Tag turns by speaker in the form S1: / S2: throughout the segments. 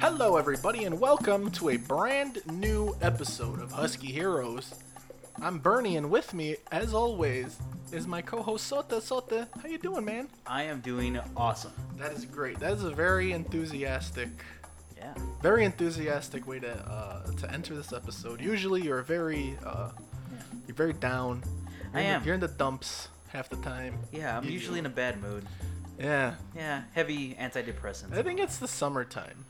S1: Hello, everybody, and welcome to a brand new episode of Husky Heroes. I'm Bernie, and with me, as always, is my co-host Sota. Sota, how you doing, man?
S2: I am doing awesome.
S1: That is great. That is a very enthusiastic,
S2: Yeah.
S1: very enthusiastic way to uh, to enter this episode. Usually, you're very uh, you're very down. You're
S2: I
S1: in the-
S2: am.
S1: You're in the dumps half the time.
S2: Yeah, I'm
S1: You-
S2: usually in a bad mood.
S1: Yeah,
S2: Yeah, heavy antidepressants.
S1: I think it's the summertime.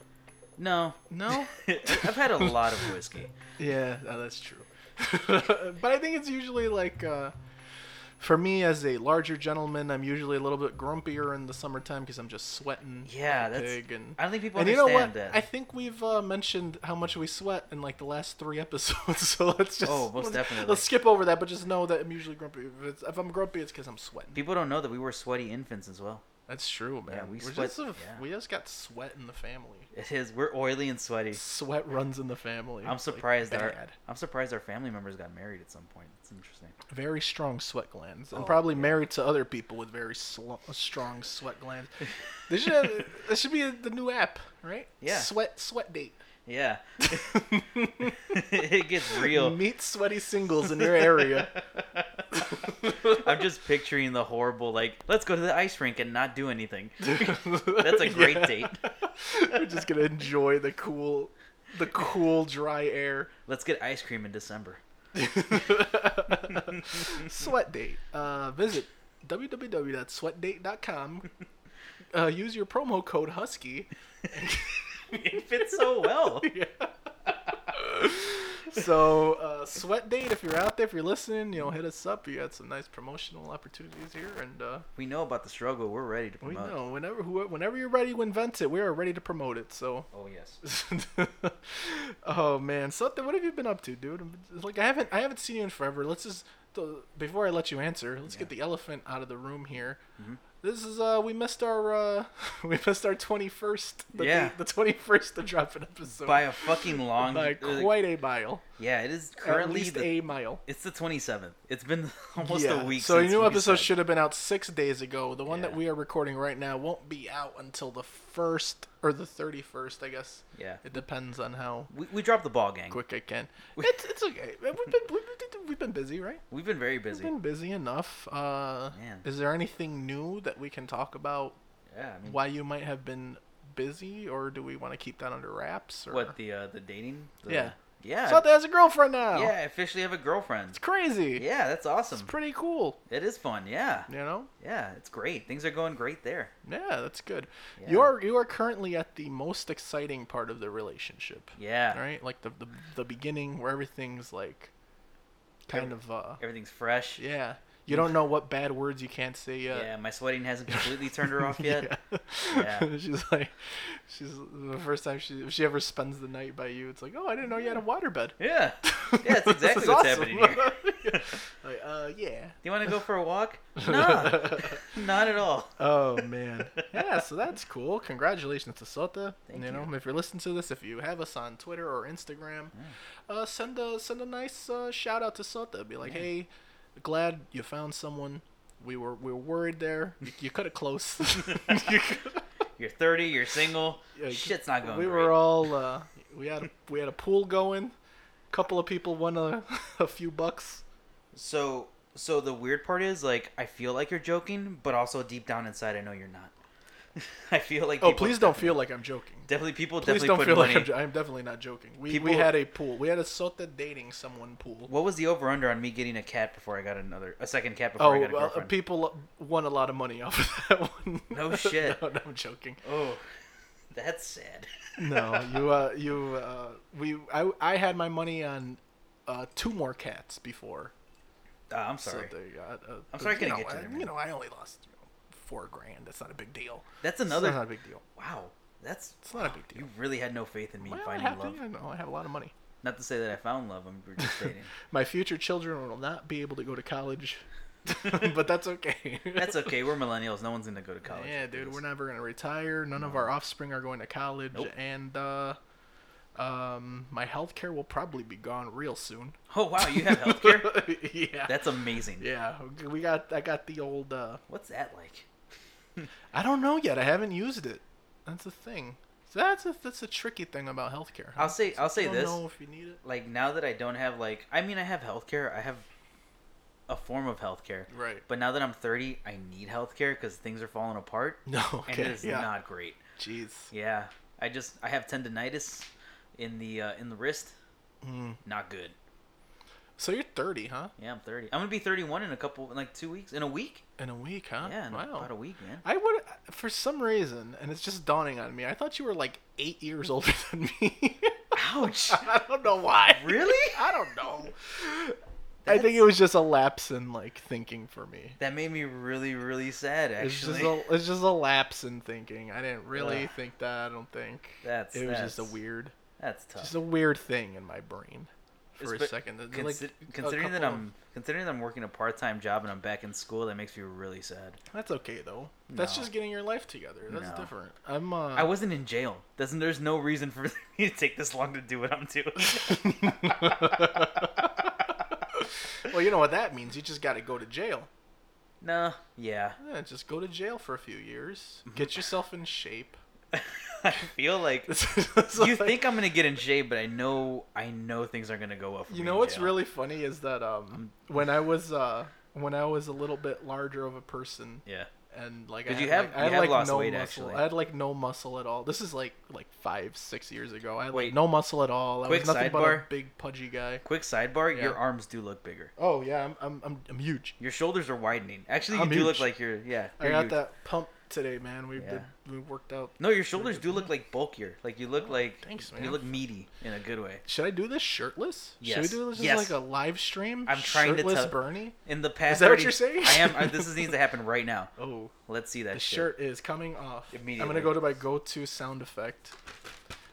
S2: no.
S1: No.
S2: I've had a lot of whiskey.
S1: Yeah, no, that's true. but I think it's usually like uh, for me as a larger gentleman, I'm usually a little bit grumpier in the summertime because I'm just sweating.
S2: Yeah,
S1: like a
S2: that's-
S1: pig and
S2: I don't think people
S1: and you know
S2: understand
S1: what?
S2: that.
S1: I think we've uh, mentioned how much we sweat in like the last three episodes. So let's just
S2: Oh, most
S1: let's,
S2: definitely.
S1: let's skip over that, but just know that I'm usually grumpy. If, it's, if I'm grumpy, it's because I'm sweating.
S2: People don't know that we were sweaty infants as well.
S1: That's true, man.
S2: Yeah, we
S1: We're
S2: sweat-
S1: Just a-
S2: yeah.
S1: We just got sweat in the family.
S2: It is. We're oily and sweaty.
S1: Sweat runs in the family.
S2: I'm
S1: It's, like,
S2: surprised our
S1: bad.
S2: I'm surprised our family members got married at some point. It's interesting.
S1: very strong sweat glands and
S2: Oh,
S1: probably married to other people with very sl- strong sweat glands. They should have, this should be the new app, right?
S2: Yeah.
S1: Sweat sweat date.
S2: Yeah. it gets real.
S1: Meet sweaty singles in your area.
S2: I'm just picturing the horrible like, let's go to the ice rink and not do anything.
S1: That's
S2: a great date.
S1: We're just going to enjoy the cool the cool dry air.
S2: Let's get ice cream in December.
S1: sweat date. Uh, visit www.sweatdate.com. Uh, use your promo code husky.
S2: It fits so well.
S1: so uh, sweat date if you're out there if you're listening you know hit us up you got some nice promotional opportunities here and uh,
S2: We know about the struggle. We're ready to
S1: we
S2: promote.
S1: know whenever who, whenever you're ready to invent it we are ready to promote it so
S2: Oh yes.
S1: oh man something what have you been up to dude It's like i haven't i haven't seen you in forever let's just the- before i let you answer let's get the elephant out of the room here This is uh we missed our uh we missed our twenty first the
S2: Yeah.
S1: date- the twenty first to drop an episode
S2: By a fucking long.
S1: by
S2: uh,
S1: quite a mile
S2: yeah, it is
S1: at
S2: currently
S1: least
S2: the,
S1: a mile
S2: it's the 27th. It's been almost a week.
S1: So a
S2: since
S1: new
S2: we
S1: episode
S2: said-
S1: should have been out six days ago. The one that
S2: Yeah.
S1: we are recording right now won't be out until the first or the thirty first, I guess.
S2: Yeah.
S1: It depends on how
S2: We, we dropped the ball, gang.
S1: quick I can. It's, it's okay. We've been we've been, we've been busy, right?
S2: We've been very
S1: We've
S2: busy.
S1: been busy enough. Uh,
S2: Man.
S1: is there anything new that we can talk about?
S2: Yeah, I mean,
S1: Why you might have been busy, or do we want to keep that under wraps? Or
S2: what the uh, the dating? The,
S1: Yeah.
S2: Yeah.
S1: Santa has a girlfriend now.
S2: yeah, I officially have a girlfriend.
S1: It's crazy.
S2: Yeah, that's awesome.
S1: It's pretty cool.
S2: It is fun. Yeah.
S1: You know.
S2: Yeah, it's great. Things are going great there.
S1: Yeah, that's good.
S2: Yeah.
S1: You are you are currently at the most exciting part of the relationship,
S2: Yeah.
S1: right? Like the the, the beginning where everything's like kind of uh
S2: Everything's fresh.
S1: yeah. You don't know what bad words you can't say yet.
S2: Yeah, my sweating hasn't completely turned her off yet.
S1: Yeah.
S2: Yeah.
S1: she's like, she's the first time she if she ever spends the night by you, it's like, oh, I didn't know you had a waterbed.
S2: Yeah. Yeah,
S1: This
S2: that's exactly
S1: is
S2: what's
S1: awesome.
S2: happening here.
S1: like, uh, yeah.
S2: Do you want to go for a walk? No, not at all.
S1: Oh man, yeah. So that's cool. Congratulations to Sota.
S2: Thank
S1: you know, if you're listening to this, if you have us on Twitter or Instagram, uh, send a send a nice uh, shout out to Sota. Be like, hey, glad you found someone. We were we were worried there. You, you cut it close. You coulda-
S2: You're 30. You're single.
S1: Yeah,
S2: Shit's not going.
S1: we
S2: great.
S1: were all uh, we had a, we had a pool going. Couple of people won a, a few bucks.
S2: So, so the weird part is like I feel like you're joking, but also deep down inside I know you're not. I feel like.
S1: Oh,
S2: people-
S1: please don't feel like I'm joking.
S2: Definitely, people
S1: Please
S2: definitely
S1: don't
S2: put
S1: feel
S2: money.
S1: like I'm, jo- I'm definitely not joking. We, we
S2: People-
S1: had a pool. We had a Sota dating someone pool.
S2: what was the over under on me getting a cat before I got another a second cat before I
S1: Oh,
S2: got a
S1: well,
S2: girlfriend?
S1: people won a lot of money off of that one.
S2: No shit.
S1: no, no, I'm joking.
S2: oh, that's sad.
S1: No, you, uh, you, uh, we, I, I had my money on uh, two more cats before.
S2: Uh, I'm sorry.
S1: So they got, uh,
S2: I'm sorry I
S1: you
S2: couldn't
S1: know,
S2: get you there,
S1: You
S2: man.
S1: know, I only lost you know, four grand. That's not a big deal.
S2: That's
S1: It's
S2: another.
S1: not a big deal.
S2: wow, that's
S1: It's not a big deal.
S2: you really had no faith in me
S1: Well, I
S2: finding
S1: have
S2: love.
S1: To, you know, I have a lot of money.
S2: Not to say that I found love. I'm just dating.
S1: My future children will not be able to go to college, but that's okay.
S2: That's okay. We're millennials. No one's gonna go to college.
S1: Yeah,
S2: after
S1: dude,
S2: this.
S1: we're never gonna retire. None of our offspring are going to college,
S2: Nope.
S1: and uh, um, my healthcare will probably be gone real soon.
S2: Oh wow, you have healthcare.
S1: yeah,
S2: That's amazing.
S1: yeah. We got, I got the old. Uh,
S2: What's that like?
S1: I don't know yet. I haven't used it. That's the thing. So that's a, that's a tricky thing about healthcare.
S2: I'll say- I'll say
S1: you
S2: this.
S1: Don't know if you need it.
S2: Like now that I don't have like I mean I have healthcare. I have a form of healthcare.
S1: Right.
S2: But now that I'm 30, I need healthcare because things are falling apart,
S1: No.
S2: and it
S1: Okay.
S2: is
S1: Yeah.
S2: not great.
S1: Jeez.
S2: Yeah, I just I have tendonitis in the uh, in the wrist.
S1: Mm.
S2: Not good.
S1: So you're 30, huh?
S2: Yeah, I'm 30. I'm gonna be 31 in a couple, in like two weeks, in a week.
S1: In a week, huh?
S2: yeah, in
S1: wow.
S2: about a week, man.
S1: I would, for some reason, and it's just dawning on me. I thought you were like eight years older than me.
S2: Ouch.
S1: I don't know why.
S2: Really?
S1: I don't know. I
S2: That's-
S1: think it was just a lapse in like thinking for me.
S2: That made me really, really sad.
S1: It's just
S2: Actually,
S1: a, it's just a lapse in thinking. I didn't really
S2: Ugh.
S1: think that. I don't think.
S2: That's-
S1: it was just a
S2: that's
S1: weird,
S2: that's tough.
S1: just a weird thing in my brain for
S2: Espe-
S1: a second. It's like
S2: Consi-
S1: a
S2: considering that
S1: couple of-
S2: I'm considering that I'm working a part-time job and I'm back in school, that makes me really sad.
S1: that's okay though. That's
S2: No.
S1: just getting your life together. That's
S2: No.
S1: different. I'm. Uh,
S2: I wasn't in jail. There's, there's no reason for me to take this long to do what I'm doing.
S1: well, you know what that means. You just got to go to jail.
S2: no, yeah.
S1: Yeah, just go to jail for a few years.
S2: Mm-hmm.
S1: Get yourself in shape.
S2: I feel like
S1: So,
S2: you
S1: like,
S2: think I'm gonna get in shape, but I know I know things aren't gonna go well for me.
S1: You know
S2: in
S1: what's
S2: jail. Mm.
S1: really funny is that um when I was uh when I was a little bit larger of a person
S2: yeah.
S1: and like I
S2: 'Cause
S1: had,
S2: you have-
S1: like, I
S2: you
S1: had
S2: have
S1: like
S2: lost
S1: no
S2: weight,
S1: muscle.
S2: actually.
S1: I had like no muscle at all. This is like like five six years ago. I had
S2: Wait.
S1: like no muscle at all. I
S2: Quick
S1: was nothing but a
S2: sidebar.
S1: big pudgy guy.
S2: Quick sidebar:
S1: Yeah.
S2: Your arms do look bigger.
S1: Oh yeah, I'm I'm I'm, I'm huge.
S2: Your shoulders are widening. Actually, you
S1: I'm
S2: do look
S1: huge.
S2: like you're yeah.
S1: I
S2: you're
S1: got
S2: huge.
S1: that pump today, man. We
S2: Yeah.
S1: did we worked out.
S2: No, your shoulders do look like bulkier. Like you look like
S1: Oh, thanks,
S2: you
S1: man.
S2: look meaty in a good way.
S1: Should I do this shirtless? Should we
S2: Yes.
S1: do this
S2: Yes.
S1: as like a live stream?
S2: I'm trying to
S1: shirtless
S2: tell-
S1: Bernie.
S2: In the past,
S1: Is that what
S2: 30
S1: you're saying?
S2: I am. I, this is, needs to happen right now.
S1: Oh.
S2: Let's see that
S1: The
S2: shit.
S1: shirt is coming off. I'm
S2: Immediately.
S1: gonna go to my go-to sound effect.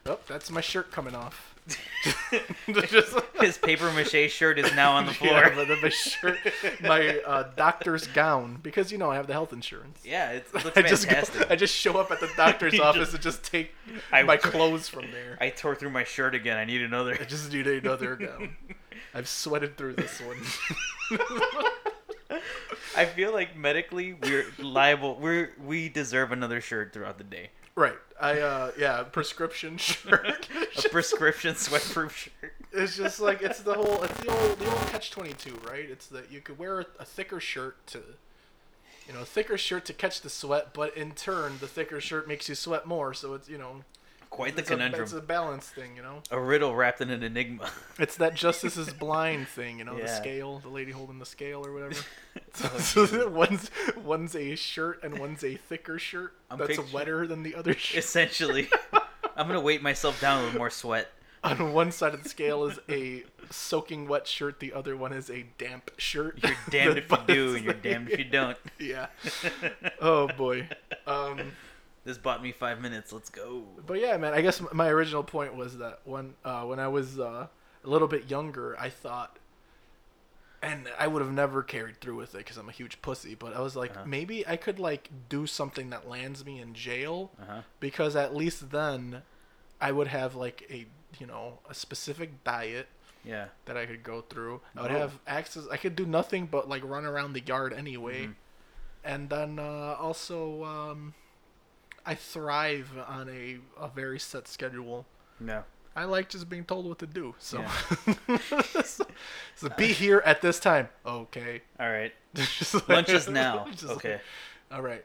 S1: Oh, that's my shirt coming off. Just-
S2: His paper mache shirt is now on the floor.
S1: Yeah, my- my shirt, my uh, doctor's gown, because you know I have the health insurance.
S2: Yeah, it's, it looks
S1: I just, go,
S2: fantastic.
S1: I just show up at the doctor's
S2: You
S1: office
S2: just-
S1: and just take
S2: I-
S1: my clothes from there. I,
S2: I tore through my shirt again. I need another.
S1: just need another gown. I've sweated through this one.
S2: I feel like medically we're liable. We're we deserve another shirt throughout the day.
S1: right. I uh yeah, prescription shirt.
S2: A prescription sweatproof shirt.
S1: It's just like it's the whole it's the old the old catch twenty two, right? It's that you could wear a, a thicker shirt to, you know, a thicker shirt to catch the sweat, but in turn the thicker shirt makes you sweat more. So it's you know,
S2: Quite the
S1: it's a-
S2: conundrum.
S1: it's a balance thing, you know.
S2: a riddle wrapped in an enigma.
S1: It's that justice is blind thing, you know, the
S2: Yeah.
S1: scale, the lady holding the scale or whatever.
S2: Oh,
S1: so one's one's a shirt and one's a thicker shirt
S2: I'm
S1: that's
S2: pictu-
S1: wetter than the other shirt.
S2: Essentially, I'm gonna weight myself down with more sweat.
S1: On one side of the scale is a soaking wet shirt, the other one is a damp shirt.
S2: You're damned if you do, and you're
S1: That's
S2: damned if you don't.
S1: Yeah. Oh boy. Um,
S2: This bought me five minutes. Let's go.
S1: but yeah, man. I guess m- my original point was that when uh, when I was uh, a little bit younger, I thought, and I would have never carried through with it because I'm a huge pussy. But I was like,
S2: Uh-huh.
S1: maybe I could like do something that lands me in jail
S2: Uh huh.
S1: because at least then I would have like a you know a specific diet
S2: Yeah.
S1: that I could go through. I would
S2: Oh.
S1: have access. I could do nothing but like run around the yard anyway,
S2: Mm-hmm.
S1: and then uh, also um, I thrive on a, a very set schedule.
S2: No.
S1: I like just being told what to do. So, so,
S2: Uh.
S1: be here at this time. Okay.
S2: All right.
S1: Just like-
S2: Lunch is now.
S1: just like,
S2: Okay.
S1: all right.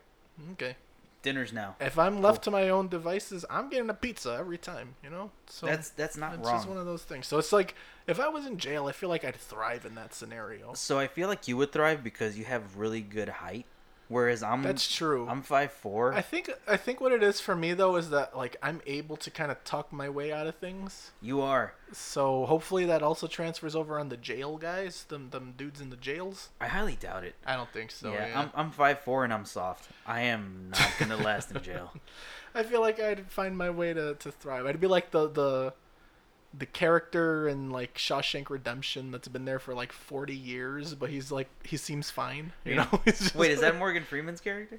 S1: Okay.
S2: Dinner's now.
S1: If I'm left to my own devices, I'm getting a pizza every time. You know. So
S2: That's that's not
S1: it's just one
S2: wrong.
S1: of those things. So it's like if I was in jail, I feel like I'd thrive in that scenario.
S2: So I feel like you would thrive because you have really good height, whereas I'm
S1: That's true.
S2: Mm. I'm five four.
S1: I think I think what it is for me though is that like I'm able to kind of tuck my way out of things.
S2: you are.
S1: So hopefully that also transfers over on the jail guys, them them dudes in the jails.
S2: I highly doubt it.
S1: I don't think so.
S2: yeah,
S1: Yeah,
S2: I'm I'm five four and I'm soft. I am not gonna last in jail.
S1: I feel like I'd find my way to, to thrive. I'd be like the the the character in like Shawshank Redemption that's been there for like 40 years, but he's like he seems fine. You
S2: Yeah.
S1: know? It's just
S2: Wait, is that
S1: like- "Eh,
S2: Morgan Freeman's character?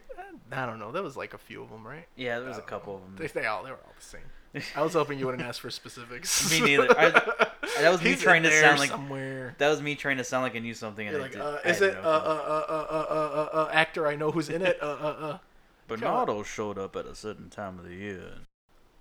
S1: I don't know. That was like a few of them, right?
S2: Yeah, there was
S1: I
S2: a
S1: don't
S2: couple
S1: know.
S2: of them.
S1: They, they all they were all the same. I was hoping you wouldn't ask for specifics.
S2: Me neither. I- that was me
S1: He's in
S2: trying to
S1: there
S2: sound like-
S1: somewhere.
S2: That was me trying to sound like I knew something. And
S1: You're
S2: I
S1: like,
S2: did-
S1: uh,
S2: I
S1: is
S2: had
S1: it uh,
S2: no
S1: uh,
S2: clue.
S1: uh, uh, uh, uh, uh, actor I know who's in it? Uh, uh, uh.
S2: Bernardo showed up at a certain time of the year.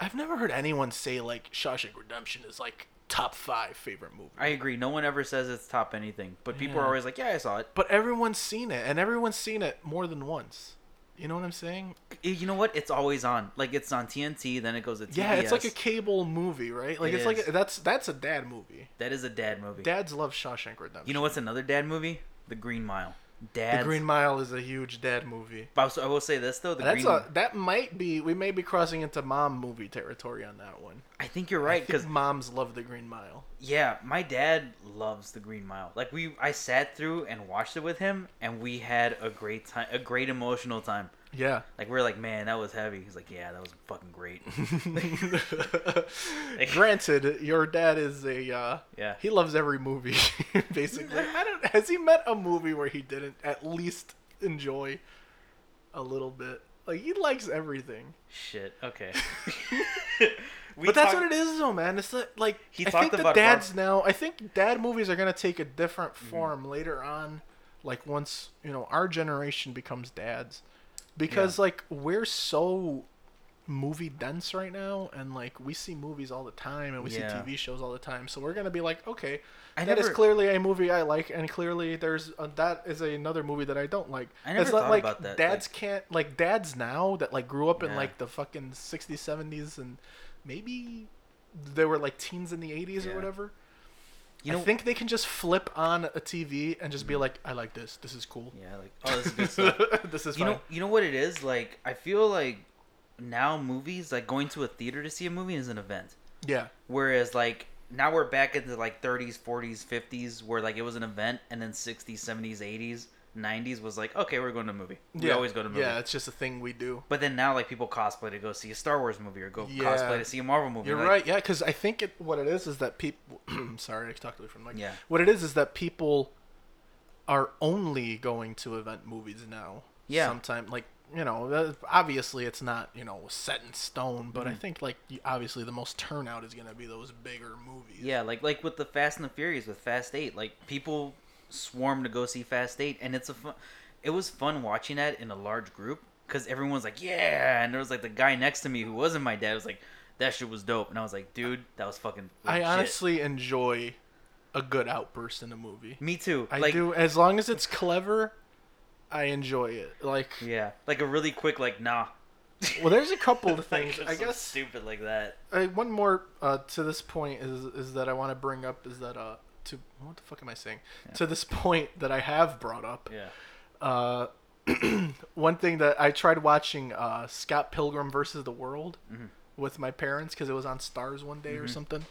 S1: I've never heard anyone say like Shawshank Redemption is like top five favorite movie.
S2: I agree. No one ever says it's top anything, but people
S1: Yeah.
S2: are always like, "Yeah, I saw it."
S1: But everyone's seen it, and everyone's seen it more than once. You know what I'm saying?
S2: Y- You know what? It's always on. Like it's on TNT, then it goes to TBS.
S1: Yeah, it's like a cable movie, right? Like
S2: It
S1: it's like
S2: is.
S1: a, that's that's a dad movie.
S2: that is a dad movie.
S1: Dads love Shawshank Redemption.
S2: You know what's another dad movie? The Green Mile.
S1: The
S2: Dad.
S1: Green Mile is a huge dad movie.
S2: I will say this though. The
S1: That's
S2: Green.
S1: a that might be we may be crossing into mom movie territory on that one.
S2: I think you're right because
S1: Because moms love the Green Mile.
S2: yeah, my dad loves the Green Mile. Like we, I sat through and watched it with him, and we had a great time, a great emotional time.
S1: Yeah.
S2: Like we are like, man, that was heavy. He's like, yeah, that was fucking great.
S1: Granted, your dad is a uh,
S2: Yeah.
S1: He loves every movie, basically. I don't. Has he met a movie where he didn't at least enjoy a little bit? Like he likes everything.
S2: Shit. Okay. we
S1: but that's
S2: talked-
S1: what it is, though, man. It's that, like
S2: He
S1: I
S2: talked
S1: think the
S2: about Mm-hmm.
S1: dads now. I think dad movies are gonna take a different form later on. Like once you know our generation becomes dads, because like we're so movie dense right now, and like we see movies all the time, and we see
S2: Yeah.
S1: TV shows all the time. So we're gonna be like, okay,
S2: I
S1: that is
S2: never-
S1: clearly a movie I like, and clearly there's a, that is another movie that I don't like.
S2: I never
S1: it's not
S2: thought
S1: like
S2: about that,
S1: dads can't like dads now that like grew up in
S2: Yeah.
S1: like the fucking 60s, 70s, and maybe they were like teens in the 80s
S2: Yeah.
S1: or whatever.
S2: You know,
S1: I think they can just flip on a TV and just be like, I like this. This is cool.
S2: yeah, like oh, this is good stuff.
S1: this is
S2: you
S1: fine.
S2: know, you know what it is. Like I feel like now movies, like going to a theater to see a movie is an event.
S1: yeah.
S2: Whereas like now we're back into like 30s, 40s, 50s, where like it was an event, and then 60s, 70s, 80s, 90s was like okay, we're going to a movie. We
S1: yeah.
S2: always go to a movie.
S1: Yeah, it's just a thing we do.
S2: But then now like people cosplay to go see a Star Wars movie or go
S1: Yeah.
S2: cosplay to see a Marvel movie.
S1: You're
S2: like,
S1: right. Yeah, because I think it, what it is is that people. sorry, I talked away from the mic.
S2: Yeah.
S1: What it is is that people are only going to event movies now.
S2: Yeah.
S1: Sometimes, like you know, that- obviously it's not you know set in stone, but
S2: Mm-hmm.
S1: I think like you- obviously the most turnout is going to be those bigger movies.
S2: Yeah, like like with the Fast and the Furious with Fast Eight, like people swarm to go see Fast Eight, and it's a fun. It was fun watching that in a large group because everyone's like, "Yeah," and there was like the guy next to me who wasn't my dad was like, "That shit was dope," and I was like, "Dude, that was fucking."
S1: I
S2: legit."
S1: honestly enjoy a good outburst in a movie.
S2: me too.
S1: I
S2: like,
S1: do, as long as it's clever. I enjoy it. Like,
S2: yeah, like a really quick, like, nah.
S1: well, there's a couple of
S2: Like,
S1: things.
S2: just
S1: I
S2: so
S1: guess
S2: stupid like that.
S1: I, one more uh, to this point is is that I want to bring up is that uh to what the fuck am I saying to this point that I have brought up
S2: Yeah.
S1: uh one thing that I tried watching uh Scott Pilgrim versus the World
S2: Mm-hmm.
S1: with my parents because it was on Stars one day or something.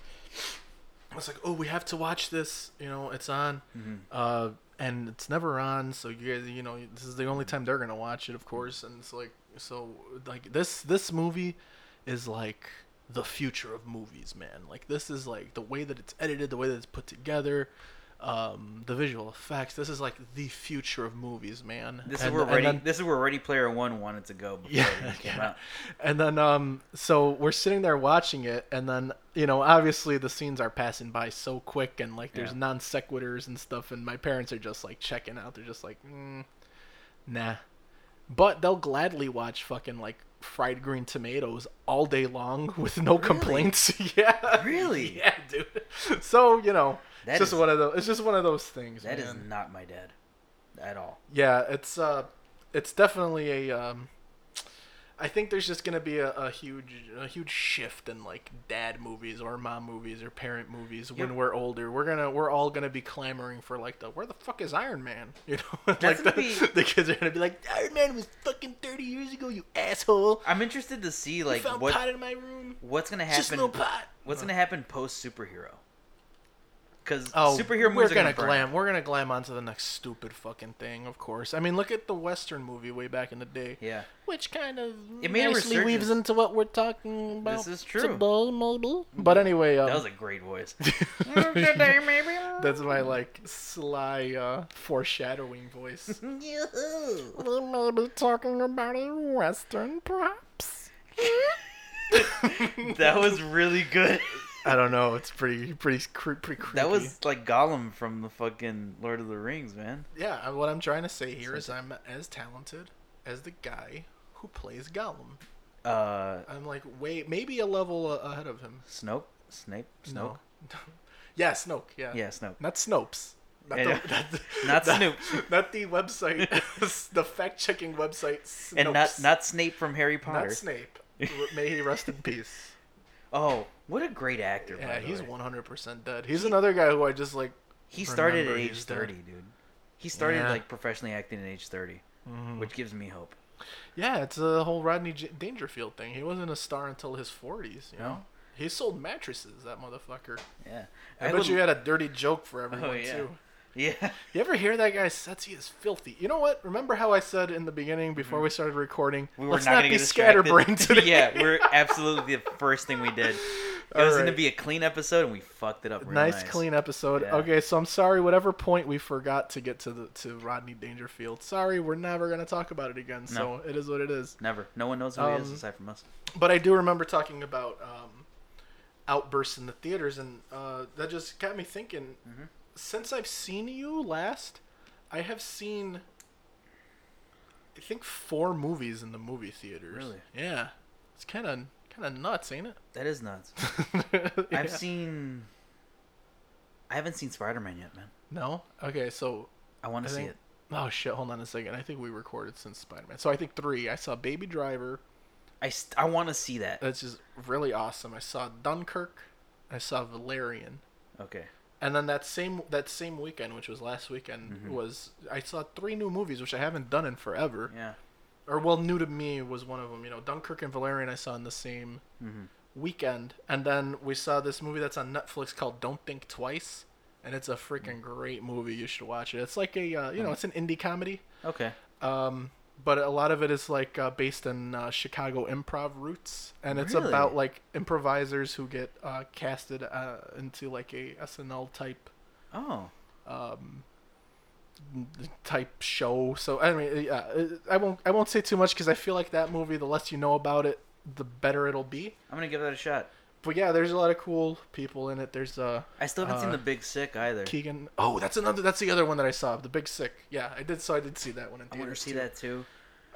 S1: I was like, oh, we have to watch this. You know, it's on,
S2: Mm-hmm.
S1: uh, and it's never on. So you guys, you know, this is the only time they're gonna watch it, of course. And it's like, so like this this movie is like the future of movies, man. Like this is like the way that it's edited, the way that it's put together. Um, the visual effects. This is like the future of movies, man.
S2: This
S1: And-
S2: is where
S1: and
S2: Ready.
S1: then-
S2: This is where Ready Player One wanted to go before
S1: yeah,
S2: it came
S1: yeah.
S2: out.
S1: And then um so we're sitting there watching it and then you know obviously the scenes are passing by so quick and like there's
S2: Yeah.
S1: non sequiturs and stuff and my parents are just like checking out they're just like mm, nah but they'll gladly watch fucking like fried green tomatoes all day long with no complaints yeah
S2: Really?
S1: yeah dude so you know
S2: That
S1: it's just
S2: is-
S1: one of those it's just one of those things
S2: That is
S1: man.
S2: not my dad, at all.
S1: Yeah, it's uh, it's definitely a. Um, I think there's just gonna be a, a huge, a huge shift in like dad movies or mom movies or parent movies when
S2: Yep.
S1: we're older. We're gonna, we're all gonna be clamoring for like the where the fuck is Iron Man? You know, like
S2: gonna
S1: the,
S2: be-
S1: the kids are gonna be like Iron Man was fucking thirty years ago, you asshole.
S2: I'm interested to see
S1: Like,
S2: like
S1: you found
S2: what
S1: pot in my room.
S2: what's gonna
S1: It's
S2: happen.
S1: Just no pot.
S2: What's gonna happen post superhero? Because
S1: Oh,
S2: superhero
S1: we're
S2: movies are
S1: gonna
S2: gonna,
S1: glam.
S2: burn.
S1: We're gonna glam onto the next stupid fucking thing. Of course. I mean, look at the Western movie way back in the day.
S2: Yeah,
S1: which kind of
S2: It made a
S1: nicely weaves
S2: resurgence.
S1: into what we're talking about.
S2: This is true.
S1: today, maybe. But anyway, um,
S2: that was a great voice.
S1: that's my like sly uh, foreshadowing voice. we may be talking about a western, perhaps.
S2: that was really good.
S1: I don't know. It's pretty, pretty, cre- pretty creepy.
S2: That was like Gollum from the fucking Lord of the Rings, man.
S1: yeah. uh, I- What I'm trying to say here is I'm as talented as the guy who plays Gollum
S2: uh,
S1: I'm like, wait, maybe a level a- ahead of him.
S2: Snope, Snape, Snoke.
S1: No. yeah, Snoke. Yeah.
S2: Yeah, Snoke.
S1: Not Snopes. Not,
S2: Yeah.
S1: the, not, the-
S2: Not
S1: not-
S2: Snoop.
S1: Not the website, the fact-checking website. Snopes.
S2: And not not Snape from Harry Potter.
S1: not Snape. May he rest in peace.
S2: oh, what a great actor! by
S1: Yeah,
S2: the
S1: he's
S2: way.
S1: 100% dead. He's another guy who I just like.
S2: He started at
S1: Remember,
S2: age
S1: he's dead.
S2: thirty, dude. He started
S1: Yeah. Mm-hmm.
S2: like professionally acting at age 30 which gives me hope.
S1: Yeah, it's a whole Rodney J- Dangerfield thing. He wasn't a star until his 40s. You know,
S2: No.
S1: he sold mattresses. That motherfucker.
S2: Yeah,
S1: I, bet
S2: would-
S1: you had a dirty joke for everyone
S2: Oh yeah,
S1: too.
S2: yeah.
S1: You ever hear that guy says he is filthy? You know what? Remember how I said in the beginning before we started recording,
S2: Mm-hmm. We were
S1: let's
S2: not,
S1: not,
S2: gonna
S1: be
S2: get distracted.
S1: scatterbrained today.
S2: yeah, we're absolutely the first thing we did. It
S1: All
S2: was gonna
S1: right.
S2: be a clean episode, and we fucked it up. Real
S1: nice, clean episode.
S2: Yeah.
S1: Okay, so I'm sorry. Whatever point we forgot to get to the to Rodney Dangerfield. Sorry, we're never gonna talk about it again. So it is what it is.
S2: Never. No one knows who he is
S1: Um,
S2: aside from us.
S1: But I do remember talking about um, outbursts in the theaters, and uh, that just got me thinking.
S2: Mm-hmm.
S1: Since I've seen you last, I have seen, I think, four movies in the movie theaters.
S2: Really?
S1: Yeah, it's kind of kind of nuts, ain't it?
S2: That is nuts.
S1: Yeah.
S2: I've seen. I haven't seen Spider Man yet, man.
S1: No. Okay, so
S2: I want
S1: I
S2: to see
S1: think-
S2: it.
S1: oh shit, hold on a second. I think we recorded since Spider Man. So I think three. I saw Baby Driver.
S2: I, st- I want to see that.
S1: That's just really awesome. I saw Dunkirk. I saw Valerian.
S2: Okay.
S1: And then that same that same weekend, which was last weekend, was I saw three new movies which I haven't done in forever,
S2: Yeah.
S1: or well, new to me was one of them. You know, Dunkirk and Valerian I saw in the same weekend, and then we saw this movie that's on Netflix called Don't Think Twice, and it's a freaking great movie. You should watch it. It's like a uh, you know, it's an indie comedy,
S2: Okay.
S1: um, but a lot of it is like uh, based in uh, Chicago improv roots, and it's
S2: Really?
S1: about like improvisers who get uh, casted uh, into like a SNL type
S2: Oh.
S1: type show. So I mean, yeah, I won't I won't say too much because I feel like that movie, the less you know about it, the better it'll be.
S2: I'm going to give that a shot.
S1: But yeah, there's a lot of cool people in it. There's uh
S2: I still haven't seen
S1: Uh,
S2: The Big Sick either.
S1: Keegan. Oh, that's another. That's the other one that I saw. The Big Sick. Yeah, I did. So I did see that one in
S2: I want to
S1: theaters.
S2: see
S1: too.
S2: that too.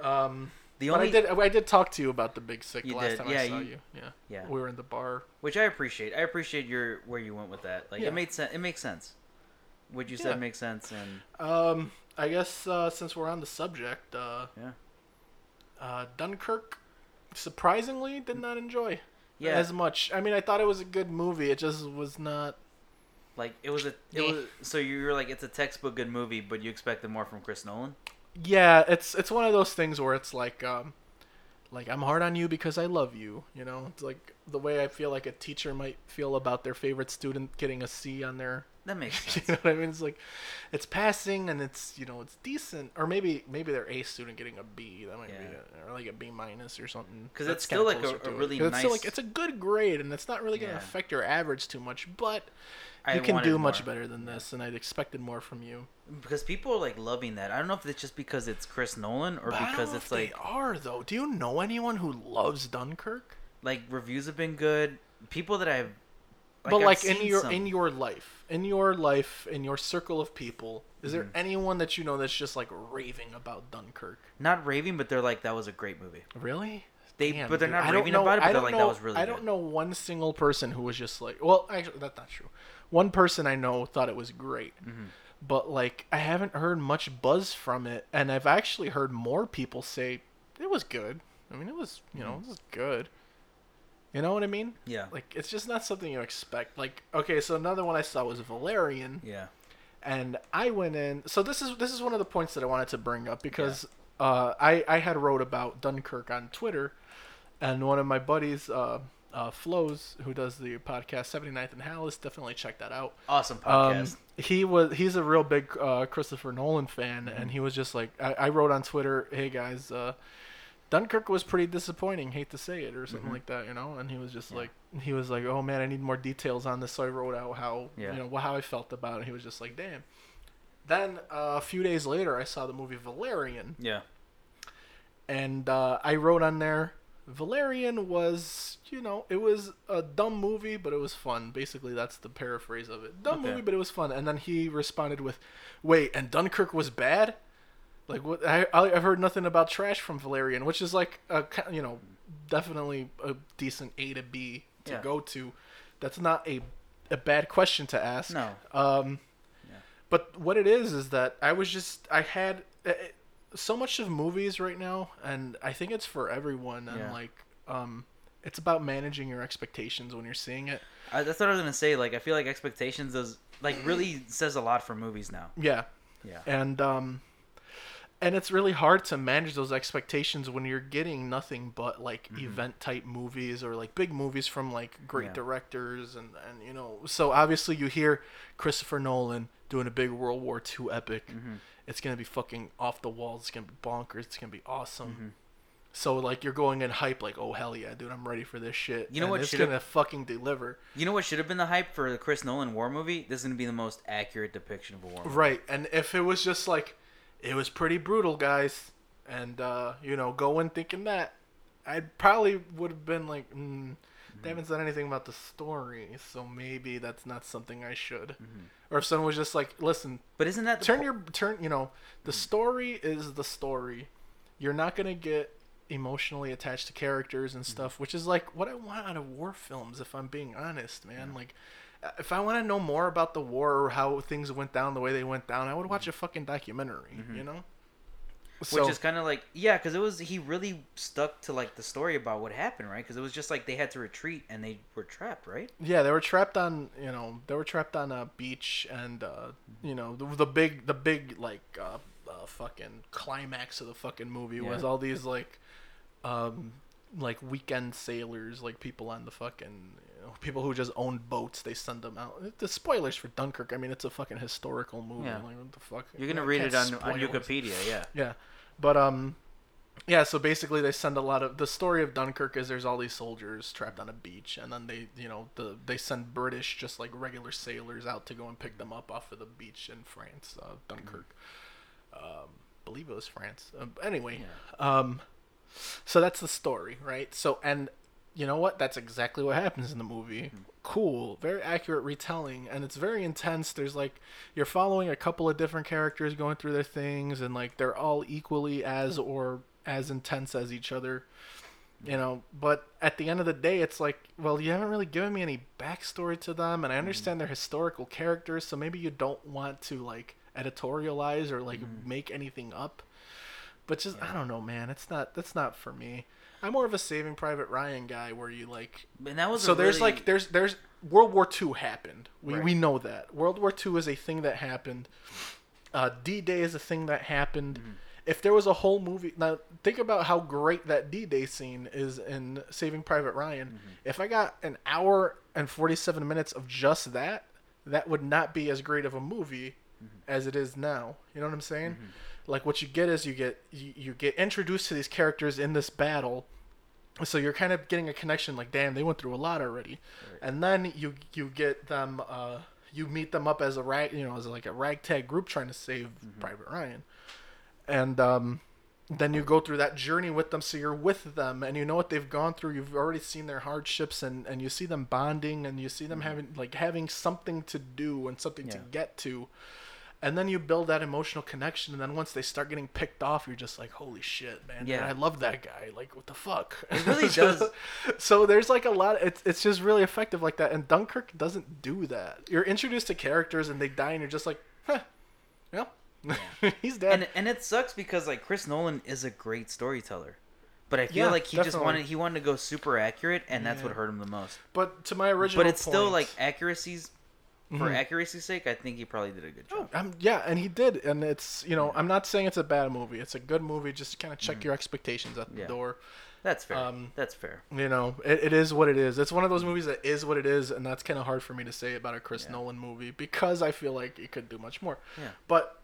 S1: Um,
S2: The
S1: but
S2: only
S1: I did. I did talk to you about the Big Sick
S2: You
S1: last
S2: did.
S1: time
S2: Yeah,
S1: I saw
S2: you-
S1: you, Yeah.
S2: yeah.
S1: We were in the bar.
S2: which I appreciate. I appreciate your where you went with that. Like
S1: Yeah.
S2: it made sense. It makes sense. What you
S1: Yeah.
S2: said makes sense, and
S1: Um, I guess uh, since we're on the subject, uh,
S2: yeah,
S1: uh, Dunkirk surprisingly did not enjoy.
S2: Mm. yeah.
S1: as much. I mean, I thought it was a good movie. It just was not.
S2: like it was a. It
S1: Meh.
S2: was so you were like it's a textbook good movie, but you expected more from Chris Nolan.
S1: Yeah, it's it's one of those things where it's like, um, like I'm hard on you because I love you. You know, it's like the way I feel like a teacher might feel about their favorite student getting a C on their.
S2: That makes
S1: You
S2: sense.
S1: know what I mean? It's like, it's passing and it's you know it's decent, or maybe maybe their A student getting a B. That might be
S2: Yeah.
S1: a, or like a B minus or something.
S2: 'Cause
S1: That's
S2: it's still,
S1: kinda
S2: like,
S1: closer
S2: a- a
S1: to it.
S2: really
S1: 'Cause it's still,
S2: nice-
S1: like it's a good grade, and it's not really gonna
S2: Yeah.
S1: affect your average too much, but.
S2: I
S1: you can
S2: wanted
S1: do much
S2: more.
S1: better than this, and I'd expected more from you.
S2: because people are like loving that. I don't know if it's just because it's Chris Nolan or because it's like
S1: they are though. Do you know anyone who loves Dunkirk?
S2: like reviews have been good. People that I've
S1: but
S2: I've
S1: like in
S2: seen
S1: your
S2: some-
S1: in your life, in your life, in your circle of people, is there
S2: Hmm.
S1: anyone that you know that's just like raving about Dunkirk?
S2: not raving, but they're like that was a great movie.
S1: Really?
S2: They
S1: Damn,
S2: but they're
S1: dude.
S2: not
S1: I don't
S2: raving
S1: know-
S2: about it.
S1: I
S2: But they're
S1: don't
S2: like
S1: know-
S2: that was really.
S1: I don't
S2: good.
S1: know one single person who was just like, well, actually, that's not true. One person I know thought it was great,
S2: Mm-hmm.
S1: but like I haven't heard much buzz from it, and I've actually heard more people say it was good. I mean, it was you know it was good. You know what I mean?
S2: Mm. Yeah.
S1: Like it's just not something you expect. Like okay, so another one I saw was Valerian
S2: yeah.
S1: and I went in. So this is this is one of the points that I wanted to bring up because uh, I I had wrote about Dunkirk on Twitter, and one of my buddies, uh, uh, Flows, who does the podcast 79th and Hallis, definitely check that out.
S2: Awesome
S1: Um,
S2: podcast.
S1: he was he's a real big uh, Christopher Nolan fan,
S2: Mm-hmm.
S1: and he was just like I, I wrote on Twitter, "Hey guys, uh, Dunkirk was pretty disappointing. Hate to say it, or
S2: Mm-hmm.
S1: something like that, you know." And he was just like he was like, "Oh man, I need more details on this." So I wrote out how
S2: Yeah.
S1: you know how I felt about it. He was just like, "Damn." Then uh, a few days later, I saw the movie Valerian,
S2: yeah.
S1: and uh, I wrote on there. Valerian was, you know, it was a dumb movie, but it was fun. Basically, that's the paraphrase of it. Dumb
S2: Okay.
S1: movie, but it was fun. And then he responded with, "Wait, and Dunkirk was bad? Like what? I I- I've heard nothing about trash from Valerian, which is like a ki- you know definitely a decent A to B to
S2: Yeah.
S1: go to. That's not a a bad question to ask.
S2: No.
S1: Um,
S2: Yeah.
S1: But what it is is that I was just I had eh, eh, so much of movies right now, and I think it's for everyone. And
S2: Yeah.
S1: like, um, it's about managing your expectations when you're seeing it.
S2: I, that's what I was gonna say. Like I feel like expectations does like really says a lot for movies now.
S1: Yeah,
S2: Yeah.
S1: and um, and it's really hard to manage those expectations when you're getting nothing but like event type movies or like big movies from like great
S2: Mm-hmm. Yeah.
S1: directors and and you know. So obviously you hear Christopher Nolan doing a big World War II epic.
S2: Mm-hmm.
S1: It's gonna be fucking off the walls. It's gonna be bonkers. It's gonna be awesome.
S2: Mm-hmm.
S1: So like you're going in hype like oh hell yeah dude I'm ready for this shit
S2: You know
S1: and
S2: what
S1: it's
S2: should've-
S1: gonna fucking deliver
S2: You know what should have been the hype for the Chris Nolan war movie? This is gonna be the most accurate depiction of a war. Movie.
S1: Right. And if it was just like, it was pretty brutal, guys, and, uh, you know, go in thinking that, I probably would have been like, mm, they haven't said anything about the story, so maybe that's not something I should. Or if someone was just like, listen,
S2: But isn't that the
S1: turn
S2: po-
S1: your, turn, you know, the
S2: Hmm.
S1: story is the story. You're not going to get emotionally attached to characters
S2: Hmm.
S1: and stuff, which is like what I want out of war films, if I'm being honest, man. Like, uh, if I want to know more about the war or how things went down the way they went down, I would watch a fucking documentary, you know?
S2: Hmm. Mm-hmm. which is kind of like yeah, because it was he really stuck to like the story about what happened, right? Because it was just like they had to retreat and they were trapped, right?
S1: yeah, they were trapped on, you know, they were trapped on a beach and, uh, you know, the, the big, the big, like, uh, uh, fucking climax of the fucking movie was
S2: Yeah.
S1: all these, like, um, like weekend sailors, like people on the fucking, you know, people who just own boats, they send them out. The spoilers for Dunkirk, I mean, it's a fuking historical movie.
S2: Yeah.
S1: Like, what the fuck?
S2: You're gonna
S1: I
S2: read
S1: can't
S2: it on on
S1: spoil it.
S2: Wikipedia, yeah.
S1: Yeah, but um, yeah. So basically, they send a lot of the story of Dunkirk is there's all these soldiers trapped on a beach, and then they you know the they send British just like regular sailors out to go and pick them up off of the beach in France, uh, Dunkirk. Um, believe it was France. Um, anyway, um, so that's the story, right? So and you know what? That's exactly what happens in the movie. Cool, very accurate retelling, and it's very intense. There's like you're following a couple of different characters going through their things, and like they're all equally as or as intense as each other. You know, but at the end of the day, it's like, well, you haven't really given me any backstory to them, and I understand they're historical characters, so maybe you don't want to like editorialize or like make anything up but just I don't know, man. It's not that's not for me. I'm more of a Saving Private Ryan guy, where you like.
S2: And that was
S1: So
S2: a
S1: there's
S2: really-
S1: like there's there's World War II happened. We
S2: Right.
S1: we know that World War II is a thing that happened. Uh, D Day is a thing that happened.
S2: Mm-hmm.
S1: If there was a whole movie now, think about how great that D Day scene is in Saving Private Ryan.
S2: Mm-hmm.
S1: If I got an hour and forty seven minutes of just that, that would not be as great of a movie
S2: Mm-hmm.
S1: as it is now. You know what I'm saying? Like what you get is you get you, you get introduced to these characters in this battle. So you're kind of getting a connection like damn, they went through a lot already. And then you you get them uh you meet them up as a rag, you know, as like a ragtag group trying to save
S2: Mm-hmm.
S1: Private Ryan. And um then you go through that journey with them so you're with them and you know what they've gone through you've already seen their hardships and and you see them bonding and you see them having like having something to do and something to
S2: Mm-hmm. Yeah.
S1: get to and then you build that emotional connection and then once they start getting picked off you're just like holy shit man
S2: Yeah.
S1: i love that guy like what the fuck it
S2: really does.
S1: so there's like a lot it's, it's just really effective like that and dunkirk doesn't do that you're introduced to characters and they die and you're just like huh yeah he's dead
S2: and and it sucks because like Chris Nolan is a great storyteller, but I feel
S1: Yeah,
S2: like he just
S1: definitely.
S2: wanted he wanted to go super accurate, and that's what
S1: Yeah.
S2: hurt him the most.
S1: but to my original
S2: But it's still
S1: point-
S2: like accuracies for
S1: Mhm.
S2: accuracy's sake. I think he probably did a good job.
S1: Um, yeah, and he did, and it's you know I'm not saying it's a bad movie. It's a good movie. Just kind of check your expectations at the
S2: Mm. Yeah.
S1: door.
S2: That's fair.
S1: um,
S2: that's fair.
S1: You know, it, it is what it is. It's one of those movies that is what it is, and that's kind of hard for me to say about a Chris
S2: Yeah.
S1: Nolan movie because I feel like it could do much more.
S2: Yeah.
S1: But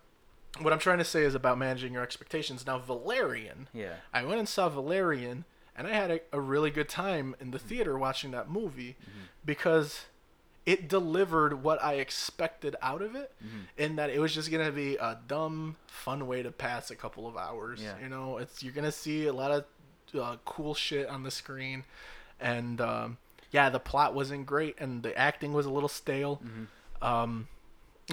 S1: what I'm trying to say is about managing your expectations. Now, Valerian,
S2: Yeah.
S1: I went and saw Valerian, and I had a, a really good time in the theater watching that movie
S2: Mm-hmm.
S1: because it delivered what I expected out of it,
S2: Mm-hmm.
S1: in that it was just gonna be a dumb, fun way to pass a couple of hours.
S2: Yeah.
S1: You know, it's you're gonna see a lot of uh, cool shit on the screen, and um, yeah, the plot wasn't great, and the acting was a little stale.
S2: Mm-hmm.
S1: Um,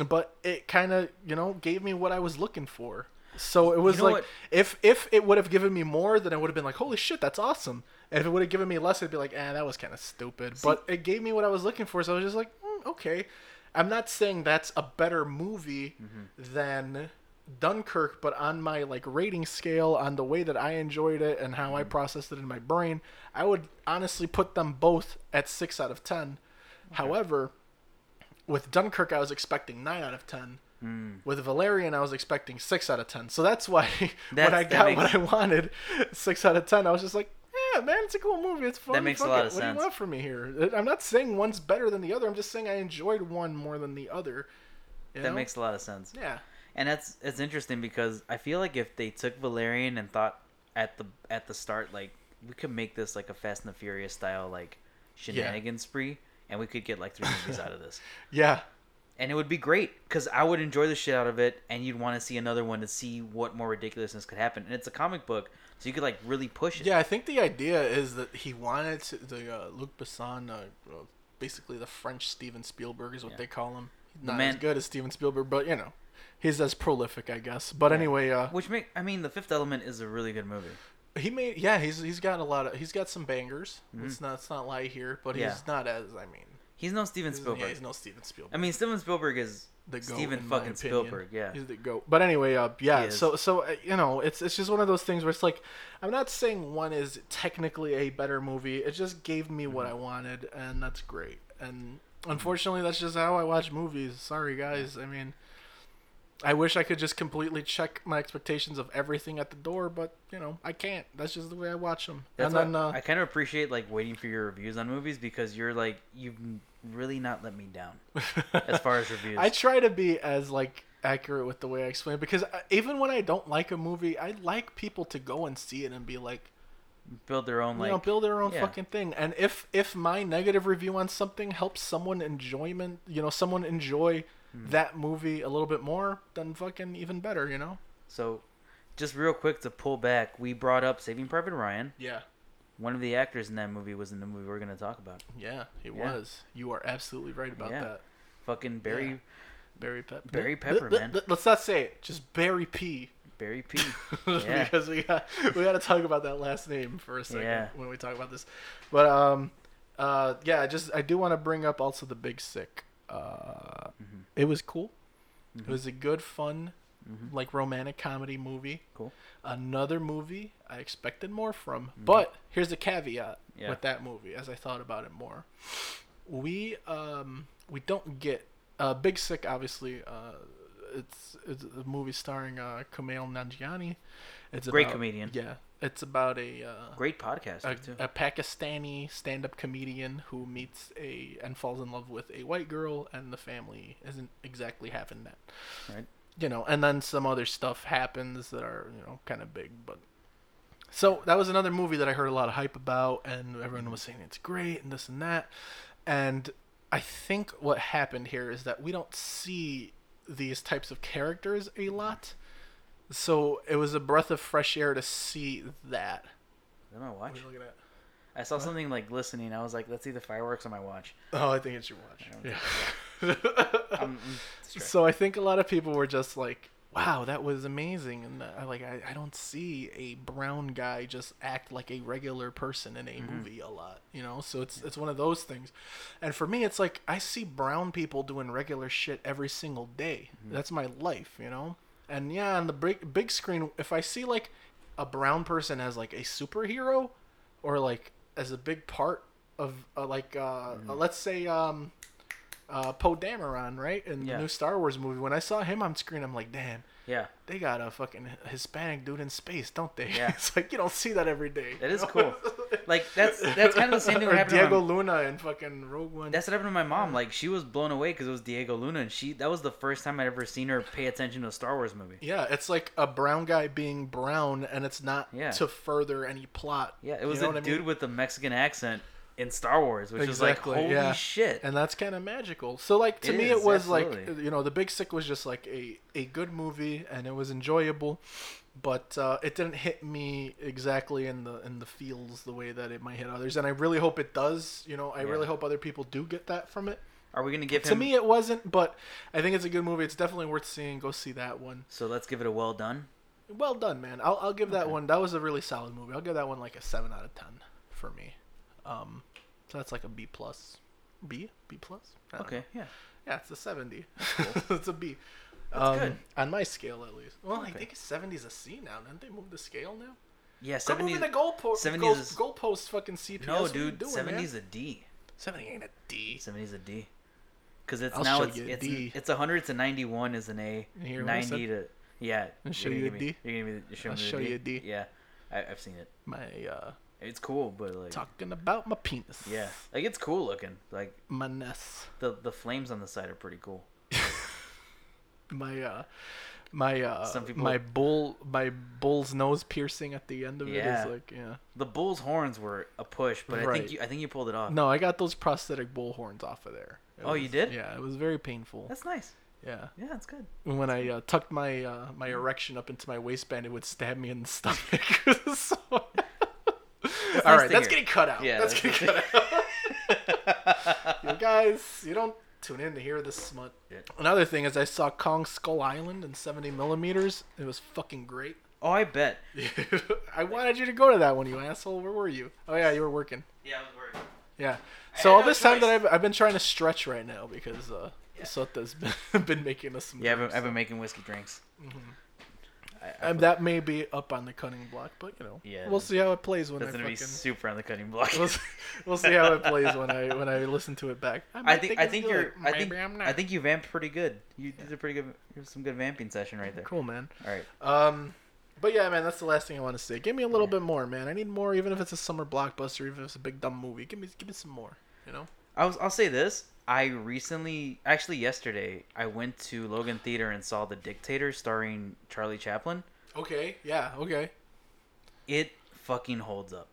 S1: but it kind of you know gave me what I was looking for. So it was
S2: know
S1: like
S2: what?
S1: if if it would have given me more, then I would have been like, holy shit, that's awesome. And if it would have given me less, I'd be like, ah, that was kind of stupid. but it gave me what I was looking for, so I was just like, mm, okay. I'm not saying that's a better movie
S2: Mm-hmm.
S1: than Dunkirk, but on my like rating scale, on the way that I enjoyed it and how I
S2: Mm-hmm.
S1: processed it in my brain, I would honestly put them both at six out of ten. However, with Dunkirk, I was expecting nine out of ten.
S2: Hmm.
S1: With Valerian, I was expecting six out of ten. So that's why
S2: That's-
S1: when I
S2: that
S1: got
S2: makes-
S1: what I wanted, six out of ten, I was just like, yeah, man, it's a cool movie. It's fun.
S2: makes a
S1: Fuck
S2: lot
S1: it.
S2: of
S1: what
S2: sense.
S1: do you want from me here? I'm not saying one's better than the other. I'm just saying I enjoyed one more than the other. you
S2: That
S1: know?
S2: makes a lot of sense.
S1: yeah.
S2: And that's it's interesting because I feel like if they took Valerian and thought at the at the start like we could make this like a Fast and the Furious style like shenanigan spree and we could get like three movies out of this.
S1: Yeah.
S2: And it would be great cuz I would enjoy the shit out of it and you'd want to see another one to see what more ridiculousness could happen. And it's a comic book, so you could like really push it.
S1: Yeah, I think the idea is that he wanted to, the uh, Luc Besson, uh, uh, basically the French Steven Spielberg is what they call him. Not as
S2: man-
S1: good as Steven Spielberg, but you know, he's as prolific, I guess. But anyway, uh,
S2: Which make I mean The Fifth Element is a really good movie.
S1: he made yeah, he's he's got a lot of he's got some bangers. It's not it's not lie here, but
S2: Mm-hmm. Yeah.
S1: he's not as I mean,
S2: He's no Steven
S1: he's, yeah,
S2: Spielberg.
S1: he's no Steven Spielberg.
S2: I mean Steven Spielberg is
S1: the goat,
S2: Steven
S1: in my
S2: fucking
S1: opinion.
S2: Spielberg, yeah.
S1: He's the goat. But anyway, uh, yeah.
S2: is.
S1: So so uh, you know, it's it's just one of those things where it's like I'm not saying one is technically a better movie. It just gave me
S2: Mm-hmm.
S1: what I wanted, and that's great. And unfortunately, that's just how I watch movies. Sorry, guys. I mean. I wish I could just completely check my expectations of everything at the door, but you know I can't. That's just the way I watch them.
S2: That's
S1: and then
S2: why
S1: uh,
S2: I kind of appreciate like waiting for your reviews on movies because you're like you've really not let me down as far as reviews.
S1: I try to be as like accurate with the way I explain it because I- even when I don't like a movie, I like people to go and see it and be like,
S2: build their own
S1: you
S2: like
S1: know, build their own
S2: yeah.
S1: fucking thing. And if if my negative review on something helps someone enjoyment, you know, someone enjoy
S2: Hmm.
S1: that movie a little bit more, then fucking even better, you know.
S2: so. Just real quick to pull back, we brought up Saving Private Ryan.
S1: Yeah,
S2: One of the actors in that movie was in the movie we're gonna talk about.
S1: yeah, it
S2: Yeah.
S1: was. You are absolutely right about
S2: Yeah.
S1: that.
S2: Fucking Barry
S1: Barry Pepper.
S2: Barry Pepper, man.
S1: Let's not say it. Just Barry P.
S2: Barry P. Yeah.
S1: because we got we got to talk about that last name for a second
S2: Yeah.
S1: when we talk about this. But um, uh, yeah, I just I do want to bring up also the Big Sick. Uh,
S2: Mm-hmm.
S1: It was cool. It was a good, fun, like romantic comedy movie.
S2: Mm-hmm. Cool. Mm-hmm.
S1: Another movie I expected more from, but here's the caveat
S2: Yeah.
S1: with that movie. As I thought about it more, we um we don't get uh Big Sick obviously uh it's it's a movie starring uh Kumail Nanjiani. It's
S2: Great
S1: about-
S2: comedian.
S1: Yeah, it's about a uh,
S2: Great podcast
S1: a,
S2: too.
S1: a Pakistani stand-up comedian who meets a and falls in love with a white girl, and the family isn't exactly having that.
S2: Right.
S1: You know, and then some other stuff happens that are you know kind of big, but. So that was another movie that I heard a lot of hype about, and everyone was saying it's great and this and that. And I think what happened here is that we don't see these types of characters a lot. So it was a breath of fresh air to see that.
S2: Is that my
S1: What
S2: watch?
S1: are you looking at?
S2: I saw something like listening. I was like, let's see the fireworks on my watch.
S1: Oh, I think it's your watch.
S2: don't
S1: Yeah.
S2: I'm, mm, I'm distracted.
S1: so I think a lot of people were just like, "Wow, that was amazing," and I like I, I don't see a brown guy just act like a regular person in a movie a lot, you know. So it's it's one of those things, and for me, it's like I see brown people doing regular shit every single day. That's my life, you know. And yeah, on the big big screen, if I see like a brown person as like a superhero, or like as a big part of uh, like uh, uh, let's say um uh Poe Dameron, right? In
S2: Yeah.
S1: the new Star Wars movie, when I saw him on screen, I'm like, damn,
S2: yeah,
S1: they got a fucking Hispanic dude in space, don't they?
S2: Yeah.
S1: it's like you don't see that every day.
S2: that
S1: you
S2: is
S1: know?
S2: cool. like that's that's kind of the same thing
S1: or
S2: that happened. to my-
S1: Diego Luna in fucking Rogue One.
S2: That's what happened to my mom. Like she was blown away because it was Diego Luna, and she that was the first time I'd ever seen her pay attention to a Star Wars movie.
S1: yeah, it's like a brown guy being brown, and it's not
S2: Yeah.
S1: to further any plot.
S2: Yeah, it
S1: You
S2: was
S1: know
S2: a
S1: what I mean?
S2: dude with a Mexican accent in Star Wars, which was like
S1: Exactly,
S2: holy
S1: yeah.
S2: shit.
S1: and that's kind of magical. So like to
S2: It
S1: me,
S2: is,
S1: it was like
S2: absolutely.
S1: you know, The Big Sick was just like a a good movie, and it was enjoyable, but uh, it didn't hit me exactly in the in the feels the way that it might hit others. And I really hope it does. You know, I
S2: Yeah.
S1: really hope other people do get that from it.
S2: Are we gonna give him?
S1: To me, it wasn't, but I think it's a good movie. It's definitely worth seeing. Go see that one.
S2: so let's give it a well done.
S1: Well done, man. I'll I'll give that one. That was a really solid movie. I'll give that one like a seven out of ten. for me. Um, so that's like a B plus, B B plus. I don't know.
S2: Okay, yeah.
S1: Yeah, it's a seventy. it's a B.
S2: That's good.
S1: On my scale, at least. Well, I
S2: Okay.
S1: think 70 is a C now. Didn't they move the scale now?
S2: Yeah,
S1: Stop
S2: 70.
S1: moving the goalpo-
S2: 70s
S1: goal,
S2: is-
S1: goalpost fucking CPS.
S2: No,
S1: What are you
S2: dude,
S1: doing,
S2: 70
S1: man?
S2: is a D.
S1: 70 ain't a D.
S2: 70 is a D. Because it's
S1: I'll
S2: now
S1: show
S2: it's
S1: you a
S2: it's,
S1: D.
S2: it's 100 to ninety one is an A.
S1: You hear what I
S2: Ninety to yeah. you're
S1: show
S2: gonna
S1: you a
S2: give me-
S1: D.
S2: You're gonna be, you're showing
S1: I'll
S2: me the
S1: show you a D.
S2: Yeah, I, I've seen it.
S1: My, uh,
S2: It's cool, but like
S1: talking about my penis.
S2: yeah, like it's cool looking. Like
S1: My nuts.
S2: the the flames on the side are pretty cool.
S1: My, uh, my, uh,
S2: Some people-
S1: my bull, my bull's nose piercing at the end of
S2: Yeah.
S1: it is like, yeah.
S2: The bull's horns were a push, but I
S1: Right.
S2: think you I think you pulled it off.
S1: No, I got those prosthetic bull horns off of there. It
S2: Oh, you
S1: was-
S2: did?
S1: Yeah, it was very painful.
S2: That's nice.
S1: Yeah.
S2: Yeah, that's good.
S1: And when I uh, tucked my uh, my erection up into my waistband, it would stab me in the stomach. so... All right,
S2: nice to
S1: that's
S2: hear.
S1: getting cut out.
S2: Yeah,
S1: that's,
S2: that's-
S1: getting cut out. you guys, you don't tune in to hear this smut.
S2: Yeah.
S1: Another thing is, I saw Kong Skull Island in 70 millimeters. It was fucking great.
S2: Oh, I bet.
S1: I wanted you to go to that one, you asshole. Where were you? Oh yeah, you were working.
S2: Yeah, I was worried.
S1: Yeah. So all
S2: no
S1: this time that
S2: choice.
S1: I've, I've been trying to stretch right now because uh, Sota's been, been making us some.
S2: Yeah, I've been,
S1: drinks.
S2: I've been making whiskey drinks.
S1: Mm-hmm. And that may be up on the cutting block, but you know,
S2: Yeah,
S1: we'll
S2: that's-
S1: see how it plays when I
S2: That's gonna
S1: fucking.
S2: be super on the cutting block.
S1: we'll, see, we'll see how it plays when I when I listen to it back.
S2: I
S1: might
S2: think I
S1: it's
S2: think
S1: good.
S2: you're I think
S1: Maybe I'm
S2: I
S1: not.
S2: think you vamped pretty good. You did a pretty good you had some good vamping session right there.
S1: cool, man.
S2: All right.
S1: Um, but yeah, man, that's the last thing I want to say. Give me a little bit more, man. I need more, even if it's a summer blockbuster, even if it's a big dumb movie. Give me give me some more. You know.
S2: I was I'll say this. I recently actually yesterday I went to Logan Theater and saw The Dictator starring Charlie Chaplin.
S1: Okay. Yeah. Okay.
S2: It fucking holds up.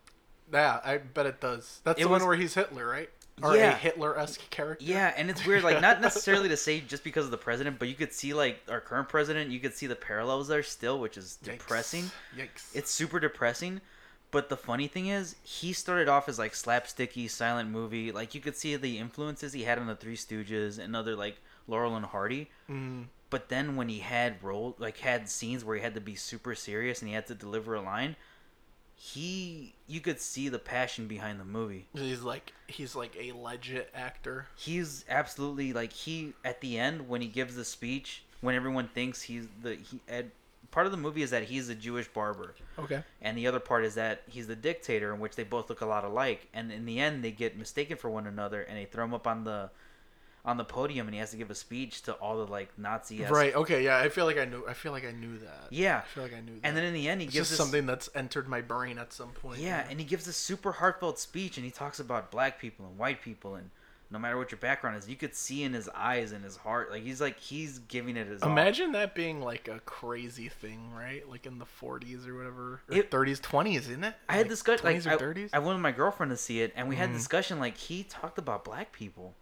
S1: Yeah, I bet it does. That's
S2: It
S1: the
S2: was-
S1: one where he's Hitler, right? Or a
S2: Yeah.
S1: Hitler esque character.
S2: Yeah, and it's weird, like not necessarily to say just because of the president, but you could see like our current president, you could see the parallels there still, which is
S1: Yikes.
S2: depressing.
S1: Yikes.
S2: It's super depressing. But the funny thing is, he started off as like slapsticky, silent movie. Like you could see the influences he had on the Three Stooges and other like Laurel and Hardy.
S1: Mm,
S2: But then when he had role, like had scenes where he had to be super serious and he had to deliver a line, he you could see the passion behind the movie.
S1: he's like he's like a legit actor.
S2: He's absolutely like he at the end when he gives the speech when everyone thinks he's the he. Ed, part of the movie is that he's a Jewish barber.
S1: Okay.
S2: and the other part is that he's the dictator in which they both look a lot alike and in the end they get mistaken for one another and they throw him up on the on the podium and he has to give a speech to all the like nazi
S1: Right. Okay. Yeah. I feel like I knew. I feel like I knew that.
S2: yeah
S1: I feel like I knew that.
S2: and then in the end he
S1: it's
S2: gives
S1: just
S2: this,
S1: something that's entered my brain at some point.
S2: yeah and he gives this super heartfelt speech and he talks about black people and white people and no matter what your background is you could see in his eyes and his heart like he's like he's giving it his all.
S1: Imagine that being like a crazy thing, right? Like in the 40s or whatever, or
S2: It-
S1: 30s, 20s, isn't it?
S2: I had discussion like
S1: 20s
S2: I,
S1: or Mm-hmm. 30s.
S2: I went with my girlfriend to see it, and we had discussion like he talked about black people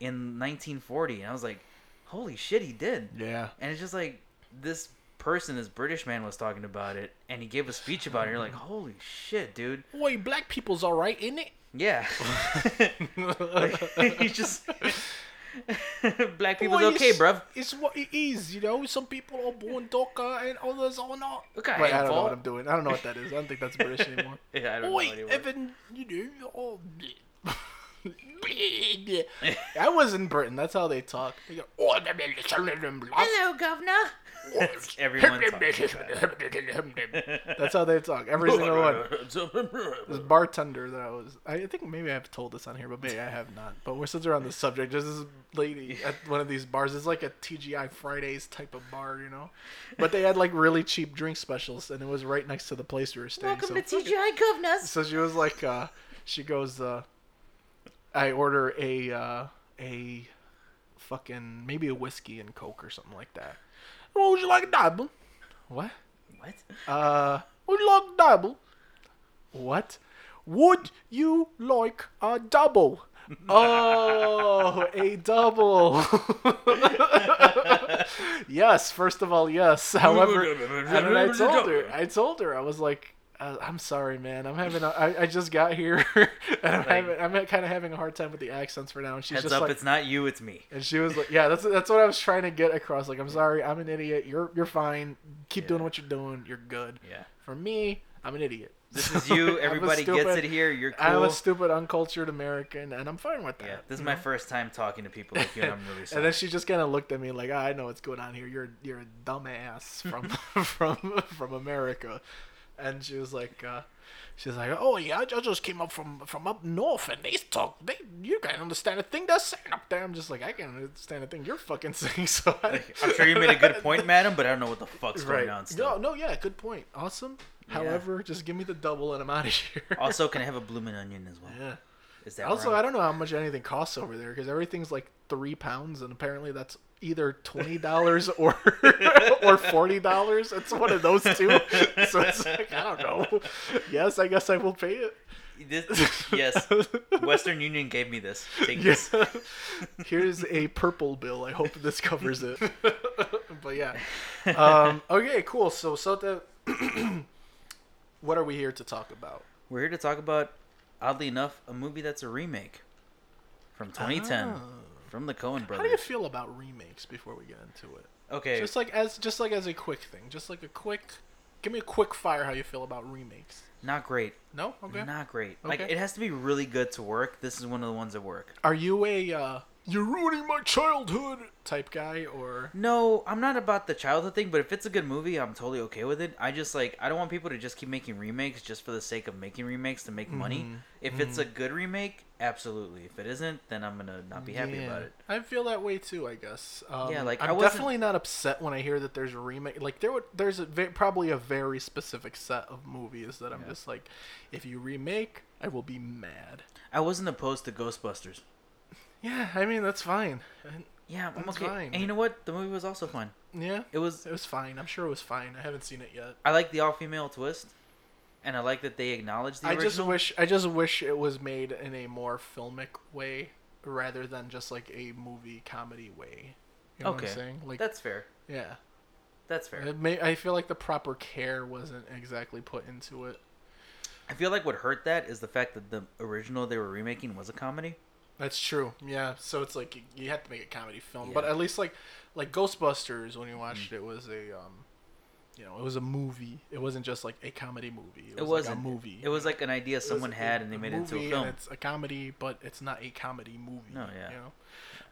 S2: in 1940, and I was like, "Holy shit, he did!"
S1: yeah.
S2: And it's just like this person, this British man, was talking about it, and he gave a speech about it. And you're like, "Holy shit, dude!"
S1: Boy, black people's all right, isn't it?
S2: Yeah, like, he's just black people's
S1: Boy,
S2: okay,
S1: it's-
S2: bruv.
S1: It's what it is, you know. Some people are born darker and others are not.
S2: Okay,
S1: Wait, I don't know
S2: Paul.
S1: what I'm doing. I don't know what that is. I don't think that's British anymore.
S2: Yeah, I don't know
S1: Oi,
S2: anymore.
S1: Evan, you know, oh, I was in Britain. That's how they talk. They go, oh,
S2: Hello, governor. That's everyone talking
S1: That's how they talk. Every single one. This bartender that I was, I think maybe I've told this on here, but maybe I have not. But we're since we're on the subject, there's this lady at one of these bars. It's like a TGI Fridays type of bar, you know. But they had like really cheap drink specials, and it was right next to the place we were staying. so fuck it.
S2: Governors.
S1: So she was like, uh, she goes, uh, I order a uh, a fucking maybe a whiskey and coke or something like that. What would you like a double? What?
S2: What?
S1: Uh, would you like a double? What? Would you like a double? Oh, a double. yes, first of all, yes. However, and then I told her, I told her, I was like, uh, I'm sorry, man. I'm having, a, I, I just got here, and I'm, having, I'm kind of having a hard time with the accents for now. And she's
S2: Heads
S1: just
S2: up,
S1: like,
S2: it's not you, it's me.
S1: and she was like, "Yeah, that's that's what I was trying to get across. Like, I'm sorry, I'm an idiot. You're you're fine. Keep doing
S2: Yeah.
S1: what you're doing. You're good.
S2: Yeah.
S1: For me, I'm an idiot.
S2: This is you. Everybody gets it here. You're cool.
S1: I'm a stupid, uncultured American, and I'm fine with that.
S2: yeah, this is
S1: you
S2: my
S1: know?
S2: first time talking to people like you, and I'm really
S1: And
S2: sorry.
S1: then she just kind of looked at me like, "Ah, I know what's going on here. You're you're a dumbass from from from America. And she was like, uh, she's like, oh yeah, I ju- I just came up from from up north, and they talk. They you can't understand a thing they're saying up there. I'm just like, I can't understand a thing you're fucking saying. So I,
S2: I'm sure you made a good point, madam, but I don't know what the fuck's going on
S1: No,
S2: still.
S1: no, yeah, good point. Awesome. However, just give me the double, and I'm out of here.
S2: Also, can I have a blooming onion as well?
S1: yeah.
S2: Is that
S1: Also,
S2: wrong?
S1: I don't know how much anything costs over there because everything's like three pounds, and apparently that's either twenty dollars or or forty dollars. It's one of those two. So it's like I don't know. Yes, I guess I will pay it.
S2: This, yes, Western Union gave me this. Take
S1: Yes.
S2: this.
S1: Here's a purple bill. I hope this covers it. but yeah. Um, okay. Cool. So so the what are we here to talk about?
S2: We're here to talk about, oddly enough, a movie that's a remake from 2010
S1: Oh.
S2: from the Coen
S1: How do you
S2: brothers.
S1: feel about remakes before we get into it?
S2: okay,
S1: Just like as just like as a quick thing, just like a quick, give me a quick fire how you feel about remakes.
S2: not great.
S1: No, okay.
S2: Not great. Like
S1: Okay.
S2: it has to be really good to work. This is one of the ones that work.
S1: Are you a uh, you're ruining my childhood type guy or?
S2: No, I'm not about the childhood thing, but if it's a good movie, I'm totally okay with it. I just like I don't want people to just keep making remakes just for the sake of making remakes to make money.
S1: Mm-hmm.
S2: If it's a good remake, absolutely. If it isn't, then I'm gonna not be happy about it.
S1: I feel that way too. I guess. Um,
S2: Yeah, like, I
S1: I'm
S2: wasn't-
S1: definitely not upset when I hear that there's a remake. Like there, would, there's a ve- probably a very specific set of movies that I'm just like, if you remake, I will be mad.
S2: I wasn't opposed to Ghostbusters.
S1: Yeah, I mean that's fine. And-
S2: Yeah, I'm
S1: That's
S2: okay.
S1: fine.
S2: And you know what? The movie was also fun.
S1: Yeah,
S2: It was.
S1: it was fine. I'm sure it was fine. I haven't seen it yet.
S2: I like the all-female twist, and I like that they acknowledge the
S1: I
S2: original.
S1: just wish I just wish it was made in a more filmic way rather than just like a movie comedy way. You know
S2: Okay.
S1: what I'm saying? Like
S2: That's fair.
S1: yeah.
S2: That's fair.
S1: It may, I feel like the proper care wasn't exactly put into it.
S2: I feel like what hurt that is the fact that the original they were remaking was a comedy.
S1: That's true. Yeah, so it's like you, you have to make a comedy film,
S2: Yeah. Mm.
S1: but at least like like Ghostbusters when you watched it was a um you know, it was a movie. It wasn't just like a comedy movie. It,
S2: It
S1: was
S2: wasn't
S1: like a movie.
S2: It was like an idea
S1: It was
S2: someone
S1: a-
S2: had and they
S1: a
S2: made it into
S1: movie and
S2: a film.
S1: It's a comedy, but it's not a comedy movie.
S2: No, yeah.
S1: You know?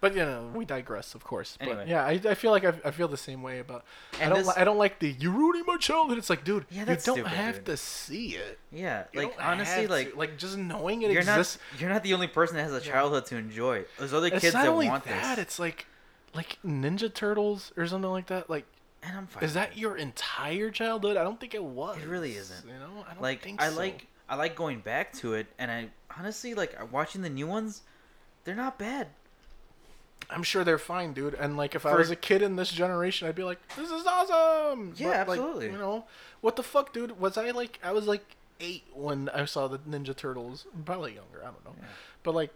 S1: But you know, we digress, of course.
S2: Anyway.
S1: But yeah, I, I feel like I, I feel the same way about. I
S2: And
S1: don't
S2: this-
S1: li- I don't like the you ruining my childhood. It's like, dude,
S2: Yeah,
S1: you don't
S2: that's stupid,
S1: have
S2: dude.
S1: to see it.
S2: Yeah,
S1: You
S2: like
S1: don't
S2: honestly,
S1: have to.
S2: like
S1: like just knowing it
S2: you're
S1: exists.
S2: not you're not the only person that has a childhood to enjoy. There's other
S1: it's
S2: kids
S1: not
S2: that
S1: only
S2: want
S1: that.
S2: this,
S1: It's like like Ninja Turtles or something like that. Like,
S2: and I'm fine.
S1: is that
S2: with
S1: your entire childhood? I don't think it was.
S2: really isn't.
S1: You know, I
S2: it.
S1: don't
S2: like
S1: think
S2: I
S1: so.
S2: like I like going back to it, and I honestly like watching the new ones. They're not bad.
S1: I'm sure they're fine, dude. And like, if I
S2: For-
S1: was a kid in this generation, I'd be like, "This is awesome!"
S2: Yeah,
S1: like,
S2: absolutely.
S1: you know, what the fuck, dude? Was I like, I was like eight when I saw the Ninja Turtles. I'm probably younger. I don't know, but like,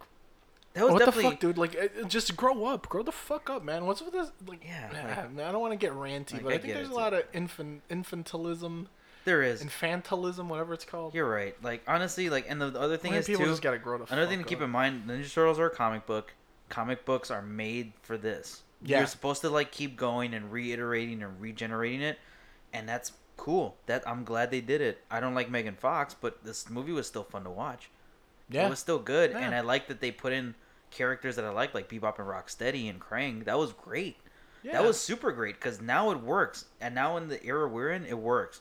S2: That was
S1: what the
S2: definitely
S1: fuck, dude? Like, it- it- just grow up, grow the fuck up, man. What's with this? Like,
S2: Yeah,
S1: nah, man, I don't want to get ranty,
S2: Like,
S1: but I,
S2: I
S1: think
S2: get
S1: there's
S2: it,
S1: a lot of infant infantilism,
S2: there is.
S1: infantilism, whatever it's called.
S2: You're right. Like honestly, like and the, the other thing
S1: Man,
S2: is
S1: people
S2: too.
S1: just gotta grow the
S2: Another thing to
S1: fuck
S2: keep
S1: up.
S2: in mind: Ninja Turtles are a comic book. Comic books are made for this.
S1: Yeah.
S2: You're supposed to like keep going and reiterating and regenerating it, and that's cool. That I'm glad they did it. I don't like Megan Fox, but this movie was still fun to watch.
S1: Yeah,
S2: It was still good, and
S1: Yeah.
S2: I like that they put in characters that I like, like Bebop and Rocksteady and Krang. That was great.
S1: Yeah.
S2: That was super great because now it works, and now in the era we're in, it works.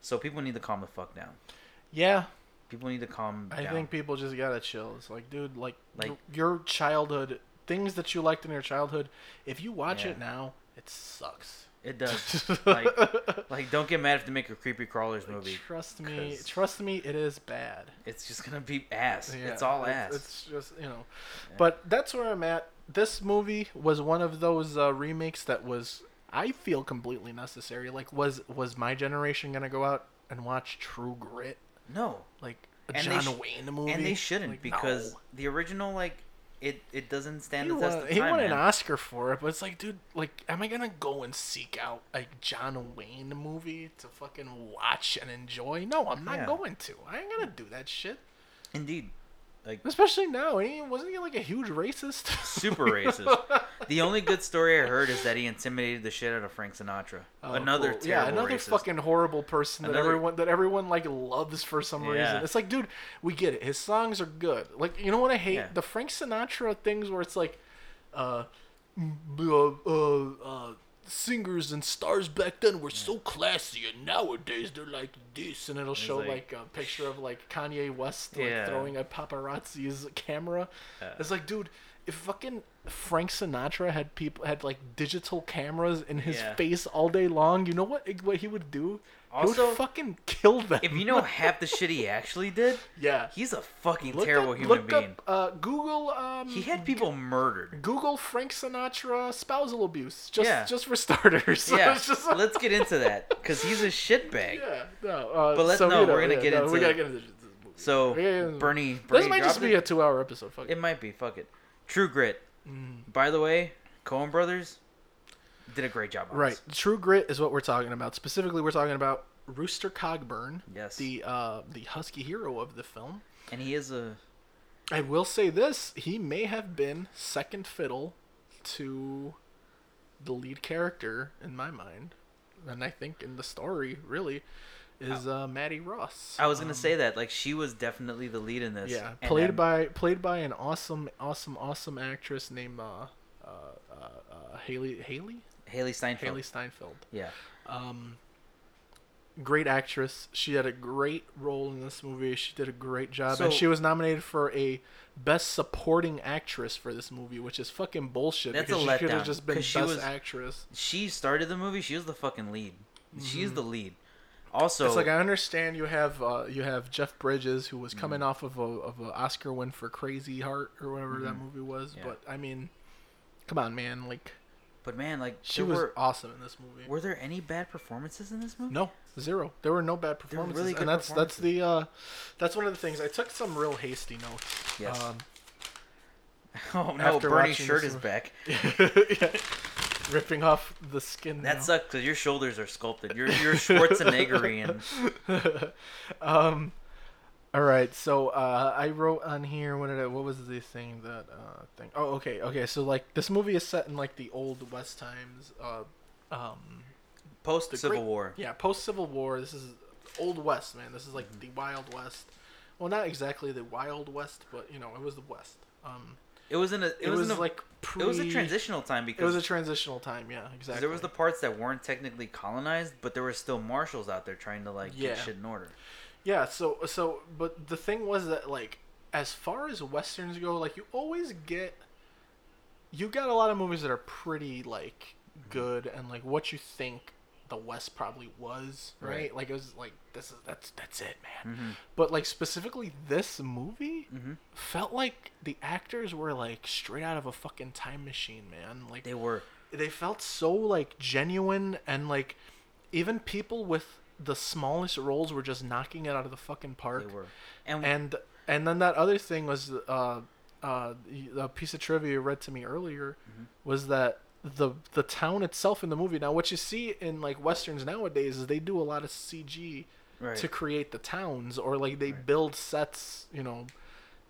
S2: So people need to calm the fuck down.
S1: yeah.
S2: People need to calm
S1: I
S2: down.
S1: think people just gotta chill. It's like, dude, like,
S2: Like-
S1: y- your childhood things that you liked in your childhood. If you watch
S2: Yeah.
S1: it now, it sucks.
S2: It does. like, like, don't get mad if they make a creepy crawlers movie.
S1: trust me,
S2: 'cause-
S1: trust me, it is bad.
S2: It's just gonna be ass.
S1: Yeah,
S2: it's all ass.
S1: It's just you know, but that's where I'm at. This movie was one of those uh, remakes that was I feel completely necessary. Like, was was my generation gonna go out and watch True Grit?
S2: no,
S1: Like a
S2: And they
S1: John
S2: sh-
S1: Wayne movie?
S2: and they shouldn't
S1: Like,
S2: because
S1: no.
S2: the original like it it doesn't stand
S1: He
S2: the test
S1: won,
S2: of
S1: he
S2: time.
S1: won an
S2: man.
S1: Oscar for it, but it's like, dude, like, am I gonna go and seek out a John Wayne movie to fucking watch and enjoy? No, I'm not
S2: Yeah.
S1: going to. I ain't gonna do that shit.
S2: Indeed, like
S1: Especially now, he wasn't he like a huge racist?
S2: super racist. The only good story I heard is that he intimidated the shit out of Frank Sinatra.
S1: Oh,
S2: another
S1: cool.
S2: terrible
S1: yeah, another
S2: racist.
S1: fucking horrible person that
S2: Another-
S1: everyone that everyone like loves for some
S2: Yeah.
S1: reason. It's like, dude, we get it. His songs are good. Like, you know what I hate?
S2: Yeah.
S1: The Frank Sinatra things where it's like, uh, mm, uh, uh, uh, singers and stars back then were so classy, and nowadays they're like this, and it'll show like,
S2: like-
S1: a picture of like Kanye West like
S2: Yeah.
S1: throwing a paparazzi's camera.
S2: Yeah.
S1: It's like, dude. If fucking Frank Sinatra had people had like digital cameras in his
S2: Yeah.
S1: face all day long, you know what what he would do? he
S2: Also-
S1: would fucking kill them.
S2: If you know half the shit he actually did,
S1: yeah,
S2: he's a fucking
S1: Look
S2: terrible
S1: up-
S2: human
S1: look
S2: being.
S1: Up, uh, Google um,
S2: He had people murdered.
S1: Google Frank Sinatra spousal abuse. Just
S2: Yeah.
S1: just for starters.
S2: Yeah,
S1: It's just-
S2: let's get into that because he's a shitbag.
S1: yeah, no. Uh,
S2: But let's-
S1: so,
S2: no,
S1: you know,
S2: we're gonna
S1: yeah,
S2: get
S1: no, We
S2: into-
S1: gotta get into this movie.
S2: So
S1: Yeah, yeah.
S2: Bernie, Bernie,
S1: This might just
S2: dropped
S1: be a two-hour episode. Fuck it.
S2: It might be. Fuck it. True Grit.
S1: Mm.
S2: By the way, Coen Brothers did a great job. On
S1: Right.
S2: this.
S1: True grit is what we're talking about. Specifically, we're talking about Rooster Cogburn.
S2: Yes.
S1: The uh, the husky hero of the film.
S2: And he is a
S1: I will say this: he may have been second fiddle to the lead character in my mind, and I think in the story really is uh, Maddie Ross.
S2: I was gonna say that like she was definitely the lead in this.
S1: Um, yeah,
S2: and
S1: played
S2: I'm-
S1: by played by an awesome, awesome, awesome actress named uh, uh, uh, uh, Haley Haley
S2: Haley Steinfeld.
S1: Haley Steinfeld.
S2: Yeah.
S1: great actress. She had a great role in this movie. She did a great job,
S2: So-
S1: and she was nominated for a best supporting actress for this movie, which is fucking bullshit.
S2: That's
S1: because
S2: a
S1: she could
S2: letdown,
S1: have just been
S2: 'cause
S1: best
S2: she was-
S1: actress.
S2: She started the movie. She was the fucking lead. She's the lead. Also,
S1: Mm-hmm. It's like I understand you have uh, you have Jeff Bridges who was
S2: Mm.
S1: coming off of a of an Oscar win for Crazy Heart or whatever that movie was,
S2: Mm-hmm. Yeah.
S1: but I mean, come on, man, like
S2: but man, like
S1: she
S2: there
S1: was
S2: were
S1: awesome in this movie.
S2: were there any bad performances in this movie?
S1: No, zero. There were no bad
S2: There were
S1: performances,
S2: really good
S1: and that's that's the uh, that's one of the things. I took some real hasty notes.
S2: Yes.
S1: Um,
S2: Oh no,
S1: After
S2: Bernie's
S1: watching
S2: shirt
S1: this
S2: is
S1: movie.
S2: back.
S1: Yeah. Ripping off the skin.
S2: That
S1: now.
S2: sucks because your shoulders are sculpted. You're you're Schwarzeneggerian.
S1: all right. Um, So uh, I wrote on here. What did I? What was the thing that uh, thing? Oh, okay, okay. So like this movie is set in like the old West times. Uh, um,
S2: Post Civil
S1: Great-
S2: War.
S1: Yeah, post Civil War. This is old West, man. This is like
S2: Mm-hmm.
S1: the Wild West. Well, not exactly the Wild West, but you know, it was the West. Um,
S2: It was in a. It,
S1: it,
S2: was,
S1: was,
S2: in a,
S1: like pre.
S2: It was a transitional time
S1: It was
S2: because
S1: a transitional time. Yeah, exactly.
S2: there was the parts that weren't technically colonized, but there were still marshals out there trying to like
S1: Yeah.
S2: get shit in order.
S1: Yeah, so so but the thing was that like as far as westerns go, like you always get you got a lot of movies that are pretty like good and like what you think the West probably was, right?
S2: Right.
S1: Like it was like this is that's that's it, man. But like specifically this movie felt like the actors were like straight out of a fucking time machine, man. Like
S2: They were
S1: they felt so like genuine and like even people with the smallest roles were just knocking it out of the fucking
S2: they
S1: park
S2: were, and,
S1: and and then that other thing was uh uh a piece of trivia you read to me earlier
S2: Mm-hmm.
S1: was that the the town itself in the movie now what you see in like westerns nowadays is they do a lot of cg
S2: Right.
S1: to create the towns or like they build sets you know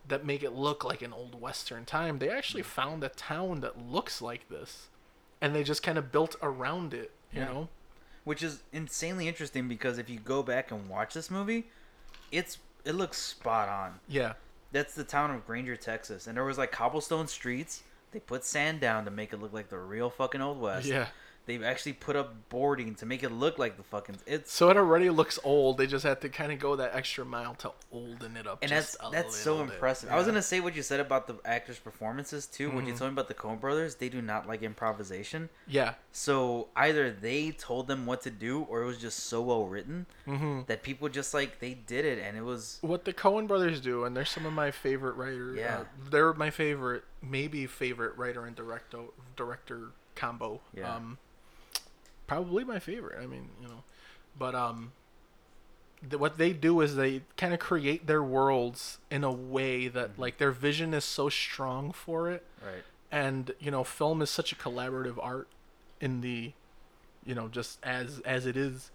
S1: that make it look like an old western time they actually
S2: Mm-hmm.
S1: found a town that looks like this and they just kind of built around it you
S2: Yeah.
S1: know
S2: which is insanely interesting because if you go back and watch this movie, it's it looks spot on.
S1: yeah
S2: That's the town of Granger, Texas, and there was like cobblestone streets. They put sand down to make it look like the real fucking old west.
S1: yeah
S2: They've actually put up boarding to make it look like the fucking. It's
S1: So it already looks old. They just had to kind of go that extra mile to olden it up.
S2: and that's
S1: just a
S2: that's so
S1: little bit.
S2: impressive. I
S1: Yeah. Mm-hmm.
S2: was gonna say what you said about the actors' performances too. When you told me about the Coen Brothers, they do not like improvisation.
S1: Yeah,
S2: So either they told them what to do, or it was just so well written
S1: Mm-hmm.
S2: that people just like they did it, and it was
S1: what the Cohen brothers do, and they're some of my favorite writer.
S2: Yeah.
S1: uh, they're my favorite, maybe favorite writer and director director combo.
S2: Yeah.
S1: Um, probably my favorite. I mean, you know, but um, th- what they do is they kind of create their worlds in a way that
S2: Mm.
S1: like their vision is so strong for it
S2: right.
S1: and you know film is such a collaborative art in the you know just as as it is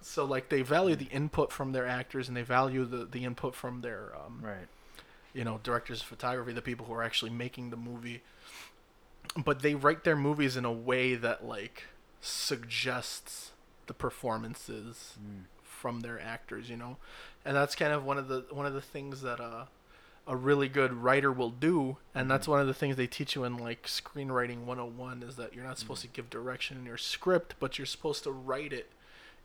S1: so like they value the input from their actors and they value the the input from their um
S2: Right.
S1: you know directors of photography the people who are actually making the movie but they write their movies in a way that like suggests the performances from their actors, you know, and that's kind of one of the one of the things that uh, a really good writer will do, and that's one of the things they teach you in like screenwriting 101 is that you're not supposed to give direction in your script, but you're supposed to write it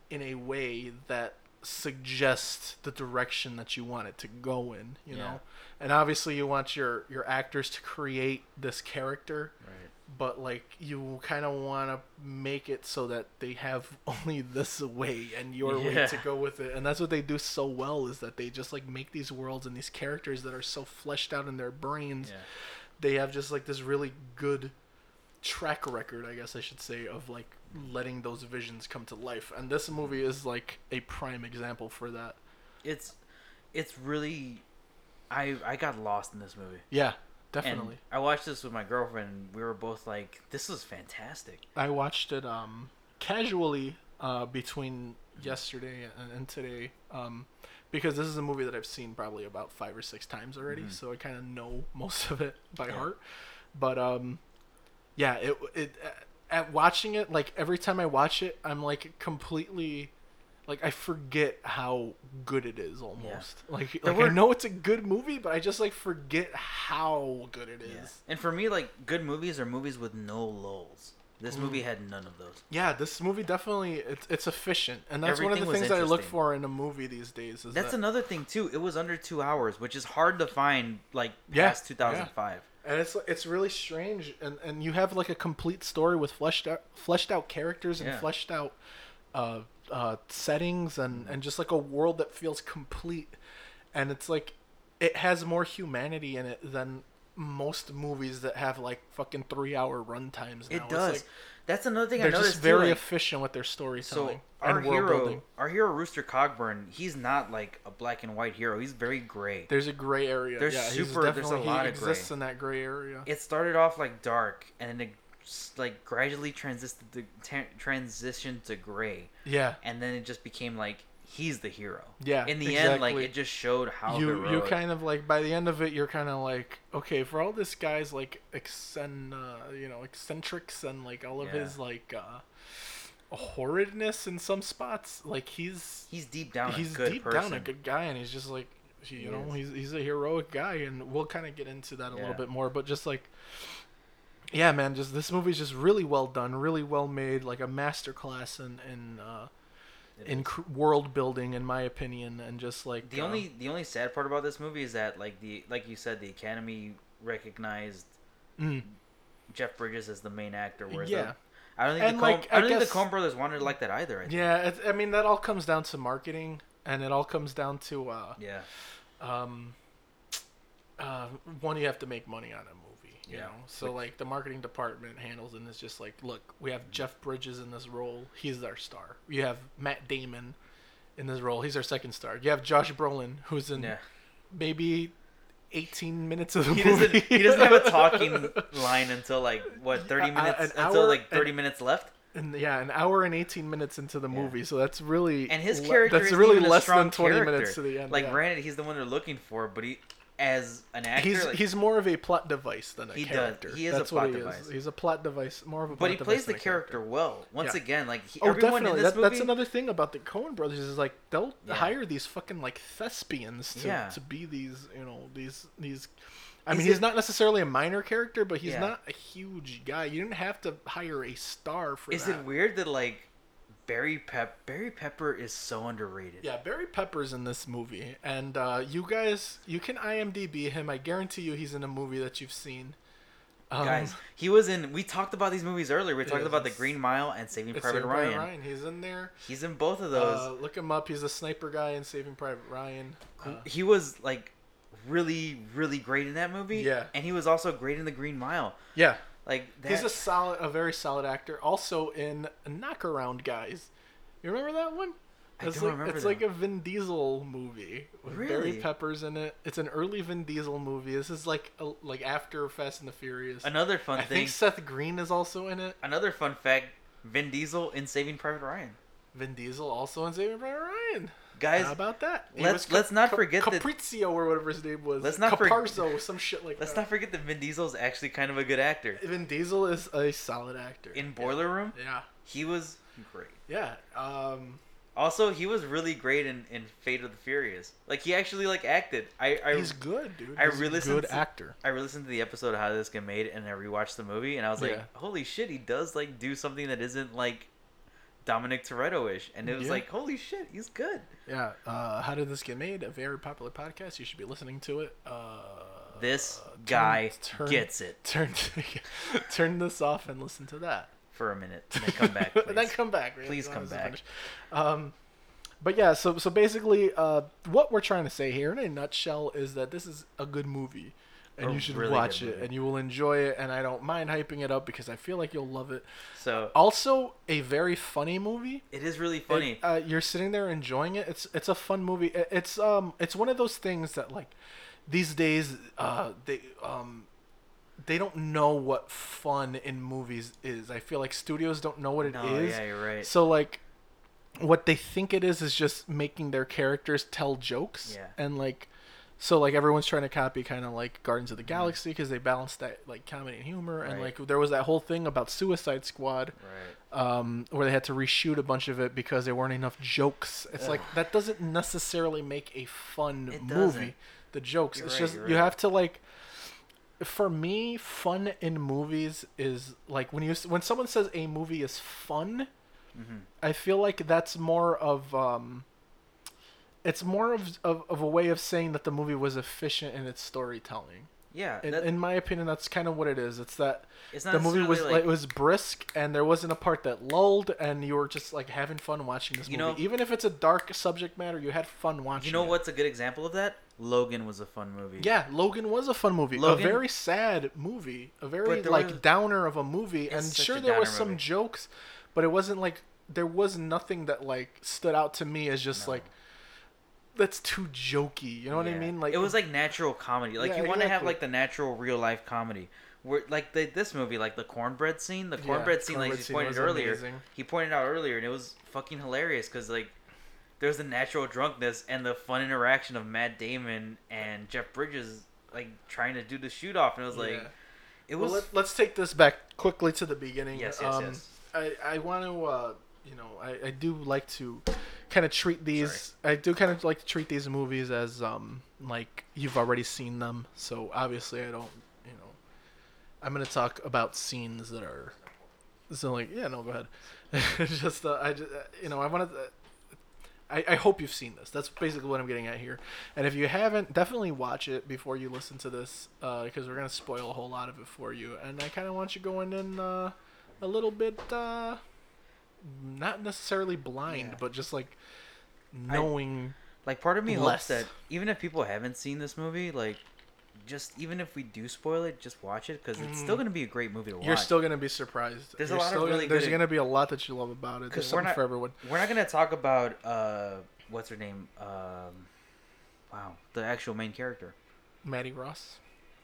S1: in a way that suggests the direction that you want it to go in, you
S2: Yeah.
S1: know. And obviously you want your your actors to create this character
S2: Right.
S1: but like you kind of want to make it so that they have only this way and your way
S2: Yeah.
S1: to go with it and that's what they do so well is that they just like make these worlds and these characters that are so fleshed out in their brains
S2: Yeah.
S1: they have just like this really good track record i guess i should say of like letting those visions come to life and this movie is like a prime example for that
S2: It's it's really I I got lost in this movie.
S1: yeah
S2: And
S1: definitely
S2: I watched this with my girlfriend and we were both like, This is fantastic.
S1: I watched it um, casually uh, between yesterday and, and today um, because this is a movie that I've seen probably about five or six times already, so I kind of know most of it by
S2: Mm-hmm. Yeah.
S1: heart. But um, yeah, it it at watching it like every time I watch it, I'm like completely. Like I forget how good it is almost. Like, like I
S2: were-
S1: know it's a good movie, but I just like forget how good it is.
S2: Yeah. And for me, like good movies are movies with no lulls. This
S1: Mm.
S2: movie had none of those.
S1: Yeah, this movie definitely it's, it's efficient, and that's one of
S2: Everything
S1: the
S2: was
S1: things that I look
S2: interesting.
S1: for in a movie these days. Is
S2: That's
S1: that,
S2: another thing too. It was under two hours, which is hard to find like
S1: Yeah,
S2: past two thousand five.
S1: and it's it's really strange, and, and you have like a complete story with fleshed out fleshed out characters and
S2: Yeah.
S1: fleshed out uh, uh, settings, and
S2: Mm-hmm.
S1: and just like a world that feels complete, and it's like it has more humanity in it than most movies that have like fucking three hour run times. Now.
S2: It
S1: It's
S2: does.
S1: like,
S2: That's another thing I
S1: they're just
S2: noticed
S1: very
S2: too. Like,
S1: efficient with their storytelling
S2: so our
S1: and world
S2: hero,
S1: building.
S2: our hero Rooster Cogburn, he's not like a black and white hero. He's very gray.
S1: There's a gray area.
S2: There's
S1: yeah, he's
S2: super- there's a
S1: definitely-
S2: lot
S1: he
S2: of gray.
S1: exists in that gray area.
S2: It started off like dark, and it just, like gradually transitioned to t- transitioned to gray,
S1: yeah,
S2: and then it just became like he's the hero.
S1: Yeah,
S2: In the end, like
S1: exactly.
S2: it just showed how
S1: you you
S2: heroic.
S1: kind of like by the end of it, you're kind of like, okay, for all this guy's like eccen, uh, you know, eccentrics and like all of
S2: Yeah.
S1: his like uh, horridness in some spots, like he's
S2: he's deep down
S1: he's
S2: a good
S1: deep
S2: person.
S1: down a good guy, and he's just like you
S2: He
S1: know
S2: is.
S1: he's he's a heroic guy, and we'll kind of get into that a little
S2: Yeah.
S1: bit more, but just like. Yeah, man, just this movie's just really well done, really well made, like a masterclass in in uh,
S2: It
S1: in cr- world building, in my opinion, and just like
S2: The
S1: uh,
S2: only the only sad part about this movie is that like the like you said the Academy recognized
S1: Mm.
S2: Jeff Bridges as the main actor. Whereas
S1: Yeah.
S2: yeah. I don't think
S1: And,
S2: the Coen,
S1: like, I
S2: I don't think
S1: guess-
S2: the Coen Brothers wanted it like that either. I think.
S1: yeah, it, I mean that all comes down to marketing, and it all comes down to uh,
S2: Yeah.
S1: um, uh, one you have to make money on a movie, you
S2: Yeah.
S1: know. So like the marketing department handles and it's just like, look, we have Jeff Bridges in this role, he's our star. You have Matt Damon in this role, he's our second star. You have Josh Brolin, who's in
S2: Yeah.
S1: maybe. 18 minutes of the
S2: He
S1: movie.
S2: doesn't. He doesn't have a talking line until like what thirty
S1: Yeah, uh,
S2: minutes
S1: an
S2: until
S1: hour
S2: like thirty minutes left.
S1: And yeah, an hour and eighteen minutes into the
S2: Yeah.
S1: movie, so that's really
S2: And his
S1: le-
S2: character
S1: that's
S2: is
S1: really
S2: even
S1: less
S2: a strong
S1: than twenty
S2: character.
S1: minutes to the end.
S2: Like
S1: yeah.
S2: granted, he's the one they're looking for, but he as an actor,
S1: he's
S2: like,
S1: he's more of a plot device than a
S2: He does.
S1: character.
S2: He is a
S1: That's what
S2: plot
S1: he
S2: device.
S1: Is. He's a plot device, more of a.
S2: but
S1: plot
S2: he
S1: device
S2: plays the
S1: than a
S2: character, well. Once
S1: Yeah.
S2: again, like he,
S1: Oh,
S2: everyone
S1: definitely.
S2: in this
S1: That-
S2: movie,
S1: That's another thing about the Coen Brothers is like they'll
S2: Yeah.
S1: hire these fucking like thespians to,
S2: Yeah.
S1: to be these you know these these. I
S2: Is
S1: mean, he's
S2: it-
S1: not necessarily a minor character, but he's
S2: Yeah.
S1: not a huge guy. You didn't have to hire a star for
S2: Is
S1: that.
S2: it weird that like Barry Pep Barry Pepper is so underrated?
S1: Yeah, Barry Pepper's in this movie, and uh, you guys, you can IMDb him. I guarantee you, he's in a movie that you've seen. Um,
S2: Guys, he was in. We talked about these movies earlier. We talked
S1: Yeah,
S2: about The
S1: it's-
S2: Green Mile and Saving
S1: it's
S2: Private
S1: Saving
S2: Ryan.
S1: He's in there.
S2: He's in both of those.
S1: Uh, look him up. He's a sniper guy in Saving Private Ryan. Uh,
S2: he was like really, really great in that movie.
S1: Yeah.
S2: and he was also great in The Green Mile.
S1: yeah,
S2: Like that,
S1: he's a solid, a very solid actor. Also in Knockaround Guys. You remember that one?
S2: I
S1: It's
S2: don't
S1: like,
S2: remember
S1: It's
S2: that
S1: like a Vin Diesel movie with Barry
S2: Really?
S1: Pepper's in it. It's an early Vin Diesel movie. This is like a, like after Fast and the Furious.
S2: another fun
S1: I
S2: thing.
S1: think Seth Green is also in it.
S2: Another fun fact: Vin Diesel in Saving Private Ryan.
S1: Vin Diesel also in Saving Private Ryan.
S2: guys.
S1: How about that? It
S2: let's-
S1: was Cap-
S2: let's not
S1: Cap-
S2: forget that-
S1: Caprizio or whatever his name was.
S2: Let's not forg-
S1: Caparzo, some shit like
S2: Let's
S1: that.
S2: not forget that Vin Diesel is actually kind of a good actor.
S1: Vin Diesel is a solid actor.
S2: In Boiler Room,
S1: Yeah.
S2: he was great.
S1: Yeah. Um,
S2: Also, he was really great in, in Fate of the Furious. Like he actually like acted. I I,
S1: he's good, dude.
S2: I
S1: He's a
S2: really
S1: good
S2: sense-
S1: actor.
S2: I listened to the episode of How This Got Made, and I rewatched the movie, and I was like,
S1: Yeah.
S2: holy shit, he does like do something that isn't like Dominic Toretto ish, and it was
S1: Yeah.
S2: like, holy shit, he's good.
S1: Yeah. Uh, how did this get made? A very popular podcast. You should be listening to it. Uh,
S2: This
S1: turn-
S2: guy
S1: turn-
S2: gets it
S1: Turn turn this off and listen to that.
S2: for a minute, and then come back.
S1: And then
S2: please.
S1: come back. really,
S2: Please
S1: as long
S2: come
S1: as it's
S2: back.
S1: finished. Um, but yeah, so so basically, uh, what we're trying to say here in a nutshell is that this is a good movie, and
S2: A
S1: you should
S2: really
S1: watch
S2: good
S1: it,
S2: movie.
S1: and you will enjoy it. And I don't mind hyping it up because I feel like you'll love it.
S2: So
S1: Also, a very funny movie.
S2: it is really
S1: It-
S2: funny.
S1: uh, you're sitting there enjoying it. It's it's a fun movie. It- it's um it's one of those things that like these days uh they um they don't know what fun in movies is. I feel like studios don't know what it is.
S2: No, yeah, you're right.
S1: So like what they think it is is just making their characters tell jokes
S2: Yeah.
S1: and like so like everyone's trying to copy kind of like Guardians of the Galaxy because they balance that like comedy and humor and
S2: Mm-hmm. Right.
S1: like there was that whole thing about Suicide Squad
S2: right.
S1: um, where they had to reshoot a bunch of it because there weren't enough jokes. It's like that doesn't necessarily make a fun
S2: It doesn't.
S1: movie. The jokes.
S2: You're
S1: it's
S2: right,
S1: just
S2: you're
S1: you
S2: right.
S1: have to like. For me, fun in movies is like when you s- when someone says a movie is fun,
S2: Mm-hmm.
S1: I feel like that's more of um. It's more of, of of a way of saying that the movie was efficient in its storytelling.
S2: Yeah,
S1: In,
S2: that-
S1: in my opinion, that's kind of what it is. It's that
S2: it's not
S1: the movie was
S2: necessarily,
S1: like, it was brisk and there wasn't a part that lulled and you were just like having fun watching this
S2: You
S1: movie
S2: know-
S1: even if it's a dark subject matter you had fun watching
S2: You know
S1: it.
S2: what's a good example of that? Logan was a fun movie.
S1: yeah logan was a fun movie
S2: Logan-
S1: a very sad movie a very
S2: But there
S1: like
S2: was-
S1: downer of a movie
S2: It's
S1: and
S2: such
S1: sure
S2: a
S1: there was
S2: downer
S1: some
S2: movie.
S1: jokes but it wasn't like there was nothing that like stood out to me as just
S2: No.
S1: like that's too jokey you know what i
S2: Yeah.
S1: mean like
S2: it was like natural comedy. Like
S1: Yeah,
S2: you want to have
S1: exactly.
S2: like the natural real life comedy. Where like the, this movie, like the cornbread scene, the
S1: Yeah,
S2: cornbread scene,
S1: cornbread
S2: like he
S1: scene
S2: pointed
S1: was
S2: earlier,
S1: amazing.
S2: he pointed out earlier, and it was fucking hilarious because like there's the natural drunkenness and the fun interaction of Matt Damon and Jeff Bridges like trying to do the shoot off, and it was like
S1: Yeah.
S2: it was
S1: Well, let, let's take this back quickly to the beginning.
S2: Yes, yes,
S1: um,
S2: yes.
S1: I, I want to, uh, you know, I, I do like to kind of treat these. I do kind of like to treat these movies as um like you've already seen them. So obviously, I don't, you know, I'm gonna talk about scenes that are. So like, yeah, no, go ahead. just uh, I just, you know, I wanted. To, I, I hope you've seen this. That's basically what I'm getting at here. And if you haven't, definitely watch it before you listen to this, because we're gonna spoil a whole lot of it for you. And I kind of want you going in uh, a little bit, uh, not necessarily blind,
S2: Yeah.
S1: but just like knowing.
S2: like part of me
S1: Less.
S2: hopes that even if people haven't seen this movie, like just even if we do spoil it, just watch it because it's still
S1: Mm-hmm.
S2: gonna be a great movie to watch.
S1: you're still gonna be surprised.
S2: There's a
S1: You're
S2: lot of
S1: still gonna-
S2: really
S1: There's
S2: good-
S1: gonna be a lot that you love about it. There's
S2: 'Cause we're
S1: something
S2: not-
S1: for everyone.
S2: We're not gonna talk about uh, what's her name? Um, wow, the actual main character.
S1: Maddie Ross.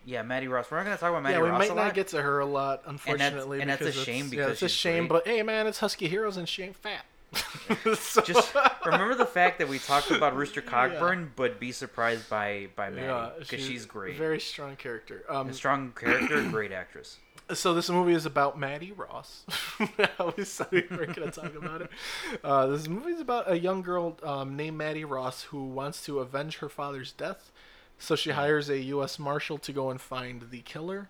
S2: Yeah, Maddie Ross. We're not gonna talk about Maddie
S1: yeah, we
S2: Ross
S1: might
S2: a
S1: not
S2: lot.
S1: get to her a lot, unfortunately.
S2: and that's a
S1: because
S2: shame
S1: it's-
S2: because
S1: yeah, it's a
S2: she's
S1: shame.
S2: great.
S1: But hey, man, it's Husky Heroes and she ain't fat. So-
S2: Just remember the fact that we talked about Rooster Cogburn, but be surprised by by
S1: Yeah,
S2: Maddie because she's, great.
S1: Very strong character. Um,
S2: A strong character, great actress.
S1: so this movie is about Maddie Ross. I always say we're gonna talk about it. Uh, this movie is about a young girl um, named Maddie Ross who wants to avenge her father's death. So she hires a U.S. marshal to go and find the killer,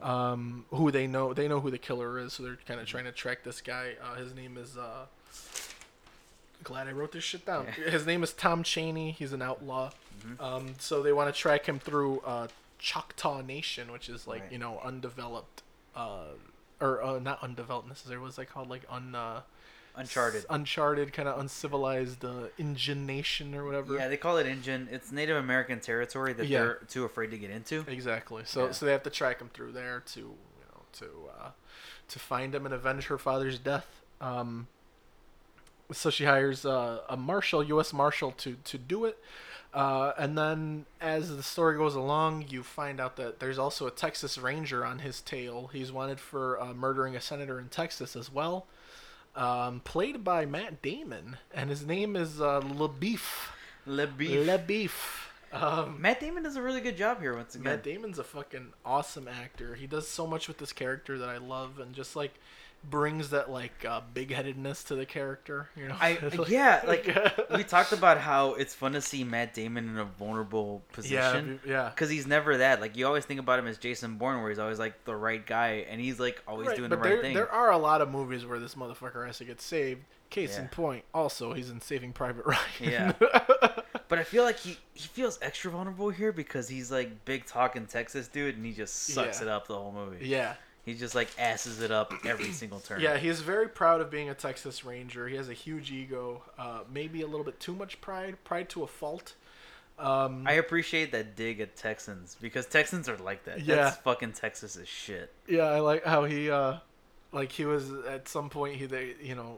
S1: um, who they know they know who the killer is. So they're kind of trying to track this guy. Uh, his name is. Uh, glad I wrote this shit down. His name is Tom Cheney. He's an outlaw.
S2: Mm-hmm.
S1: Um, so they want to track him through uh, Choctaw Nation, which is like
S2: Right.
S1: you know undeveloped, uh, or uh, not undeveloped necessarily. What's that called? Like un uh,
S2: Uncharted.
S1: s- uncharted kind of uncivilized uh, Indian nation or whatever.
S2: Yeah, they call it Injun. It's Native American territory that
S1: Yeah.
S2: they're too afraid to get into.
S1: Exactly. So
S2: Yeah.
S1: so they have to track him through there to you know to uh, to find him and avenge her father's death. Um, so she hires uh, a marshal, U.S. marshal, to to do it. Uh, and then as the story goes along, you find out that there's also a Texas Ranger on his tail. He's wanted for uh, murdering a senator in Texas as well. um, played by Matt Damon, and his name is uh, LeBeef.
S2: Le Beef.
S1: LeBeef. Um,
S2: Matt Damon does a really good job here once again.
S1: Matt Damon's a fucking awesome actor. He does so much with this character that I love, and just like brings that like uh, big headedness to the character. You know,
S2: I yeah, like we talked about how it's fun to see Matt Damon in a vulnerable
S1: yeah,
S2: position.
S1: be- yeah.
S2: Because he's never that. Like you always think about him as Jason Bourne, where he's always like the right guy, and he's like always
S1: Right,
S2: doing the
S1: but
S2: right
S1: there,
S2: thing.
S1: there are a lot of movies where this motherfucker has to get saved. Case
S2: Yeah.
S1: in point, also he's in Saving Private Ryan.
S2: Yeah. But I feel like he, he feels extra vulnerable here because he's like big talking Texas dude, and he just sucks
S1: Yeah.
S2: it up the whole movie.
S1: yeah,
S2: He just like asses it up every single turn.
S1: yeah. He's very proud of being a Texas Ranger. He has a huge ego, uh, maybe a little bit too much pride, pride to a fault. Um,
S2: I appreciate that dig at Texans because Texans are like that.
S1: Yeah.
S2: That's fucking Texas as shit.
S1: Yeah, I like how he, uh, like he was at some point he they you know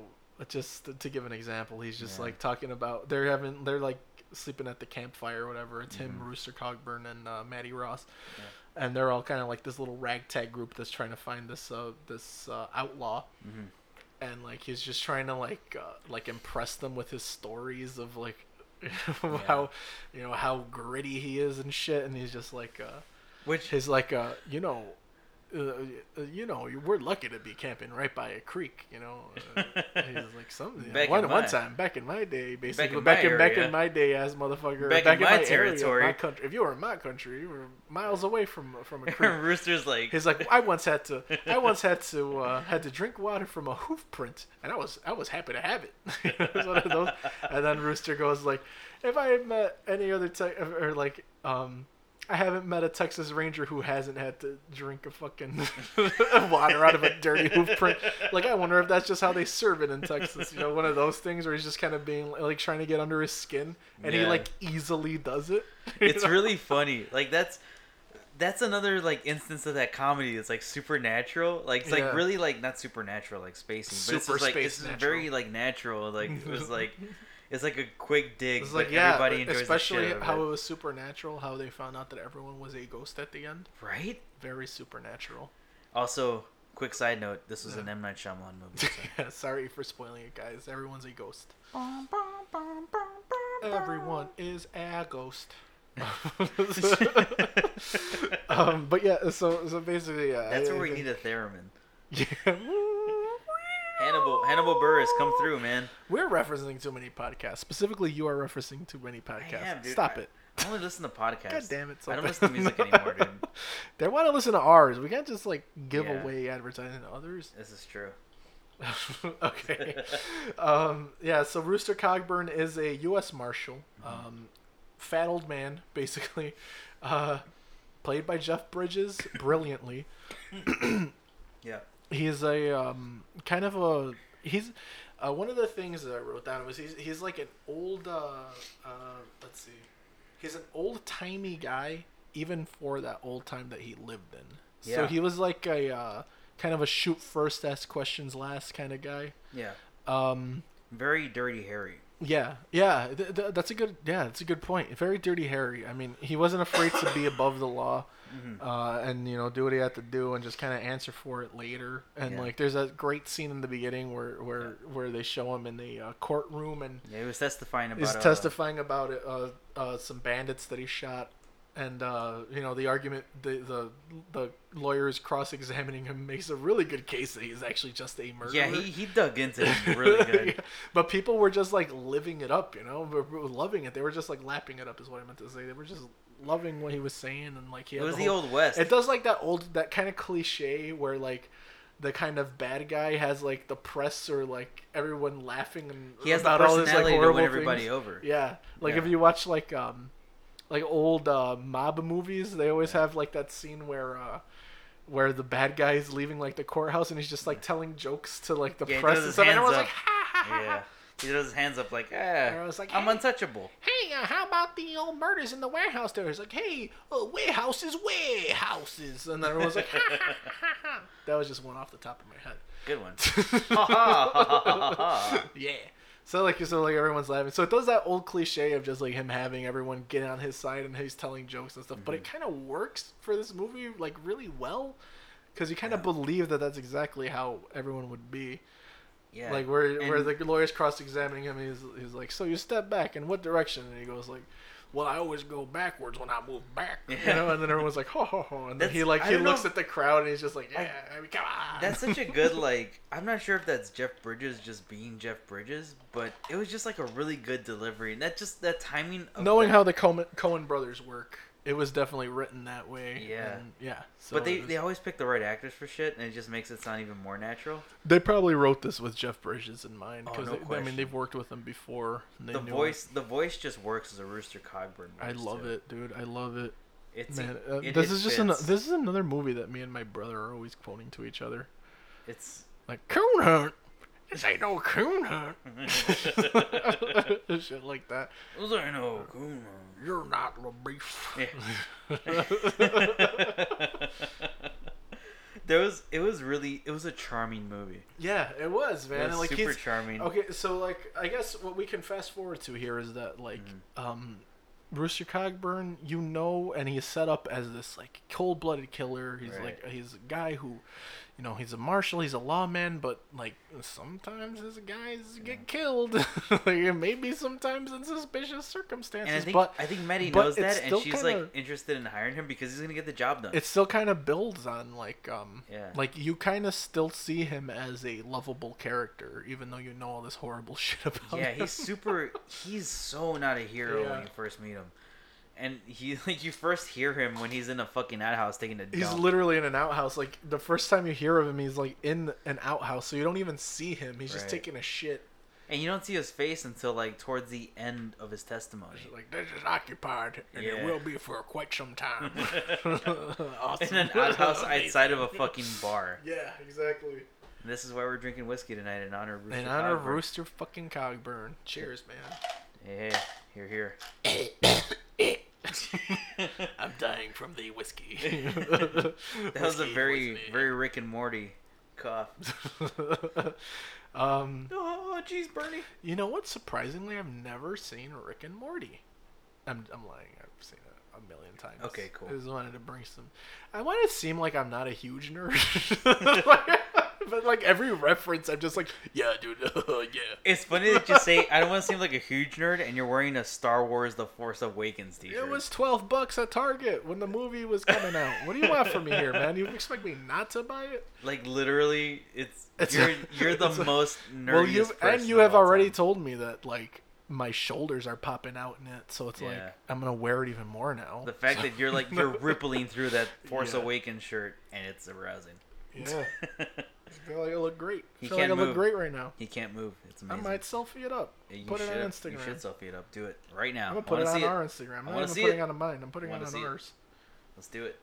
S1: just to give an example he's just
S2: Yeah.
S1: like talking about they're having they're like sleeping at the campfire or whatever. It's him, Rooster Cogburn, and uh, Matty Ross, and they're all kind of like this little ragtag group that's trying to find this uh this uh, outlaw. And like he's just trying to like uh, like impress them with his stories of like how you know how gritty he is and shit, and he's just like uh,
S2: Which
S1: He's like, uh, you know, uh, uh, you know, you- we're lucky to be camping right by a creek. You know, uh, he's like something.
S2: Back in
S1: one, one
S2: my-
S1: time, back in my day, basically,
S2: in
S1: back
S2: my
S1: in back
S2: area.
S1: in my day, as motherfucker,
S2: Back in my territory.
S1: area, my country. If you were in my country, you were miles away from from a creek.
S2: Rooster's like
S1: He's like, I once had to, I once had to, uh, had to drink water from a hoof print, and I was, I was happy to have it. It was one of those. And then Rooster goes like, if I had met any other te- or like, um, I haven't met a Texas Ranger who hasn't had to drink a fucking water out of a dirty hoof print. Like, I wonder if that's just how they serve it in Texas. You know, one of those things where he's just kind of being like trying to get under his skin, and he
S2: Yeah.
S1: like easily does it. You
S2: it's
S1: know?
S2: really funny. Like that's that's another like instance of that comedy. It's like supernatural. Like it's like
S1: Yeah.
S2: really like not supernatural like spacing, but it's
S1: Super
S2: just like
S1: space
S2: it's just very
S1: natural.
S2: like natural. Like it was like it's like a quick dig.
S1: It's
S2: but
S1: like yeah, e,
S2: everybody enjoys
S1: especially
S2: the shit out of
S1: how
S2: it.
S1: it was supernatural. How they found out that everyone was a ghost at the end.
S2: right.
S1: Very supernatural.
S2: Also, quick side note: this was an
S1: Yeah.
S2: M Night Shyamalan movie.
S1: Sorry for spoiling it, guys. Everyone's a ghost.
S2: so-
S1: Everyone is a ghost. um, but yeah, so so basically, yeah,
S2: That's
S1: I-
S2: where
S1: I
S2: we need
S1: think-
S2: a theremin.
S1: Yeah.
S2: Hannibal, Hannibal Burris, come through, man.
S1: We're referencing too many podcasts. Specifically, you are referencing too many podcasts.
S2: am, dude.
S1: Stop
S2: I-
S1: it.
S2: I only listen to podcasts.
S1: God damn it!
S2: I
S1: Sultan.
S2: don't listen to music anymore, dude.
S1: they want to listen to ours. We can't just like give
S2: Yeah.
S1: away advertising to others.
S2: This is true.
S1: okay. um, yeah. So Rooster Cogburn is a U.S. Marshal,
S2: Mm-hmm.
S1: um, fat old man, basically, uh, played by Jeff Bridges brilliantly.
S2: Yeah.
S1: He is a um, kind of a he's uh, one of the things that I wrote down was he's he's like an old uh, uh, let's see, he's an old timey guy even for that old time that he lived in. So
S2: Yeah.
S1: he was like a uh, kind of a shoot first, ask questions last kind of guy.
S2: Yeah.
S1: Um,
S2: Very dirty Harry.
S1: yeah, yeah, th- th- that's a good, yeah, that's a good point. Very dirty Harry. I mean, he wasn't afraid to be above the law,
S2: Mm-hmm.
S1: uh, and you know, do what he had to do, and just kind of answer for it later. And
S2: Yeah.
S1: like, there's that great scene in the beginning where where where they show him in the uh, courtroom and
S2: Yeah, he was testifying about.
S1: he's
S2: uh,
S1: testifying about uh, uh, some bandits that he shot, and uh, you know the argument the the the lawyer is cross examining him makes a really good case that he's actually just a murderer.
S2: Yeah, he, he dug into it really good.
S1: Yeah. But people were just like living it up, you know, were- were loving it. They were just like lapping it up, is what I meant to say. They were just loving what he was saying, and like he
S2: It
S1: had
S2: was
S1: the
S2: the
S1: whole-
S2: old West.
S1: It does like that old, that kind of cliche where like the kind of bad guy has like the press or like everyone laughing and
S2: He has the
S1: about all his like
S2: personality to
S1: horrible
S2: win everybody
S1: things.
S2: over.
S1: Yeah, like if
S2: Yeah.
S1: you watch like um, like old uh, mob movies, they always have like that scene where uh, where the bad guy is leaving like the courthouse and he's just like telling jokes to like the
S2: Yeah, he
S1: press
S2: does
S1: and
S2: his
S1: stuff, and everyone's
S2: hands
S1: like, ha ha ha.
S2: Yeah.
S1: ha.
S2: He does his hands up like,
S1: I
S2: ah,
S1: was like,
S2: I'm
S1: hey.
S2: untouchable.
S1: Hey, uh, how about the old murders in the warehouse? There, it's like, hey, uh, warehouses, warehouses, and then everyone's like, ha, ha, ha, ha, ha. That was just one off the top of my head.
S2: Good one.
S1: yeah. So like so like everyone's laughing. So it does that old cliche of just like him having everyone get on his side and he's telling jokes and stuff. But
S2: Mhm.
S1: it kind of works for this movie like really well because you kind of believe that that's exactly how everyone would be.
S2: Yeah.
S1: Like where where
S2: And-
S1: the lawyer's cross examining him, he's he's like, so you step back in what direction? And he goes like, well, I always go backwards when I move back, you
S2: Yeah.
S1: know. And then everyone's like, ho ho ho, and then
S2: That's-
S1: he like
S2: I
S1: he
S2: don't know
S1: looks
S2: if-
S1: at the crowd and he's just like,
S2: I-
S1: yeah, I mean, come on.
S2: That's such a good like. I'm not sure if that's Jeff Bridges just being Jeff Bridges, but it was just like a really good delivery, and that just that timing. Of
S1: Knowing
S2: the-
S1: how the Coen, Coen brothers work, it was definitely written that way.
S2: Yeah.
S1: and yeah. So
S2: But they,
S1: it was-
S2: they always pick the right actors for shit, and it just makes it sound even more natural.
S1: they probably wrote this with Jeff Bridges in mind
S2: Oh,
S1: because
S2: no
S1: I mean
S2: question.
S1: they've worked with him before. and They
S2: the
S1: knew him.
S2: voice, the voice just works as a Rooster Cogburn.
S1: I
S2: voice,
S1: love
S2: too.
S1: it, dude. I love it.
S2: It's e-,
S1: Man, uh,
S2: it-
S1: this
S2: it
S1: is just an,
S2: fits.
S1: this is another movie that me and my brother are always quoting to each other.
S2: It's
S1: Like coon hunt. This ain't no coon hunt. Shit like that.
S2: those are no coon ones.
S1: You're not the beef.
S2: Yeah. there was it was really it was a charming movie.
S1: yeah, it was man.
S2: It was
S1: and, like
S2: super
S1: he's
S2: charming.
S1: okay. So like, I guess what we can fast forward to here is that like,
S2: Mm.
S1: um, Rooster Cogburn, you know, and he's set up as this like cold-blooded killer. He's
S2: Right.
S1: like he's a guy who, you know, he's a marshal, he's a lawman, but like sometimes his guys get killed. like, maybe sometimes in suspicious circumstances,
S2: And I think
S1: but
S2: I think Maddie
S1: but
S2: knows
S1: it's
S2: that, and
S1: still
S2: she's like
S1: kinda-
S2: interested in hiring him because he's gonna get the job done.
S1: it still kind of builds on like um
S2: Yeah.
S1: like you kind of still see him as a lovable character even though you know all this horrible shit about
S2: yeah,
S1: him.
S2: he's super. He's so not a hero
S1: Yeah.
S2: when you first meet him, and he like you first hear him when he's in a fucking outhouse taking a dump.
S1: He's literally in an outhouse. Like the first time you hear of him, he's like in an outhouse, so you don't even see him. He's just
S2: Right.
S1: taking a shit.
S2: and you don't see his face until like towards the end of his testimony.
S1: He's like this is occupied, and it
S2: Yeah.
S1: will be for quite some time. awesome.
S2: In an outhouse
S1: Amazing.
S2: outside of a fucking bar.
S1: Yeah, exactly.
S2: And this is why we're drinking whiskey tonight in honor of Rooster.
S1: In honor of
S2: Cogburn.
S1: Rooster fucking Cogburn. Cheers, man.
S2: Hey, here, here. that
S1: I'm dying from the whiskey.
S2: That was a
S1: Whiskey
S2: very,
S1: poisoning.
S2: very Rick and Morty cough.
S1: um,
S2: Oh, jeez, Bernie.
S1: you know what? Surprisingly, I've never seen Rick and Morty. I'm, I'm lying. I've seen it a million times.
S2: Okay, cool.
S1: I just wanted to bring some. I want to seem like I'm not a huge nerd, Like, but like every reference, I'm just like, yeah, dude, yeah.
S2: It's funny that you say I don't want to seem like a huge nerd, and you're wearing a Star Wars: The Force Awakens t-shirt.
S1: It was twelve bucks at Target when the movie was coming out. What do you want from me here, man? You expect me not to buy it?
S2: like literally, it's,
S1: It's-
S2: you're you're the
S1: it's a-
S2: most nerdiest
S1: Well, you and
S2: person
S1: you
S2: of
S1: have
S2: all
S1: already
S2: time.
S1: told me that like my shoulders are popping out in it, so it's
S2: Yeah.
S1: like I'm gonna wear it even more now.
S2: the fact that you're like you're rippling through that Force
S1: Yeah.
S2: Awakens shirt, and it's arousing.
S1: yeah, I feel like I look great. I
S2: He
S1: feel like I
S2: can't
S1: look
S2: move.
S1: great right now.
S2: he can't move. It's amazing.
S1: I might selfie it up.
S2: Yeah, you
S1: put it
S2: should,
S1: on
S2: You
S1: Instagram.
S2: should selfie it up. Do it right now.
S1: I'm gonna
S2: I
S1: put it
S2: wanna
S1: on
S2: see
S1: our Instagram. I'm
S2: I
S1: not
S2: wanna
S1: even
S2: see
S1: putting
S2: it.
S1: it on mine. I'm putting it
S2: wanna
S1: on
S2: see it.
S1: ours.
S2: Let's do it.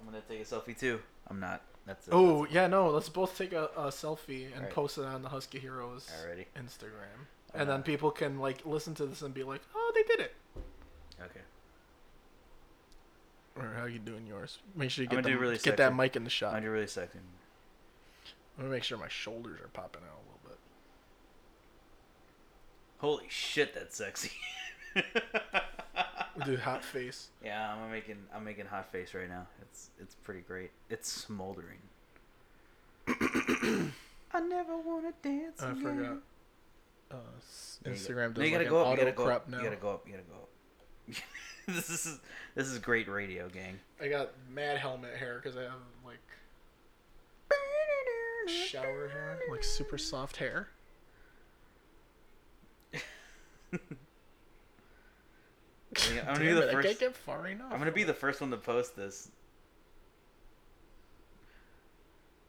S2: I'm gonna take a selfie too. I'm not. That's it.
S1: Oh yeah, no. Let's both take a, a selfie and
S2: Alright.
S1: post it on the Husky Heroes
S2: Alrighty.
S1: Instagram, and then people can like listen to this and be like, "Oh, they did it."
S2: Okay.
S1: Or how you doing yours? Make sure you
S2: I'm
S1: get
S2: gonna
S1: the,
S2: do really
S1: get that
S2: sexy.
S1: mic in the shot.
S2: I'm really second.
S1: I'm gonna make sure my shoulders are popping out a little bit.
S2: Holy shit, that's sexy.
S1: Dude, hot face.
S2: Yeah, I'm making I'm making hot face right now. It's it's pretty great. It's smoldering. I never wanna dance.
S1: I
S2: again.
S1: forgot. Uh, s-
S2: No, you got-
S1: Instagram does
S2: no, you gotta
S1: like
S2: go
S1: an
S2: up. You
S1: auto
S2: gotta go
S1: crop
S2: up.
S1: now.
S2: You gotta go up. You gotta go up. this is this is great radio, gang.
S1: I got mad helmet hair because I have like shower hair, like super soft hair.
S2: I'm gonna be
S1: Damn it,
S2: the
S1: I can't
S2: first.
S1: get far enough.
S2: I'm gonna be the first one to post this.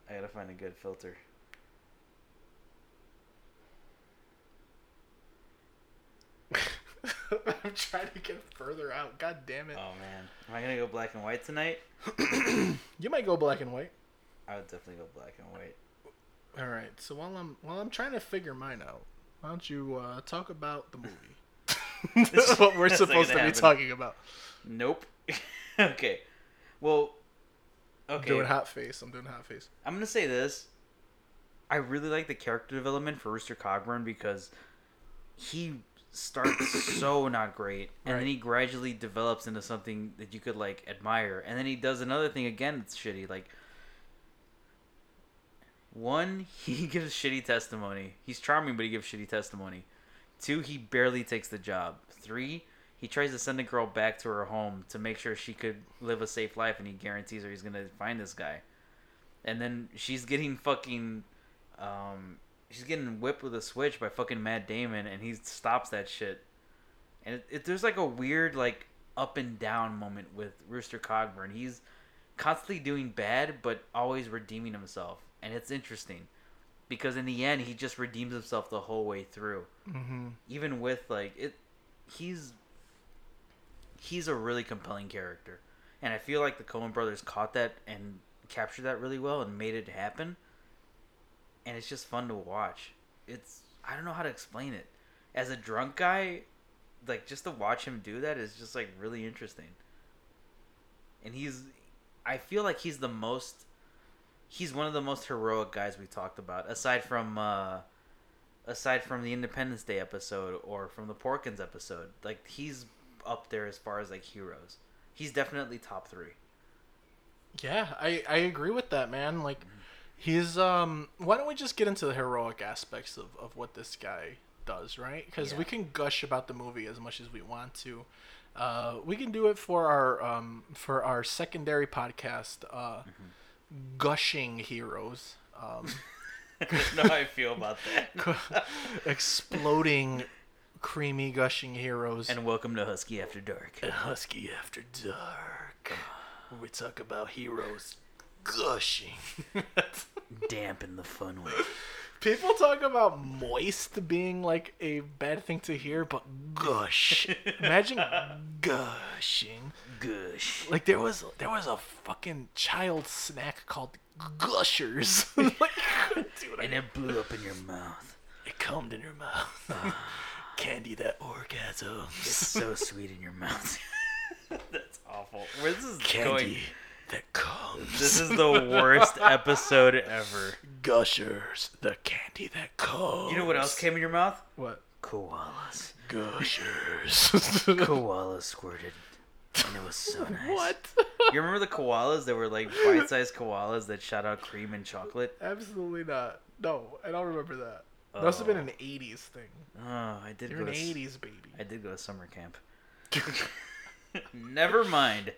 S2: I gotta find a good filter.
S1: I'm trying to get further out. God damn it!
S2: Oh man, am I gonna go black and white tonight?
S1: You might go black and white.
S2: I would definitely go black and white.
S1: All right. So while I'm while I'm trying to figure mine out, why don't you uh, talk about the movie? this is what we're
S2: That's not
S1: supposed to
S2: gonna
S1: be
S2: happen.
S1: talking about.
S2: Nope. okay. Well. Okay.
S1: Doing hot face. I'm doing hot face.
S2: I'm gonna say this. I really like the character development for Rooster Cogburn because he starts so not great, and
S1: Right.
S2: then he gradually develops into something that you could like admire, and then he does another thing again that's shitty. Like One, he gives shitty testimony. He's charming, but he gives shitty testimony. Two, he barely takes the job. Three, he tries to send the girl back to her home to make sure she could live a safe life, and he guarantees her he's gonna find this guy. And then she's getting fucking, um, she's getting whipped with a switch by fucking Matt Damon, and he stops that shit. And it, it, there's like a weird like up and down moment with Rooster Cogburn. He's constantly doing bad, but always redeeming himself, and it's interesting because in the end he just redeems himself the whole way through.
S1: Mm-hmm.
S2: Even with like it, he's he's a really compelling character, and I feel like the Coen Brothers caught that and captured that really well and made it happen. And it's just fun to watch. It's I don't know how to explain it. As a drunk guy, like just to watch him do that is just like really interesting. And he's I feel like he's the most he's one of the most heroic guys we talked about aside from uh aside from the Independence Day episode or from the Porkins episode. Like he's up there as far as like heroes. He's definitely top 3.
S1: Yeah, I I agree with that, man. Like he's um why don't we just get into the heroic aspects of of what this guy does, right? Because
S2: Yeah.
S1: we can gush about the movie as much as we want to. Uh, we can do it for our um, for our secondary podcast, uh, gushing heroes, um,
S2: I don't know how I feel about that.
S1: exploding, creamy gushing heroes,
S2: And welcome to Husky After Dark.
S1: and Husky After Dark. where we talk about heroes gushing.
S2: Dampen the fun way.
S1: People talk about moist being like a bad thing to hear, but gush. Imagine gushing.
S2: Gush.
S1: Like there was there was a fucking child snack called Gushers. like, dude, I,
S2: And it blew up in your mouth.
S1: it cummed in your mouth. Candy that orgasms.
S2: It's so sweet in your mouth. That's awful. Where this is
S1: Candy
S2: going?
S1: that comes.
S2: This is the worst episode ever.
S1: Gushers, the candy that comes.
S2: You know what else came in your mouth?
S1: What?
S2: Koalas.
S1: Gushers.
S2: Koalas squirted. And it was so nice.
S1: what?
S2: You remember the koalas that were like bite-sized koalas that shot out cream and chocolate?
S1: Absolutely not. No, I don't remember that. That must have been an '80s thing.
S2: Oh, I did
S1: You're
S2: go.
S1: an
S2: to s-
S1: '80s
S2: I
S1: baby.
S2: did go to summer camp. Never mind.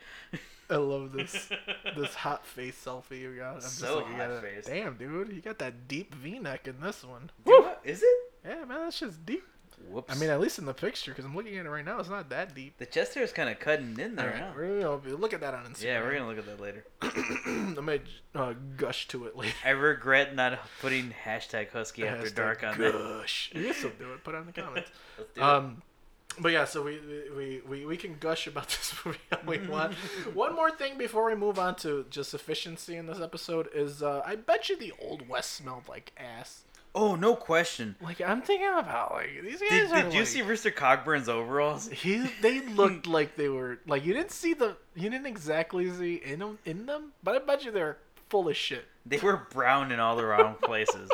S1: I love this this hot face selfie you got. I'm just
S2: So
S1: looking at
S2: hot
S1: it.
S2: face.
S1: Damn, dude, you got that deep V-neck in this one.
S2: Do I- Is it?
S1: Yeah, man, that's just deep.
S2: Whoops.
S1: I mean, at least in the picture, because I'm looking at it right now. It's not that deep.
S2: the chest hair is kind of cutting in
S1: All
S2: there.
S1: right,
S2: huh?
S1: we're gonna be- look at that on Instagram.
S2: Yeah, we're gonna look at that later.
S1: I might uh, gush to it later.
S2: I regret not putting hashtag Husky After
S1: Hashtag
S2: Dark on that.
S1: gush. You can still do it. Put it in the comments.
S2: Let's do it.
S1: Um, but yeah, so we we, we we can gush about this movie all we want. One more thing before we move on to just efficiency in this episode is uh, I bet you the Old West smelled like ass.
S2: Oh, no question.
S1: Like I'm thinking about like these guys
S2: Did,
S1: are
S2: did you
S1: like-
S2: see Rooster Cogburn's overalls?
S1: He, they looked like they were like you didn't see the you didn't exactly see in them in them, but I bet you they're full of shit.
S2: They were brown in all the wrong places.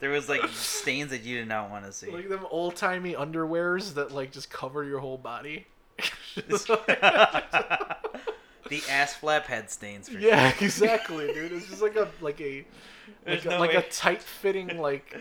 S2: There was like stains that you did not want to see.
S1: Like them old timey underwears that like just cover your whole body.
S2: the ass flap had stains for sure.
S1: Yeah, exactly, dude. It's just like a like a like,
S2: There's
S1: a,
S2: no
S1: like a
S2: way.
S1: tight fitting like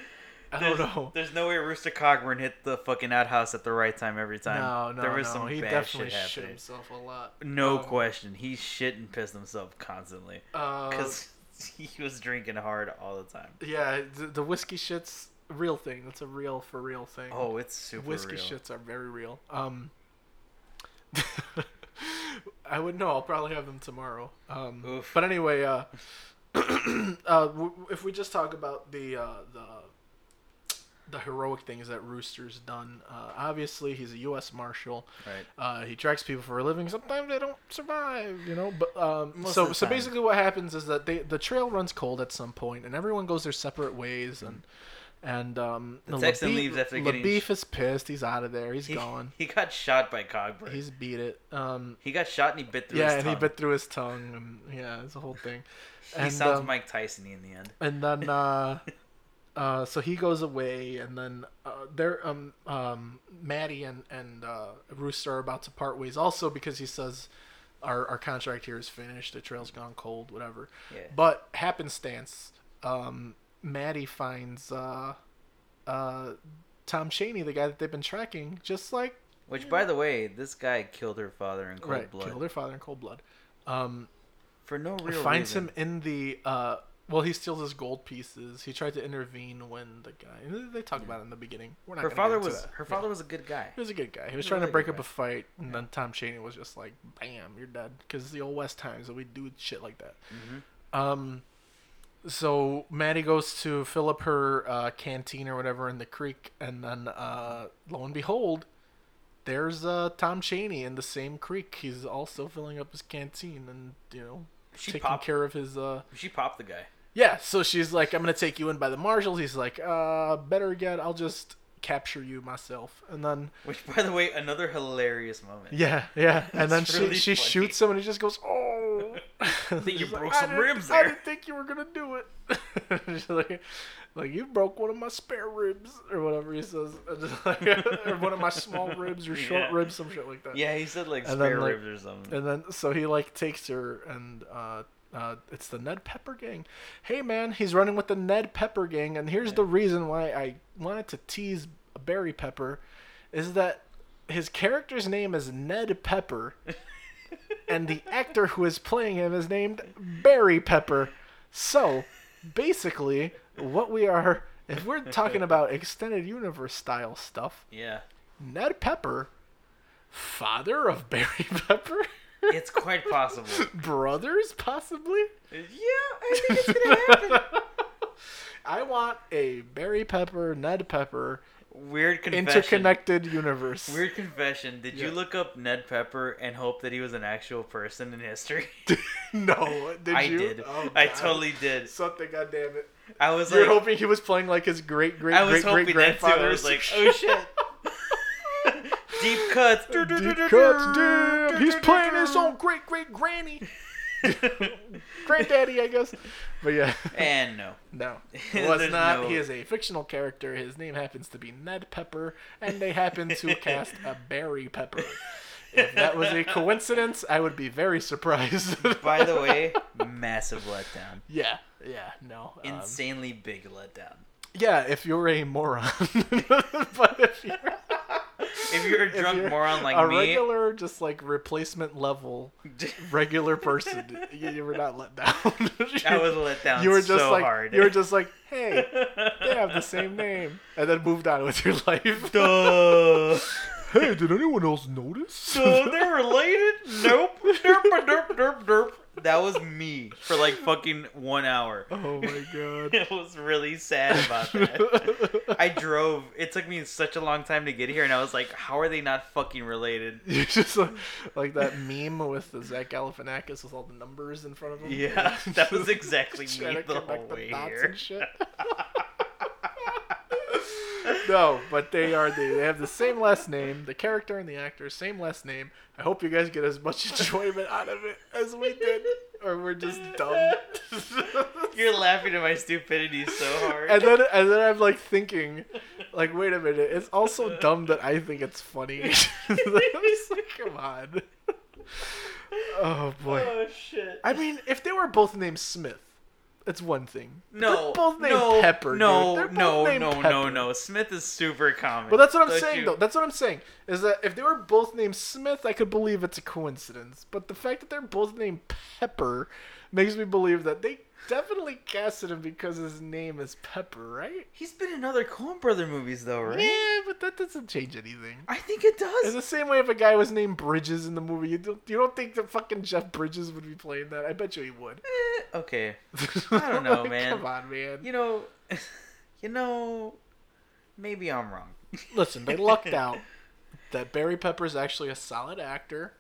S1: I don't
S2: There's,
S1: know.
S2: there's no way Rooster Cogburn hit the fucking outhouse at the right time every time.
S1: No, no,
S2: there was
S1: no.
S2: some
S1: he
S2: bad
S1: definitely
S2: shit
S1: shit
S2: happening.
S1: himself a lot.
S2: No
S1: Um,
S2: question, he shit and pissed himself constantly
S1: Uh,
S2: because he was drinking hard all the time.
S1: yeah, the, the whiskey shits a real thing. That's a real for real thing.
S2: Oh, it's super
S1: whiskey
S2: real.
S1: shits are very real. Um, I would know. I'll probably have them tomorrow. Um,
S2: Oof.
S1: but anyway, uh, uh, w- if we just talk about the uh, the the heroic things that Rooster's done, uh, obviously he's a U.S. Marshal.
S2: Right.
S1: Uh, he tracks people for a living. Sometimes they don't survive, you know. But um,
S2: Most of
S1: so
S2: the
S1: so
S2: time.
S1: basically, what happens is that they the trail runs cold at some point, and everyone goes their separate ways. And and um, the
S2: Texan leaves after getting-
S1: Beef is pissed. He's out of there. He's
S2: He,
S1: gone.
S2: he got shot by Cogburn.
S1: He's beat it. Um,
S2: he got shot and he bit through
S1: yeah,
S2: his
S1: and
S2: tongue.
S1: he bit through his tongue, and yeah, it's a whole thing.
S2: He
S1: and,
S2: sounds
S1: um,
S2: Mike Tyson in the end.
S1: and then uh, uh, so he goes away, and then uh, there um um Maddie and and uh, Rooster are about to part ways also because he says our our contract here is finished, the trail's gone cold, whatever.
S2: Yeah.
S1: But happenstance, um, Maddie finds uh, uh, Tom Cheney, the guy that they've been tracking, just like
S2: Which, by the way, this guy killed her father in cold
S1: right,
S2: blood
S1: killed their father in cold blood. Um,
S2: for no real
S1: finds
S2: reason.
S1: him in the uh, well, he steals his gold pieces. He tried to intervene when the guy they talk about it in the beginning. We're not
S2: Her
S1: gonna get
S2: father
S1: into
S2: was
S1: that.
S2: her
S1: Yeah.
S2: father was a good guy.
S1: He was a good guy. He was
S2: was a
S1: trying to
S2: really
S1: break
S2: good
S1: up
S2: guy.
S1: a fight, and then Tom Cheney was just like, "Bam, you're dead." Because the old West times that we do shit like that.
S2: Mm-hmm.
S1: Um, so Maddie goes to fill up her uh, canteen or whatever in the creek, and then uh, lo and behold, there's uh, Tom Cheney in the same creek. He's also filling up his canteen, and you know,
S2: She
S1: taking
S2: popped-
S1: care of his. Uh...
S2: She popped the guy.
S1: Yeah, so she's like, "I'm gonna take you in by the marshals." He's like, "Uh, better yet, I'll just capture you myself," and then.
S2: Which, by the way, another hilarious moment.
S1: Yeah, yeah. And then
S2: It's
S1: she,
S2: really
S1: she
S2: funny.
S1: shoots him and he just goes, Oh.
S2: think you
S1: She's like,
S2: broke
S1: "I
S2: some
S1: didn't-
S2: ribs
S1: I
S2: there."
S1: didn't think you were going to do it. She's like, like, you broke one of my spare ribs or whatever he says. And just like, or one of my small ribs or short
S2: Yeah.
S1: ribs, some shit like that.
S2: Yeah, he said like
S1: And then,
S2: spare
S1: like-
S2: ribs or something.
S1: And then, so he like takes her and, uh, uh, it's the Ned Pepper gang. Hey man, he's running with the Ned Pepper gang, and here's the reason why I wanted to tease Barry Pepper, is that his character's name is Ned Pepper, and the actor who is playing him is named Barry Pepper. So, basically, what we are, if we're talking about extended universe style stuff,
S2: Yeah,
S1: Ned Pepper, father of Barry Pepper,
S2: it's quite possible.
S1: brothers possibly.
S2: yeah, I think it's gonna happen.
S1: I want a Barry Pepper, Ned Pepper
S2: Weird confession.
S1: interconnected universe.
S2: Weird confession. Did you
S1: Yeah.
S2: look up Ned Pepper and hope that he was an actual person in history?
S1: no, did
S2: I
S1: you?
S2: did.
S1: Oh,
S2: I
S1: God.
S2: totally did.
S1: Something, goddamn it!
S2: I was
S1: You're
S2: like,
S1: hoping he was playing like his great great
S2: I was
S1: great great
S2: hoping that too.
S1: grandfather.
S2: I was like, oh shit. Deep cuts.
S1: Deep cuts, damn. He's playing his own great great granny, granddaddy, I guess. But yeah,
S2: And no.
S1: no, it was
S2: There's
S1: not.
S2: no-
S1: He is a fictional character. His name happens to be Ned Pepper, and they happen to cast a Barry Pepper. If that was a coincidence, I would be very surprised.
S2: By the way, massive letdown.
S1: yeah, yeah, no. um,
S2: Insanely big letdown.
S1: yeah, if you're a moron, but if you're,
S2: If you're a
S1: if
S2: drunk
S1: you're
S2: moron like
S1: a
S2: me,
S1: regular, just like replacement level, regular person, you, you were not let down.
S2: I was let down
S1: you were just
S2: so
S1: like
S2: hard.
S1: you were just like, hey, they have the same name, and then moved on with your life.
S2: Duh.
S1: hey, did anyone else notice?
S2: Duh, they're related? Nope. Derp, derp, derp, derp. That was me for like fucking one hour.
S1: oh my god.
S2: It was really sad about that. I drove. It took me such a long time to get here, and I was like, "How are they not fucking related?"
S1: You're just like, like that meme with the Zach Galifianakis with all the numbers in front of him.
S2: Yeah, that was exactly
S1: Trying
S2: me
S1: to
S2: the
S1: connect
S2: whole
S1: the
S2: way
S1: dots
S2: here.
S1: and shit. no, but they are the, they have the same last name, the character and the actor, same last name. I hope you guys get as much enjoyment out of it as we did, or we're just dumb.
S2: You're laughing at my stupidity so hard.
S1: and then and then I'm like thinking, like, wait a minute, it's also dumb that I think it's funny. It's like, Come on. Oh boy.
S2: oh shit!
S1: I mean, if they were both named Smith, it's one thing. But
S2: no,
S1: they're both named
S2: no,
S1: Pepper.
S2: No,
S1: dude. They're both
S2: no,
S1: named
S2: no, no,
S1: Pepper.
S2: no. Smith is super common.
S1: But that's what I'm
S2: Don't
S1: saying,
S2: you-
S1: though. That's what I'm saying is that if they were both named Smith, I could believe it's a coincidence. But the fact that they're both named Pepper makes me believe that they definitely casted him because his name is Pepper, right?
S2: He's been in other Coen Brother movies though, right?
S1: Yeah, but that doesn't change anything.
S2: I think it
S1: It's
S2: does.
S1: the same way if a guy was named Bridges in the movie. You don't, you don't think that fucking Jeff Bridges would be playing that? I bet you he would.
S2: Eh, okay. I don't know,
S1: Like,
S2: man.
S1: Come on, man.
S2: You know, you know, maybe I'm wrong.
S1: Listen, they lucked out that Barry Pepper's actually a solid actor.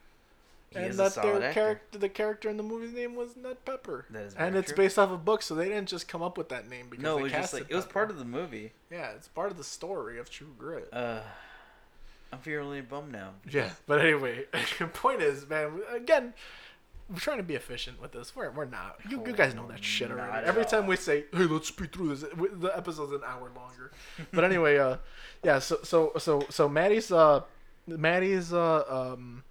S2: He
S1: and
S2: is a
S1: that
S2: solid
S1: their
S2: actor.
S1: character, the character in the movie's name was Ned Pepper,
S2: That is very
S1: and it's
S2: true.
S1: based off a book, so they didn't just come up with that name because
S2: No,
S1: they
S2: it was just
S1: casted
S2: like it was
S1: Pepper.
S2: part of the movie.
S1: yeah, it's part of the story of True Grit.
S2: Uh, I'm feeling really bummed now.
S1: Yeah, but anyway, point is, man, again, we're trying to be efficient with this. We're, we're not. You, you guys know that shit
S2: Not
S1: already.
S2: at
S1: Every
S2: all.
S1: time we say, "Hey, let's speed through this," we- the episode's an hour longer. But anyway, uh, yeah. So so so so Maddie's uh, Maddie's uh um.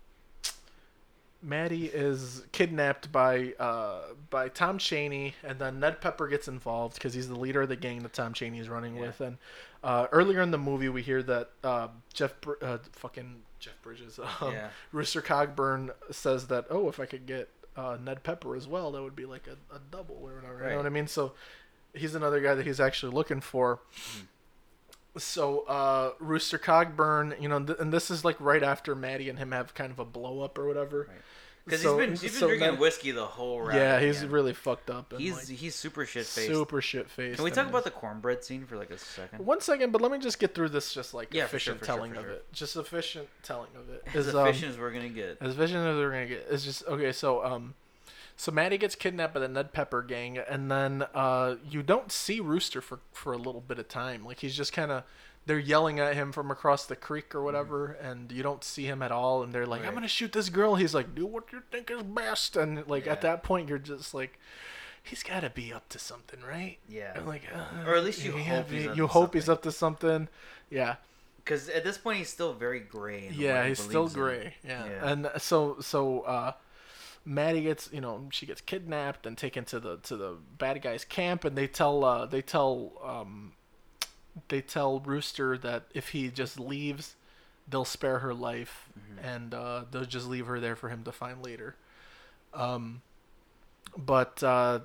S1: Maddie is kidnapped by uh, by Tom Cheney, and then Ned Pepper gets involved because he's the leader of the gang that Tom Cheney is running with. And uh, earlier in the movie, we hear that uh, Jeff Br- uh, fucking Jeff Bridges, um,
S2: Yeah.
S1: Rooster Cogburn says that oh, if I could get uh, Ned Pepper as well, that would be like a, a double or whatever. You know
S2: Right.
S1: what I mean? So he's another guy that he's actually looking for. So uh, Rooster Cogburn, you know, th- and this is like right after Maddie and him have kind of a blow up or whatever.
S2: Right. Because
S1: So-
S2: he's been he's been
S1: so
S2: drinking
S1: Ned-
S2: whiskey the whole round.
S1: Yeah, he's
S2: man.
S1: really fucked up. And
S2: he's
S1: like,
S2: he's super shit faced.
S1: super shit faced.
S2: Can we talk about the cornbread scene for like a second?
S1: one second? But let me just get through this, just like
S2: Yeah, for sure,
S1: efficient
S2: for sure,
S1: telling
S2: for
S1: of
S2: sure.
S1: it. Just efficient telling of it.
S2: As
S1: Is, um,
S2: efficient as we're gonna get.
S1: As vision as we're gonna get it's just okay. So um, so Maddie gets kidnapped by the Ned Pepper gang, and then uh, you don't see Rooster for for a little bit of time. Like he's just kind of they're yelling at him from across the creek or whatever, and you don't see him at all. And they're like, "I'm
S2: Mm-hmm. Right.
S1: gonna shoot this girl." He's like, "Do what you think is best." And like
S2: Yeah.
S1: at that point, you're just like. He's got to be up to something, right?
S2: Yeah.
S1: And like, uh,
S2: Or at least you
S1: he
S2: hope
S1: gotta
S2: he's
S1: be-
S2: up
S1: you
S2: to
S1: hope he's
S2: something.
S1: up to something. Yeah.
S2: Because at this point he's still very gray. in what
S1: Yeah,
S2: he
S1: he's still
S2: believes in.
S1: gray. Yeah.
S2: Yeah.
S1: and so so uh, Maddie gets you know she gets kidnapped and taken to the to the bad guys camp, and they tell uh, they tell um, they tell Rooster that if he just leaves, they'll spare her life,
S2: Mm-hmm.
S1: and uh, they'll just leave her there for him to find later. Um, but uh,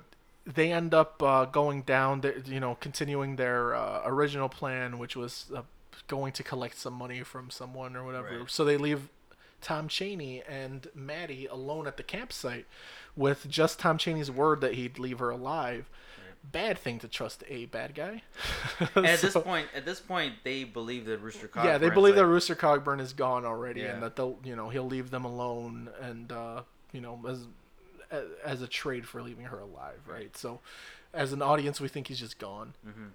S1: they end up uh, going down, the, you know, continuing their uh, original plan, which was uh, going to collect some money from someone or whatever.
S2: Right.
S1: So they leave Tom Cheney and Maddie alone at the campsite with just Tom Cheney's word that he'd leave her alive. Bad thing to trust a bad guy.
S2: And at this
S1: So-
S2: point, at this point, they believe that Rooster Cogburn.
S1: yeah, they believe that Rooster Cogburn is gone already,
S2: Yeah.
S1: and that they'll you know he'll leave them alone, and uh, you know as as a trade for leaving her alive, right? So, as an audience, we think he's just gone.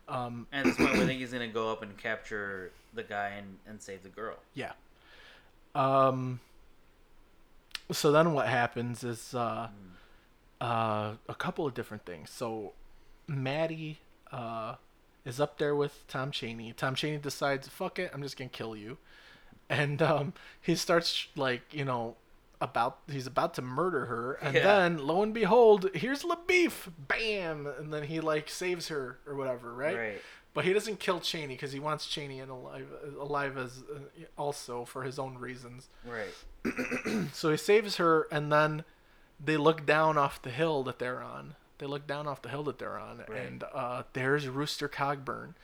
S1: Um,
S2: And at this point, we think he's gonna go up and capture the guy and, and save the girl.
S1: yeah. Um. So then, what happens is uh, uh, a couple of different things. So, Maddie uh, is up there with Tom Cheney. Tom Cheney decides, "Fuck it, I'm just gonna kill you." and um, he starts like you know about he's about to murder her and
S2: Yeah.
S1: then lo and behold here's LaBeef bam and then he like saves her or whatever right,
S2: Right.
S1: but he doesn't kill Cheney because he wants Cheney in alive alive as uh, also for his own reasons
S2: Right.
S1: so he saves her and then they look down off the hill that they're on they look down off the hill that they're on and uh, there's rooster cogburn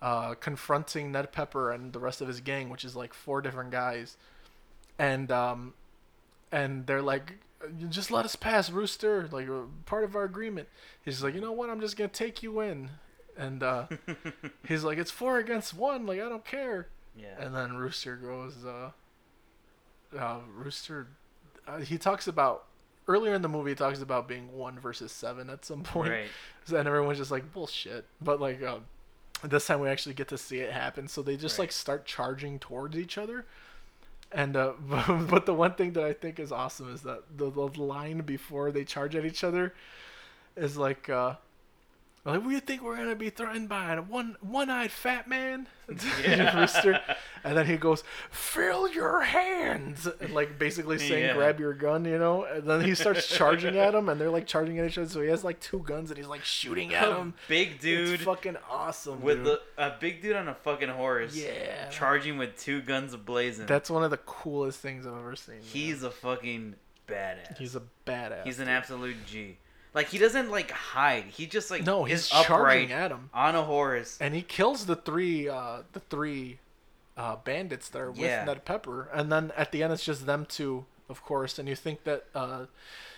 S1: uh, confronting ned pepper and the rest of his gang which is like four different guys and um, and they're like "You just let us pass rooster like uh, part of our agreement he's like you know what i'm just gonna take you in and uh, he's like it's four against one like i don't care
S2: Yeah.
S1: and then Rooster goes, uh, uh, Rooster, uh, he talks about, earlier in the movie, he talks about being one versus seven at some point.
S2: Right.
S1: And everyone's just like, bullshit. But like, uh, this time we actually get to see it happen. So they just
S2: Right.
S1: like start charging towards each other. And uh, but the one thing that I think is awesome is that the, the line before they charge at each other is like, uh, like we think we're gonna be threatened by a one one-eyed fat man,
S2: Yeah.
S1: Rooster, and then he goes, "Fill your hands," and, like basically saying,
S2: Yeah.
S1: "Grab your gun," you know. And then he starts charging at him, and they're like charging at each other. So he has like two guns, and he's like shooting at
S2: A
S1: him.
S2: big dude
S1: um, it's fucking awesome,
S2: with
S1: dude.
S2: the, a big dude on a fucking horse.
S1: Yeah.
S2: Charging with two guns ablazing.
S1: That's one of the coolest things I've ever seen. man.
S2: He's a fucking badass.
S1: he's a badass.
S2: He's an absolute G. Like he doesn't like hide. He just like
S1: no, he's
S2: is
S1: charging
S2: upright
S1: at him,
S2: on a horse.
S1: and he kills the three, uh, the three uh, bandits that are with
S2: Yeah.
S1: Ned Pepper, and then at the end it's just them two, of course. And you think that uh,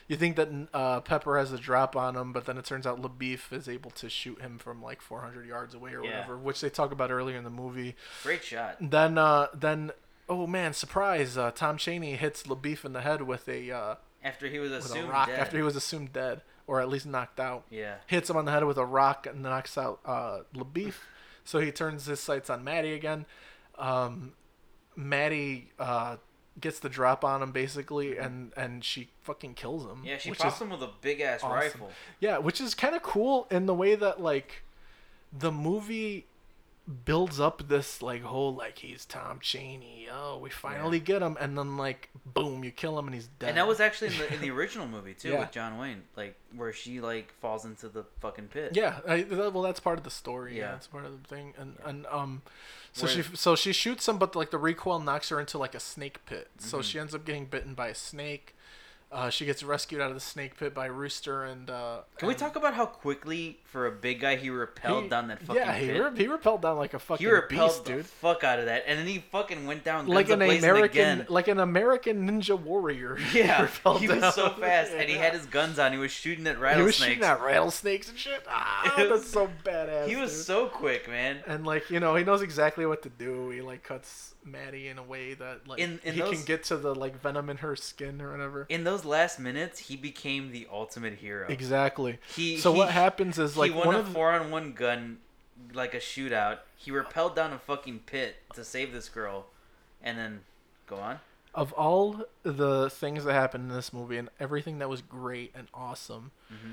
S1: you think that uh, Pepper has a drop on him, but then it turns out LaBeef is able to shoot him from like 400 yards away or
S2: Yeah.
S1: whatever, which they talk about earlier in the movie.
S2: Great shot.
S1: Then uh, then oh man, surprise! Uh, Tom Cheney hits LaBeef in the head with a uh,
S2: After he was
S1: with a
S2: assumed
S1: rock
S2: dead.
S1: after he was assumed dead or at least knocked out
S2: Yeah.
S1: hits him on the head with a rock and knocks out uh, LaBeef. so he turns his sights on Maddie again. Um, Maddie uh, gets the drop on him basically, and and she fucking kills him.
S2: Yeah, she
S1: which
S2: pops
S1: is
S2: him with a big ass
S1: awesome.
S2: rifle.
S1: Yeah, which is kind of cool in the way that like the movie builds up this like whole like he's Tom Cheney. Oh, we finally get him, and then like boom, you kill him and he's dead.
S2: And that was actually in the, in the original movie too
S1: Yeah.
S2: with John Wayne, like where she like falls into the fucking pit.
S1: yeah. I, that, well, that's part of the story. Yeah,
S2: Yeah.
S1: that's part of the thing. And and um, so
S2: Where-
S1: she so she shoots him, but like the recoil knocks her into like a snake pit.
S2: Mm-hmm.
S1: So she ends up getting bitten by a snake. Uh, she gets rescued out of the snake pit by Rooster and. Uh,
S2: Can we
S1: and-
S2: talk about how quickly for a big guy he repelled
S1: He-
S2: down that fucking
S1: yeah, he,
S2: pit?
S1: re- he repelled down like a fucking
S2: he repelled
S1: beast,
S2: the
S1: dude.
S2: fuck out of that, and then he fucking went down guns
S1: Like an
S2: a-blazing
S1: American,
S2: Again.
S1: like an American ninja warrior.
S2: Yeah,
S1: repelled
S2: he was
S1: down.
S2: so fast, and he
S1: Yeah.
S2: had his guns on. He was shooting at
S1: He was
S2: rattlesnakes.
S1: shooting at rattlesnakes and shit. Ah,
S2: It was-
S1: that's so badass.
S2: He was
S1: dude.
S2: so quick, man.
S1: and like you know, he knows exactly what to do. He like cuts Maddie in a way that like
S2: In- in
S1: he
S2: those-
S1: can get to the like venom in her skin or whatever.
S2: In those last minutes, he became the ultimate hero.
S1: exactly.
S2: He,
S1: so
S2: he,
S1: what happens is like
S2: he won
S1: one
S2: a
S1: of
S2: four-on-one gun, like a shootout. He repelled down a fucking pit to save this girl, and then go on.
S1: of all the things that happened in this movie and everything that was great and awesome,
S2: Mm-hmm.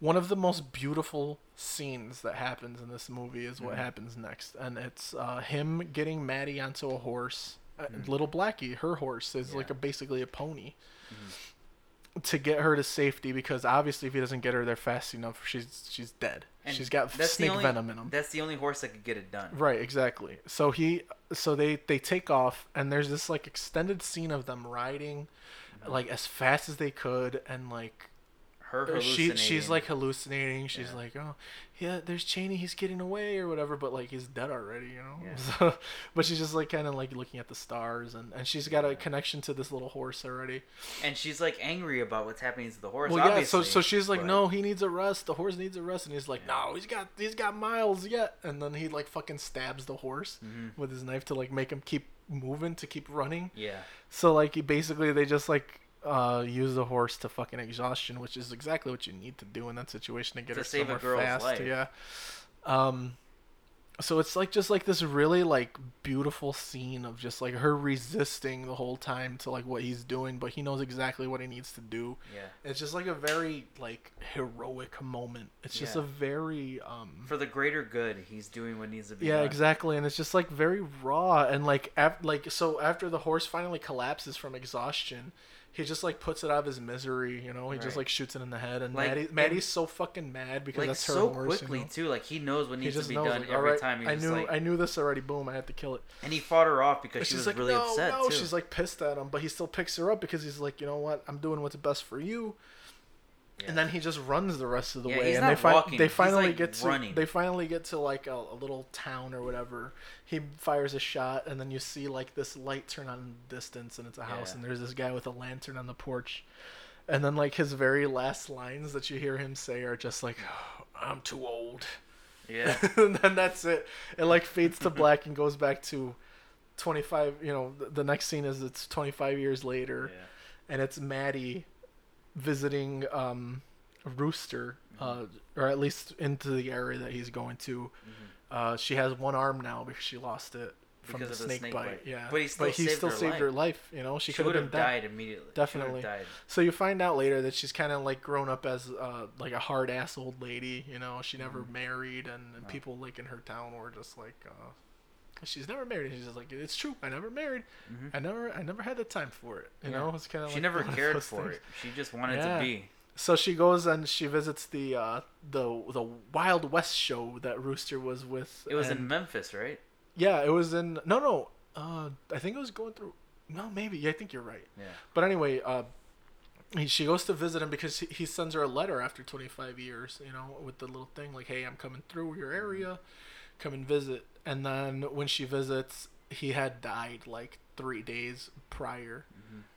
S1: one of the most beautiful scenes that happens in this movie is
S2: Mm-hmm.
S1: what happens next, and it's uh, him getting Maddie onto a horse. Uh, Little Blackie, her horse is like
S2: Mm-hmm. Yeah. Mm-hmm.
S1: a basically a pony. To get her to safety, because obviously if he doesn't get her there fast enough, she's she's dead.
S2: And
S1: she's got
S2: that's the
S1: snake
S2: only-
S1: venom in him.
S2: That's the only horse that could get it done.
S1: Right, exactly. So he, so they they take off, and there's this like extended scene of them riding, like as fast as they could, and like uh,
S2: Her
S1: she
S2: hallucinating.
S1: she's like hallucinating. She's
S2: Yeah.
S1: like, oh yeah, there's Cheney, he's getting away or whatever, but like he's dead already, you know.
S2: Yeah.
S1: So, but she's just like kind of like looking at the stars, and and she's got a connection to this little horse already.
S2: and she's like angry about what's happening to the horse.
S1: Well, yeah. So
S2: obviously,
S1: so she's like,
S2: but-
S1: no, he needs a rest. The horse needs a rest, and he's like, no, he's got he's got miles yet. And then he like fucking stabs the horse
S2: Mm-hmm.
S1: with his knife to like make him keep moving to keep running.
S2: Yeah.
S1: So like he basically they just like uh use the horse to fucking exhaustion, which is exactly what you need to do in that situation to get
S2: To
S1: her
S2: save a
S1: somewhere
S2: girl's
S1: fast.
S2: life.
S1: Yeah. Um. So it's like just like this really like beautiful scene of just like her resisting the whole time to like what he's doing, but he knows exactly what he needs to do.
S2: Yeah.
S1: It's just like a very like heroic moment. It's just
S2: Yeah.
S1: a very um
S2: For the greater good, he's doing what needs to be
S1: yeah,
S2: done.
S1: exactly, and it's just like very raw and like af- like so after the horse finally collapses from exhaustion, he just like puts it out of his misery, you know. He just
S2: Right.
S1: like shoots it in the head, and
S2: Like,
S1: Maddie,
S2: and-
S1: Maddie's so fucking mad because
S2: Like
S1: that's her
S2: so
S1: horse.
S2: quickly
S1: you know?
S2: too. Like he knows what
S1: He
S2: needs
S1: just
S2: to be
S1: knows,
S2: done
S1: like, all
S2: every
S1: right,
S2: time. He's
S1: I
S2: just
S1: knew,
S2: like,
S1: I knew this already. Boom, I had to kill it.
S2: and he fought her off because she
S1: she's
S2: was
S1: like,
S2: really
S1: no,
S2: upset
S1: no.
S2: too.
S1: She's like pissed at him, but he still picks her up because he's like, you know what? I'm doing what's best for you.
S2: Yeah.
S1: And then he just runs the rest of the
S2: Yeah,
S1: way,
S2: he's
S1: and
S2: not
S1: they, fin-
S2: walking.
S1: they
S2: He's,
S1: finally
S2: like,
S1: get to
S2: running.
S1: they finally get to like a, a little town or whatever. He fires a shot, and then you see like this light turn on in the distance, and it's a house,
S2: Yeah.
S1: and there's this guy with a lantern on the porch, and then like his very last lines that you hear him say are just like, "Oh, "I'm too old."
S2: yeah.
S1: and then that's it. It like fades to black and goes back to 25. You know, th- the next scene is it's 25 years later,
S2: Yeah.
S1: and it's Maddie visiting um, Rooster,
S2: Mm-hmm.
S1: uh, or at least into the area that he's going to. Uh, she has one arm now because she lost it from
S2: Because
S1: the
S2: of the
S1: snake,
S2: snake
S1: bite.
S2: bite.
S1: Yeah,
S2: But he still saved her life.
S1: her life. You know, she,
S2: She,
S1: could have
S2: would
S1: been
S2: have
S1: dead.
S2: died immediately. She would've
S1: Definitely.
S2: died.
S1: So you find out later that she's kind of like grown up as uh, like a hard ass old lady. You know, she never
S2: Mm-hmm.
S1: married, and, and people like in her town were just like, uh, she's never married. And she's just like, it's true, I never married. I never, I never had the time for it. You
S2: Mm-hmm. Yeah.
S1: know, it's kind of
S2: She
S1: like
S2: never
S1: one of
S2: cared
S1: those
S2: for
S1: things.
S2: it. She just wanted
S1: Yeah.
S2: to be.
S1: So she goes and she visits the uh, the the Wild West show that Rooster was with.
S2: It was
S1: and-
S2: in Memphis, right?
S1: yeah, it was in no no. Uh, I think it was going through. No, maybe. Yeah, I think you're right.
S2: Yeah.
S1: But anyway, uh, he, she goes to visit him because he, he sends her a letter after 25 years, you know, with the little thing like, hey, I'm coming through your area, come and visit. And then when she visits, he had died like three days prior,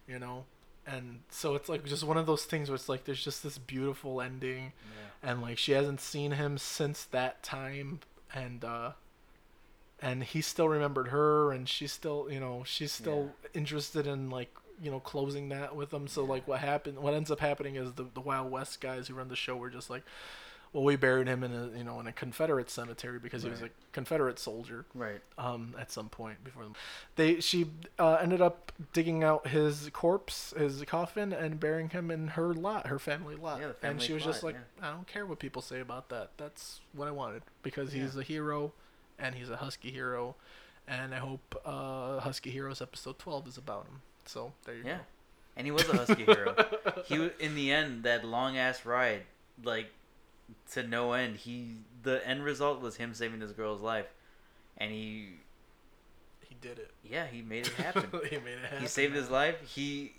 S1: you know? And so it's like just one of those things where it's like there's just this beautiful ending, and like she hasn't seen him since that time, and uh, and he still remembered her and she's still you know she's still interested in like you know closing that with them so like what happened what ends up happening is the, the wild west guys who run the show were just like well we buried him in a you know in a confederate cemetery because he was a
S2: Right.
S1: confederate soldier
S2: Right.
S1: um, at some point before them. They she uh, ended up digging out his corpse, his coffin, and burying him in her lot, her family lot.
S2: Yeah, the
S1: and
S2: family
S1: she was just
S2: plot,
S1: like, I don't care what people say about that. That's what I wanted because he's a hero, and he's a Husky Hero, and I hope uh, Husky Heroes episode twelve is about him. So there you
S2: Yeah, and he was a husky hero. He w- in the end that long ass ride, like to no end. He the end result was him saving this girl's life, and he
S1: go. He did it.
S2: yeah he made it happen.
S1: he made it happen.
S2: he saved his life. He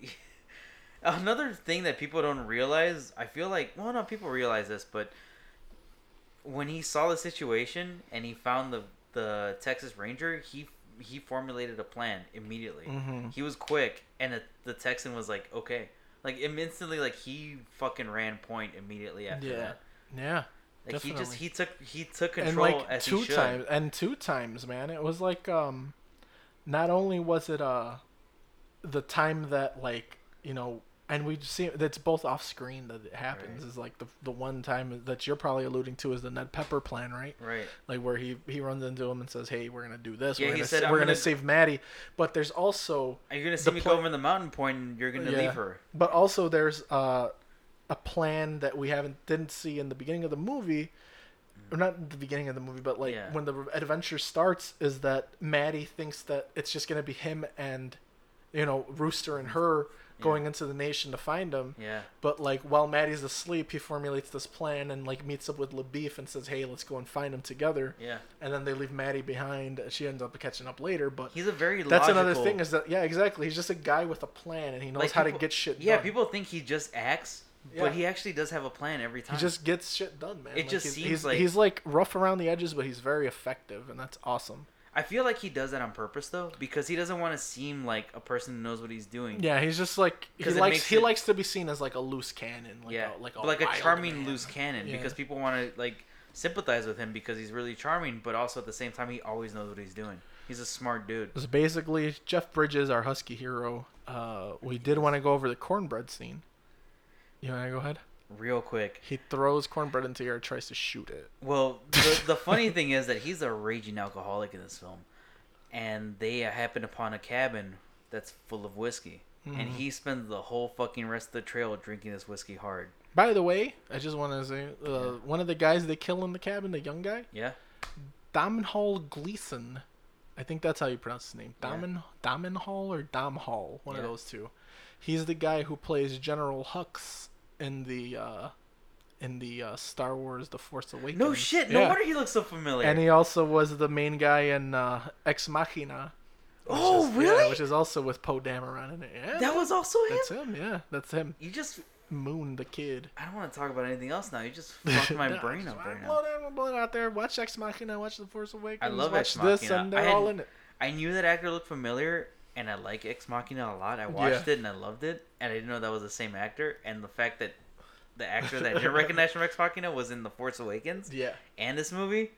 S2: another thing that people don't realize. I feel like well, no, people realize this, but when he saw the situation and he found the the Texas Ranger, he he formulated a plan immediately.
S1: Mhm.
S2: He was quick, and the, the Texan was like, okay, like im- instantly, like he fucking ran point immediately after
S1: Yeah.
S2: that.
S1: Yeah.
S2: Like he just
S1: Definitely.
S2: he took he took
S1: and
S2: control
S1: like
S2: as
S1: two
S2: he should.
S1: times and two times man it was like um not only was it uh the time that like you know and we see that's both off screen that it happens
S2: Right.
S1: is like the the one time that you're probably alluding to is the Ned Pepper plan right
S2: Right.
S1: like where he he runs into him and says hey we're gonna do this
S2: Yeah,
S1: we're
S2: he
S1: gonna
S2: said,
S1: sa-
S2: "I'm
S1: we're gonna,
S2: gonna-
S1: save Maddie but there's also
S2: And You're gonna see
S1: The
S2: me
S1: pla-
S2: go over the mountain point, and you're gonna
S1: Yeah.
S2: leave her.
S1: but also there's uh, a plan that we haven't didn't see in the beginning of the movie or not the beginning of the movie but like
S2: Yeah.
S1: when the adventure starts is that maddie thinks that it's just going to be him and you know rooster and her going into the nation to find him
S2: Yeah.
S1: but like while maddie's asleep he formulates this plan and like meets up with labeef and says hey let's go and find him together
S2: Yeah.
S1: and then they leave maddie behind she ends up catching up later but
S2: He's a very
S1: that's
S2: logical,
S1: another thing is that yeah exactly he's just a guy with a plan and he knows
S2: like,
S1: how
S2: people-
S1: to get shit
S2: Yeah,
S1: done.
S2: people think he just acts,
S1: Yeah.
S2: but he actually does have a plan every time.
S1: He just gets shit done, man.
S2: It just
S1: he's,
S2: seems
S1: he's,
S2: like-
S1: he's like rough around the edges, but he's very effective, and that's awesome.
S2: I feel like he does that on purpose though, because he doesn't want to seem like a person who knows what he's doing.
S1: Yeah, he's just like he
S2: 'Cause it
S1: likes
S2: makes
S1: he
S2: it-
S1: likes to be seen as like a loose cannon, like
S2: yeah,
S1: a, like a
S2: But like a
S1: wild
S2: charming
S1: man.
S2: loose cannon
S1: Yeah.
S2: because people want to like sympathize with him because he's really charming, but also at the same time he always knows what he's doing. He's a smart dude.
S1: It's basically Jeff Bridges, our husky hero. Uh, we did want to go over the cornbread scene. You want to go ahead?
S2: Real quick.
S1: He throws cornbread into the air, tries to shoot it.
S2: Well, the, the funny thing is that he's a raging alcoholic in this film, and they happen upon a cabin that's full of whiskey, and he spends the whole fucking rest of the trail drinking this whiskey hard.
S1: By the way, I just want to say uh, one of the guys they kill in the cabin, the young guy,
S2: Yeah.
S1: Domhnall Gleeson. I think that's how you pronounce his name. Domin Dominhall or Domhall, one of
S2: Yeah.
S1: those two. He's the guy who plays General Hux in the uh, in the uh, Star Wars: The Force Awakens.
S2: No shit. No
S1: Yeah.
S2: wonder he looks so familiar.
S1: And he also was the main guy in uh, Ex Machina. which
S2: Oh,
S1: is- yeah,
S2: really?
S1: which is also with Poe Dameron in it. Yeah,
S2: that was also him.
S1: that's him. Yeah, that's him.
S2: You just.
S1: Moon the kid.
S2: I don't want to talk about anything else now. You just fucked my
S1: No,
S2: brain
S1: just
S2: up
S1: wanna
S2: right
S1: blow
S2: now.
S1: it out, blow it out there. Watch Ex Machina. Watch The Force Awakens.
S2: love
S1: watch
S2: Ex
S1: this,
S2: Machina.
S1: and
S2: I
S1: they're
S2: had-
S1: all in it.
S2: I knew that actor looked familiar, and I like Ex Machina a lot. I watched it and I loved it, and I didn't know that was the same actor. And the fact that the actor that I didn't recognize from Ex Machina was in The Force Awakens
S1: Yeah.
S2: and this movie,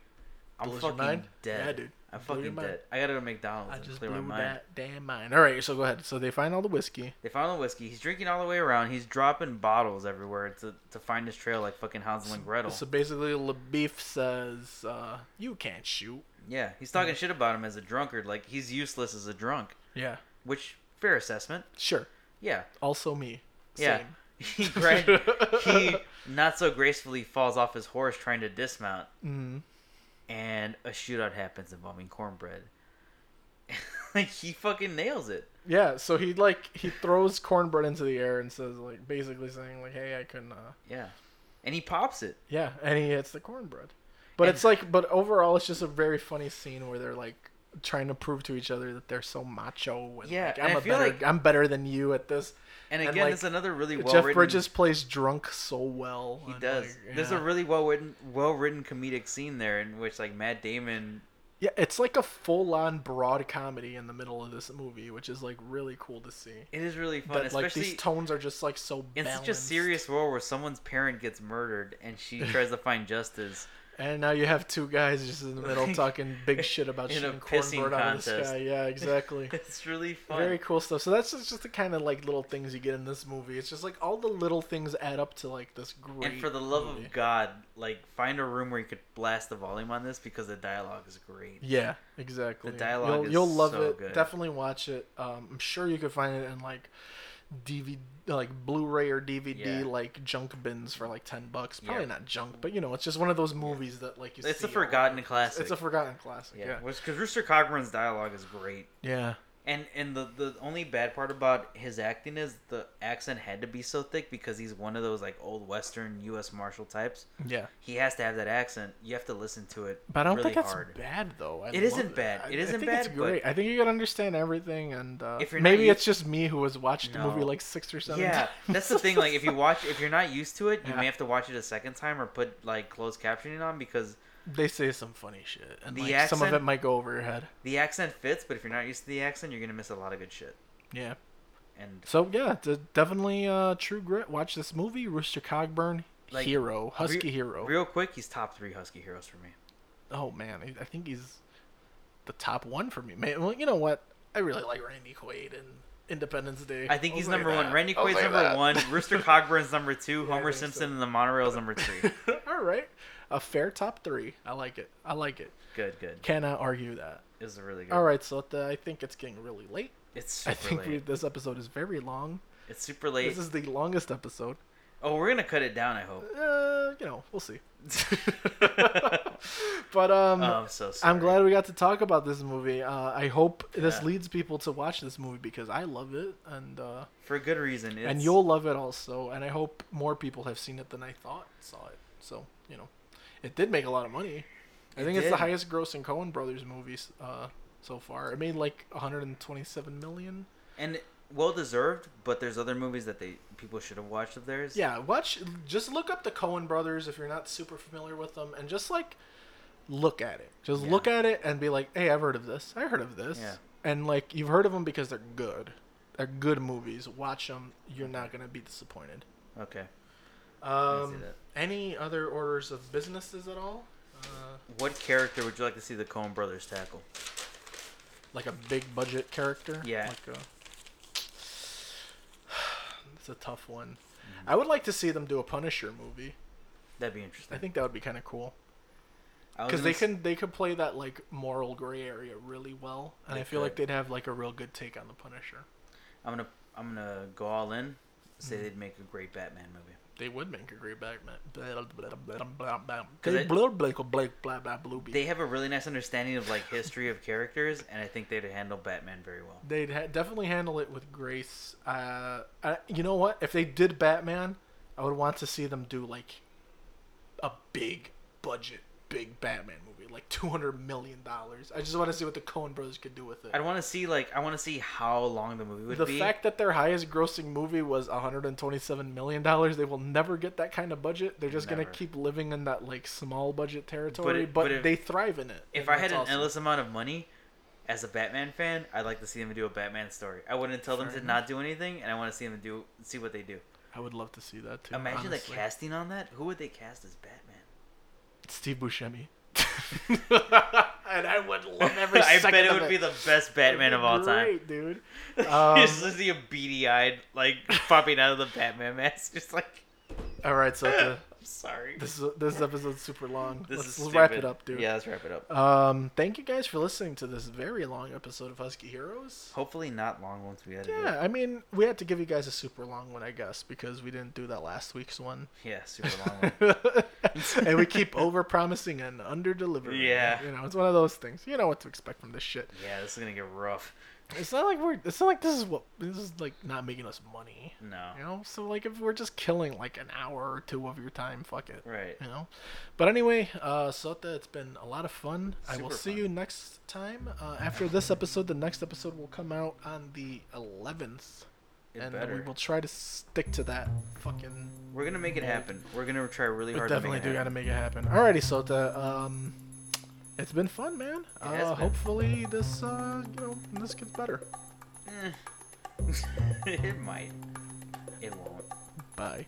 S2: I'm
S1: Blows your
S2: fucking
S1: mind?
S2: dead.
S1: Yeah, dude.
S2: I'm
S1: Blew your
S2: fucking
S1: mind.
S2: dead. I gotta go to McDonald's
S1: I
S2: and
S1: just
S2: clear
S1: blew
S2: my mind.
S1: that damn mind. All right, so go ahead. So they find all the whiskey.
S2: They found the whiskey. He's drinking all the way around. He's dropping bottles everywhere to, to find his trail like fucking Hansel and Gretel.
S1: So basically, LeBeef says, uh, "You can't shoot."
S2: Yeah, he's talking shit about him as a drunkard. Like he's useless as a drunk,
S1: Yeah,
S2: which fair assessment.
S1: sure.
S2: Yeah,
S1: Also me.
S2: yeah.
S1: Same.
S2: He grind, he not so gracefully falls off his horse trying to dismount,
S1: Mm.
S2: and a shootout happens involving cornbread. like he fucking nails it.
S1: Yeah. So he like he throws cornbread into the air and says like basically saying like, "Hey, I can." Uh...
S2: Yeah, and he pops it.
S1: Yeah, and he hits the cornbread. But
S2: And-
S1: it's like, but overall, it's just a very funny scene where they're like trying to prove to each other that they're so macho. And,
S2: Yeah,
S1: like,
S2: and
S1: I'm
S2: I
S1: a
S2: feel
S1: better,
S2: like-
S1: I'm better than you at this.
S2: And
S1: And,
S2: again,
S1: like,
S2: it's another really well
S1: Jeff
S2: written.
S1: Bridges plays drunk so well.
S2: He
S1: and,
S2: does.
S1: like,
S2: There's
S1: yeah.
S2: a really well written, well written comedic scene there in which like Matt Damon
S1: Yeah, it's like a full on broad comedy in the middle of this movie, which is like really cool to see.
S2: It is really fun,
S1: That like
S2: especially
S1: these tones are just like so
S2: in
S1: balanced.
S2: such a serious world where someone's parent gets murdered and she tries to find justice.
S1: And now you have two guys just in the middle talking big shit about
S2: In a
S1: shooting
S2: pissing
S1: cornbread out of the
S2: contest.
S1: sky. Yeah, exactly.
S2: It's really fun.
S1: Very cool stuff. So that's just, just the kind of like little things you get in this movie. It's just like all the little things add up to like this great.
S2: and for the love
S1: movie.
S2: of God, like find a room where you could blast the volume on this because the dialogue is great.
S1: Yeah, exactly.
S2: dialogue
S1: you'll,
S2: is
S1: you'll love
S2: so
S1: it.
S2: good.
S1: Definitely watch it. Um, I'm sure you could find it in like DVD like Blu-ray or DVD
S2: Yeah.
S1: like junk bins for like ten bucks.
S2: Yeah.
S1: Probably not junk, but you know, it's just one of those movies that like you.
S2: It's
S1: see
S2: a forgotten
S1: all-
S2: classic.
S1: It's a forgotten classic.
S2: yeah,
S1: Yeah.
S2: because Rooster Cochran's dialogue is great,
S1: Yeah.
S2: and and the the only bad part about his acting is the accent had to be so thick because he's one of those like old Western U.S. Marshal types.
S1: Yeah.
S2: He has to have that accent. You have to listen to it.
S1: But I don't
S2: really
S1: think that's
S2: hard.
S1: bad though. I
S2: It
S1: love
S2: isn't
S1: it.
S2: bad.
S1: I-
S2: It isn't
S1: I think It's
S2: bad, but-
S1: great. I think you can understand everything, and uh,
S2: If you're not
S1: maybe
S2: used-
S1: it's just me who has watched the movie
S2: No.
S1: like six or seven.
S2: Yeah, that's the thing. Like, if you
S1: times.
S2: watch, if you're not used to it, you
S1: Yeah.
S2: may have to watch it a second time or put like closed captioning on because
S1: they say some funny shit, and
S2: The
S1: like, some of it
S2: accent-
S1: might go over your head.
S2: the accent fits. But if you're not used to the accent, you're gonna miss a lot of good shit.
S1: Yeah.
S2: And
S1: So yeah, d- definitely uh, True Grit. Watch this movie, Rooster Cogburn,
S2: Like,
S1: hero, husky
S2: re-
S1: hero.
S2: real quick, he's top three Husky heroes for me.
S1: oh man, I- I think he's the top one for me. Man, well, you know what? I really like Randy Quaid and Independence Day.
S2: I think
S1: I'll
S2: he's
S1: say
S2: number
S1: that.
S2: one. Randy
S1: I'll
S2: Quaid's
S1: say
S2: number
S1: that.
S2: one. Rooster Cogburn's number two.
S1: I
S2: Homer
S1: think so.
S2: Simpson and the monorail's number three.
S1: All right, a fair top three. I like it. I like it.
S2: Good, good.
S1: Cannot argue that.
S2: It was really good.
S1: All right, so the, I think it's getting really late.
S2: It's
S1: I
S2: super
S1: think
S2: late.
S1: we, this episode is very long.
S2: It's super late.
S1: This is the longest episode.
S2: Oh, we're gonna cut it down. I hope.
S1: Uh, you know, we'll see. but um,
S2: Oh, I'm so sorry.
S1: I'm glad we got to talk about this movie. Uh, I hope this
S2: Yeah.
S1: leads people to watch this movie because I love it, and uh,
S2: for good reason. It's,
S1: and you'll love it also. And I hope more people have seen it than I thought saw it. So you know, it did make a lot of money. I
S2: It
S1: think it's the
S2: did.
S1: highest grossing Coen Brothers movies uh, so far. It made like 127 million.
S2: and well deserved. But there's other movies that they people should have watched of theirs.
S1: Yeah, watch. Just look up the Cohen brothers if you're not super familiar with them, and just like look at it. Just
S2: Yeah.
S1: look at it and be like, "Hey, I've heard of this. I heard of this."
S2: Yeah.
S1: And like you've heard of them because they're good. They're good movies. Watch them. You're not gonna be disappointed.
S2: Okay. I see
S1: Um,
S2: that.
S1: any other orders of businesses at all? Uh,
S2: What character would you like to see the Coen Brothers tackle?
S1: like a big budget character.
S2: Yeah.
S1: Like a... It's a tough one.
S2: Mm-hmm.
S1: I would like to see them do a Punisher movie.
S2: That'd be interesting.
S1: I think that would be kind of cool.
S2: I
S1: because
S2: was gonna
S1: they
S2: s-
S1: can they could play that like moral gray area really well, and
S2: They
S1: I feel like
S2: could.
S1: they'd have like a real good take on the Punisher.
S2: I'm gonna. I'm gonna go all in. Say they'd make a great Batman movie.
S1: They would make a great Batman. Blah, blah, blah, blah, blah.
S2: 'Cause
S1: They
S2: it-
S1: blah, blah, blah, blah, blah, blah, blue bee.
S2: They have a really nice understanding of like history of characters, and I think they'd handle Batman very well.
S1: They'd ha- definitely handle it with grace. Uh, I, you know what? If they did Batman, I would want to see them do like a big budget, big Batman movie, like two hundred million dollars. I just want to see what the Coen Brothers could do with it.
S2: I'd want to see like I want to see how long the movie would
S1: the
S2: be.
S1: fact that their highest grossing movie was 127 million dollars they will never get that kind of budget they're just
S2: Never.
S1: gonna keep living in that like small budget territory but,
S2: but if-
S1: they thrive in it
S2: if
S1: and
S2: I had
S1: that's
S2: an
S1: awesome.
S2: endless amount of money, as a Batman fan, I'd like to see them do a Batman story. I wouldn't tell them
S1: Fair
S2: to not do anything, and I want to see them do see what they do.
S1: i would love to see that too
S2: Imagine
S1: honestly.
S2: the casting on that. Who would they cast as Batman?
S1: steve buscemi and i would love every
S2: I
S1: second
S2: bet it
S1: of
S2: would be the best Batman
S1: It'd
S2: of
S1: be
S2: all time.
S1: great, dude Um,
S2: you just see a beady-eyed like popping out of the Batman mask, just like
S1: all right so the,
S2: I'm sorry.
S1: this is- this episode's super long
S2: This
S1: let's
S2: is
S1: wrap
S2: stupid.
S1: it up dude
S2: Yeah, let's wrap it up.
S1: um thank you guys for listening to this very long episode of husky heroes
S2: Hopefully not long once we edit it.
S1: Yeah, I mean, we had to give you guys a super long one, I guess, because we didn't do that last week's one.
S2: Yeah, super long one.
S1: and we keep over promising and under delivering.
S2: Yeah.
S1: You know, it's one of those things. You know what to expect from this shit.
S2: Yeah, this is gonna get rough.
S1: It's not like we're, it's not like this is what, this is like not making us money.
S2: No.
S1: You know? So, like, if we're just killing like an hour or two of your time, fuck it.
S2: Right.
S1: You know? But anyway, uh, Sota, it's been a lot of fun. I will
S2: Super
S1: see
S2: fun.
S1: you next time. Uh, after this episode, the next episode will come out on the 11th.
S2: It
S1: and
S2: better.
S1: we will try to stick to that fucking.
S2: We're gonna make it happen. We're gonna try really
S1: We
S2: hard
S1: definitely
S2: to make
S1: do
S2: it
S1: gotta
S2: happen.
S1: make it happen. Alrighty, Sota. Um, it's been fun, man.
S2: has
S1: Uh,
S2: been.
S1: hopefully this, uh, you know, this gets better.
S2: Eh. it might. It won't.
S1: Bye.